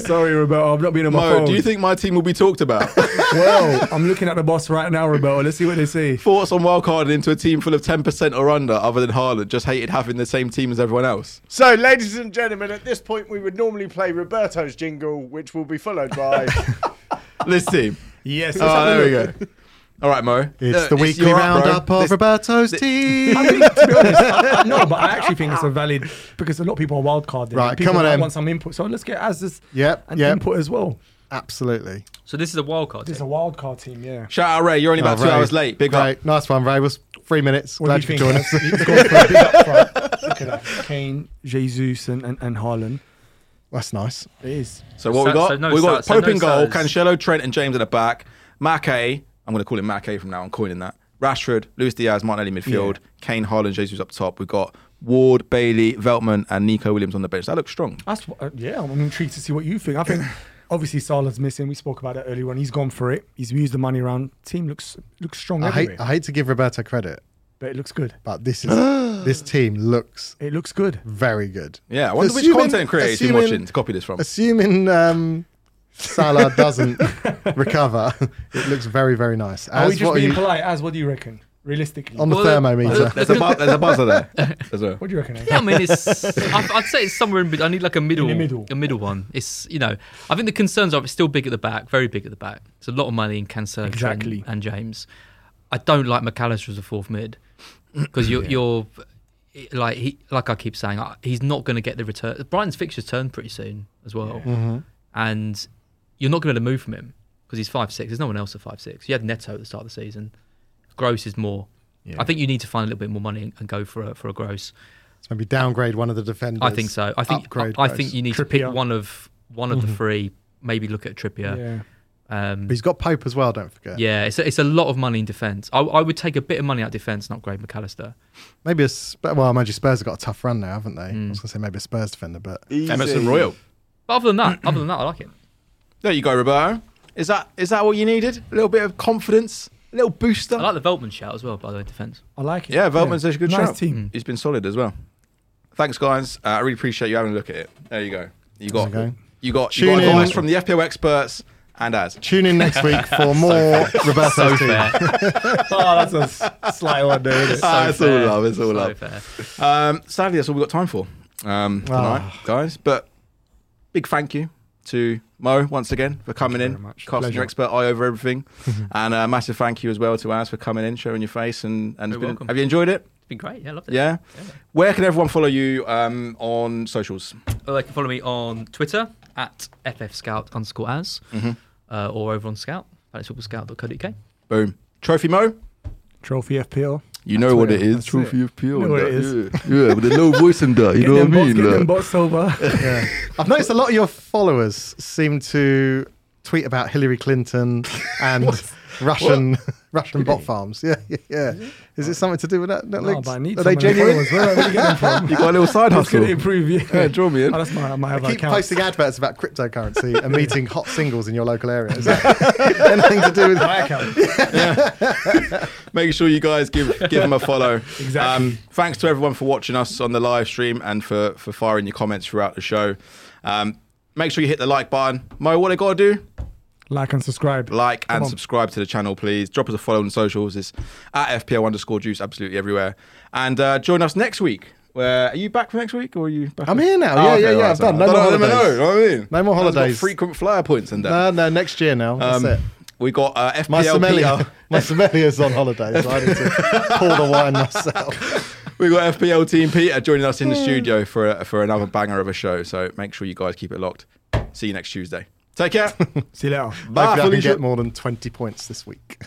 F: Sorry, Roberto. I'm not being on my
A: Mo,
F: phone.
A: do you think my team will be talked about?
F: well, I'm looking at the boss right now, Roberto. Let's see what they say.
A: Thoughts on wildcarding into a team full of 10% or under, other than Haaland, just hated having the same team as everyone else.
E: So ladies and gentlemen, at this point we would normally play Roberto's jingle, which will be followed by
A: This team.
F: Yes.
A: Oh, there we go. All right, Mo.
B: it's
A: Look,
B: the weekly
A: you're up, bro.
B: roundup of
A: This-
B: Roberto's team.
F: I think, to be honest, I- I- no, but I actually think it's a valid because a lot of people are wildcarding.
B: Right,
F: people
B: come on
F: might
B: in.
F: want some input. So let's get Az's
B: Yep,
F: and
B: yep.
F: input as well.
B: Absolutely.
C: So this is a wild card.
F: It's a
C: team.
F: wild card team, yeah.
A: Shout out, Ray. You're only about
B: Oh,
A: two
B: Ray.
A: hours late. Big
B: Ray,
A: up.
B: Nice one, Ray. Was three minutes.
F: What
B: Glad
F: do
B: you
F: you
B: could join
F: think?
B: us.
F: He's gone for a big up front. Look at that. Kane, Jesus, and, and, and Haaland.
B: That's nice.
F: It is.
A: So what we
C: So-
A: got?
C: so no
A: we got
C: start- so
A: Pope
C: no
A: in goal,
C: starters.
A: Cancelo, Trent, and James at the back. Mackay, I'm going to call him Mackay from now on, coining that. Rashford, Luis Diaz, Martinelli midfield, Kane, Haaland, Jesus up top. We got Ward, Bailey, Veltman, and Nico Williams on the bench. That looks strong.
F: That's what, uh, yeah. I'm intrigued to see what you think. I think obviously Salah's missing. We spoke about it earlier on. He's gone for it. He's used the money around. Team looks looks strong
B: I
F: everywhere,
B: hate. I hate to give Roberto credit,
F: but it looks good.
B: but this is this team looks
F: It looks good.
B: very good.
A: Yeah, I wonder which
B: Assuming-
A: content creator has been
B: assuming-
A: watching to copy this from.
B: Assuming um, Salah doesn't recover, it looks very, very nice.
F: Are we
B: As
F: just
B: what are
F: being
B: you-
F: polite? As what do you reckon? Realistically,
B: on the
C: Well,
B: thermometer.
A: There's a, bu- there's a buzzer there. There's a-
F: what do you reckon? Ed?
C: Yeah, I mean, it's. I- I'd say it's somewhere in. bet- I need like a middle,
F: the middle.
C: a middle one. It's you know, I think the concerns are it's still big at the back, very big at the back. It's a lot of money in Cancelo, Trent
F: Exactly.
C: and James. I don't like McAllister as a fourth mid because you're you're like he like I keep saying I- he's not going to get the return. Brighton's fixtures turn pretty soon as well,
F: Mm-hmm.
C: and you're not going to move from him because he's five six. There's no one else at five six. You had Neto at the start of the season. Gross is more. I think you need to find a little bit more money and- and go for a for a gross.
B: So maybe downgrade one of the defenders.
C: I think so. I think
B: Upgrade
C: I, I
B: goes.
C: think you need to
F: Trippier.
C: pick one of one of the three. Maybe look at Trippier.
F: Yeah.
C: Yeah, um,
B: But he's got Pope as well. Don't forget.
C: yeah it's, a, it's a lot of money in defence. I, I would take a bit of money out defence and upgrade McAllister.
B: Maybe a Sp- well, I imagine Spurs have got a tough run now, haven't they?
C: Hmm.
B: I was going to say maybe a Spurs defender, but
A: Emerson Royal.
C: But other than that, other than that, I like it.
A: There you go, Roberto. Is that is that what you needed? A little bit of confidence, a little booster.
C: I like the Veltman shout as well. By the way, defence.
F: I like it.
A: yeah, Veltman's a good Mm.
F: nice
A: shout.
F: team.
A: He's been solid as well. Thanks, guys. Uh, I really appreciate you having a look at it. There you go. You got
B: Okay.
A: You got, you
B: Tune
A: got
B: in.
A: advice from the FPL experts and as.
B: Tune in next week for more Roberto's team.
F: Oh, that's a s- slight one there. Isn't it?
A: Ah, it's all love. It's all
C: so uh,
A: love.
C: fair.
A: Um, sadly, that's all we've got time for um, tonight, guys. But big thank you to Mo once again for coming in, casting
B: Pleasure.
A: your expert eye over everything, and a massive thank you as well to Az for coming in, showing your face, and and it's
C: You're
A: been-
C: welcome.
A: have you enjoyed it?
C: It's been great. Yeah, I loved it.
A: Yeah. Where can everyone follow you um, on socials?
C: Well, they can follow me on Twitter at ffscout underscore as,
A: Mm-hmm.
C: uh, or over on Scout, planetfootballscout.co.uk.
A: Boom. Trophy Mo.
F: Trophy FPL.
A: You know what it is. Trophy of pure.
F: Know what it is.
A: Yeah, yeah, with a low voice and that. You
F: Get them bots, get them bots over.
B: I've noticed a lot of your followers seem to tweet about Hillary Clinton and Russian Russian bot farms. Yeah, yeah, yeah. Is it something to do with that? that
F: No,
B: links?
F: but I need
B: Are they
F: some of them
B: genuine?
F: followers. Where are we getting them
A: You
F: from?
A: got a little side
F: It's
A: hustle.
F: going to improve you.
A: Yeah, draw me in.
F: Oh, that's my, I might have
B: I keep
F: account.
B: posting adverts about cryptocurrency and meeting hot singles in your local area. Is that anything to do with
F: my account.
A: Make sure you guys give give them a follow. Um,
F: Exactly.
A: thanks to everyone for watching us on the live stream and for for firing your comments throughout the show. Um, make sure you hit the like button. Mo, what I got to do?
F: Like and subscribe.
A: Like and
F: on.
A: subscribe to the channel, please. Drop us a follow on socials. It's at FPL underscore juice absolutely everywhere. And uh, join us next week. Where are you back for next week or are you back?
B: I'm
A: on-
B: here now.
A: Oh,
B: Yeah,
A: okay,
B: yeah, yeah.
A: right,
B: I've
A: so
B: done.
A: I
B: No more
A: don't know, I
B: holidays.
A: never know, you know what I mean?
B: No more
A: I've got
B: holidays.
A: Frequent flyer points and that.
B: No, no, next year now. That's it.
A: Um, we got uh,
B: My
A: FPL
B: sommelier, my sommelier's on holiday, so I need to pour the wine myself.
A: We got FPL team Peter joining us in the studio for a, for another banger of a show. So make sure you guys keep it locked. See you next Tuesday. Take care.
F: See you later.
A: Bye,
B: Hopefully I can
A: Felicia.
B: get more than 20 points this week.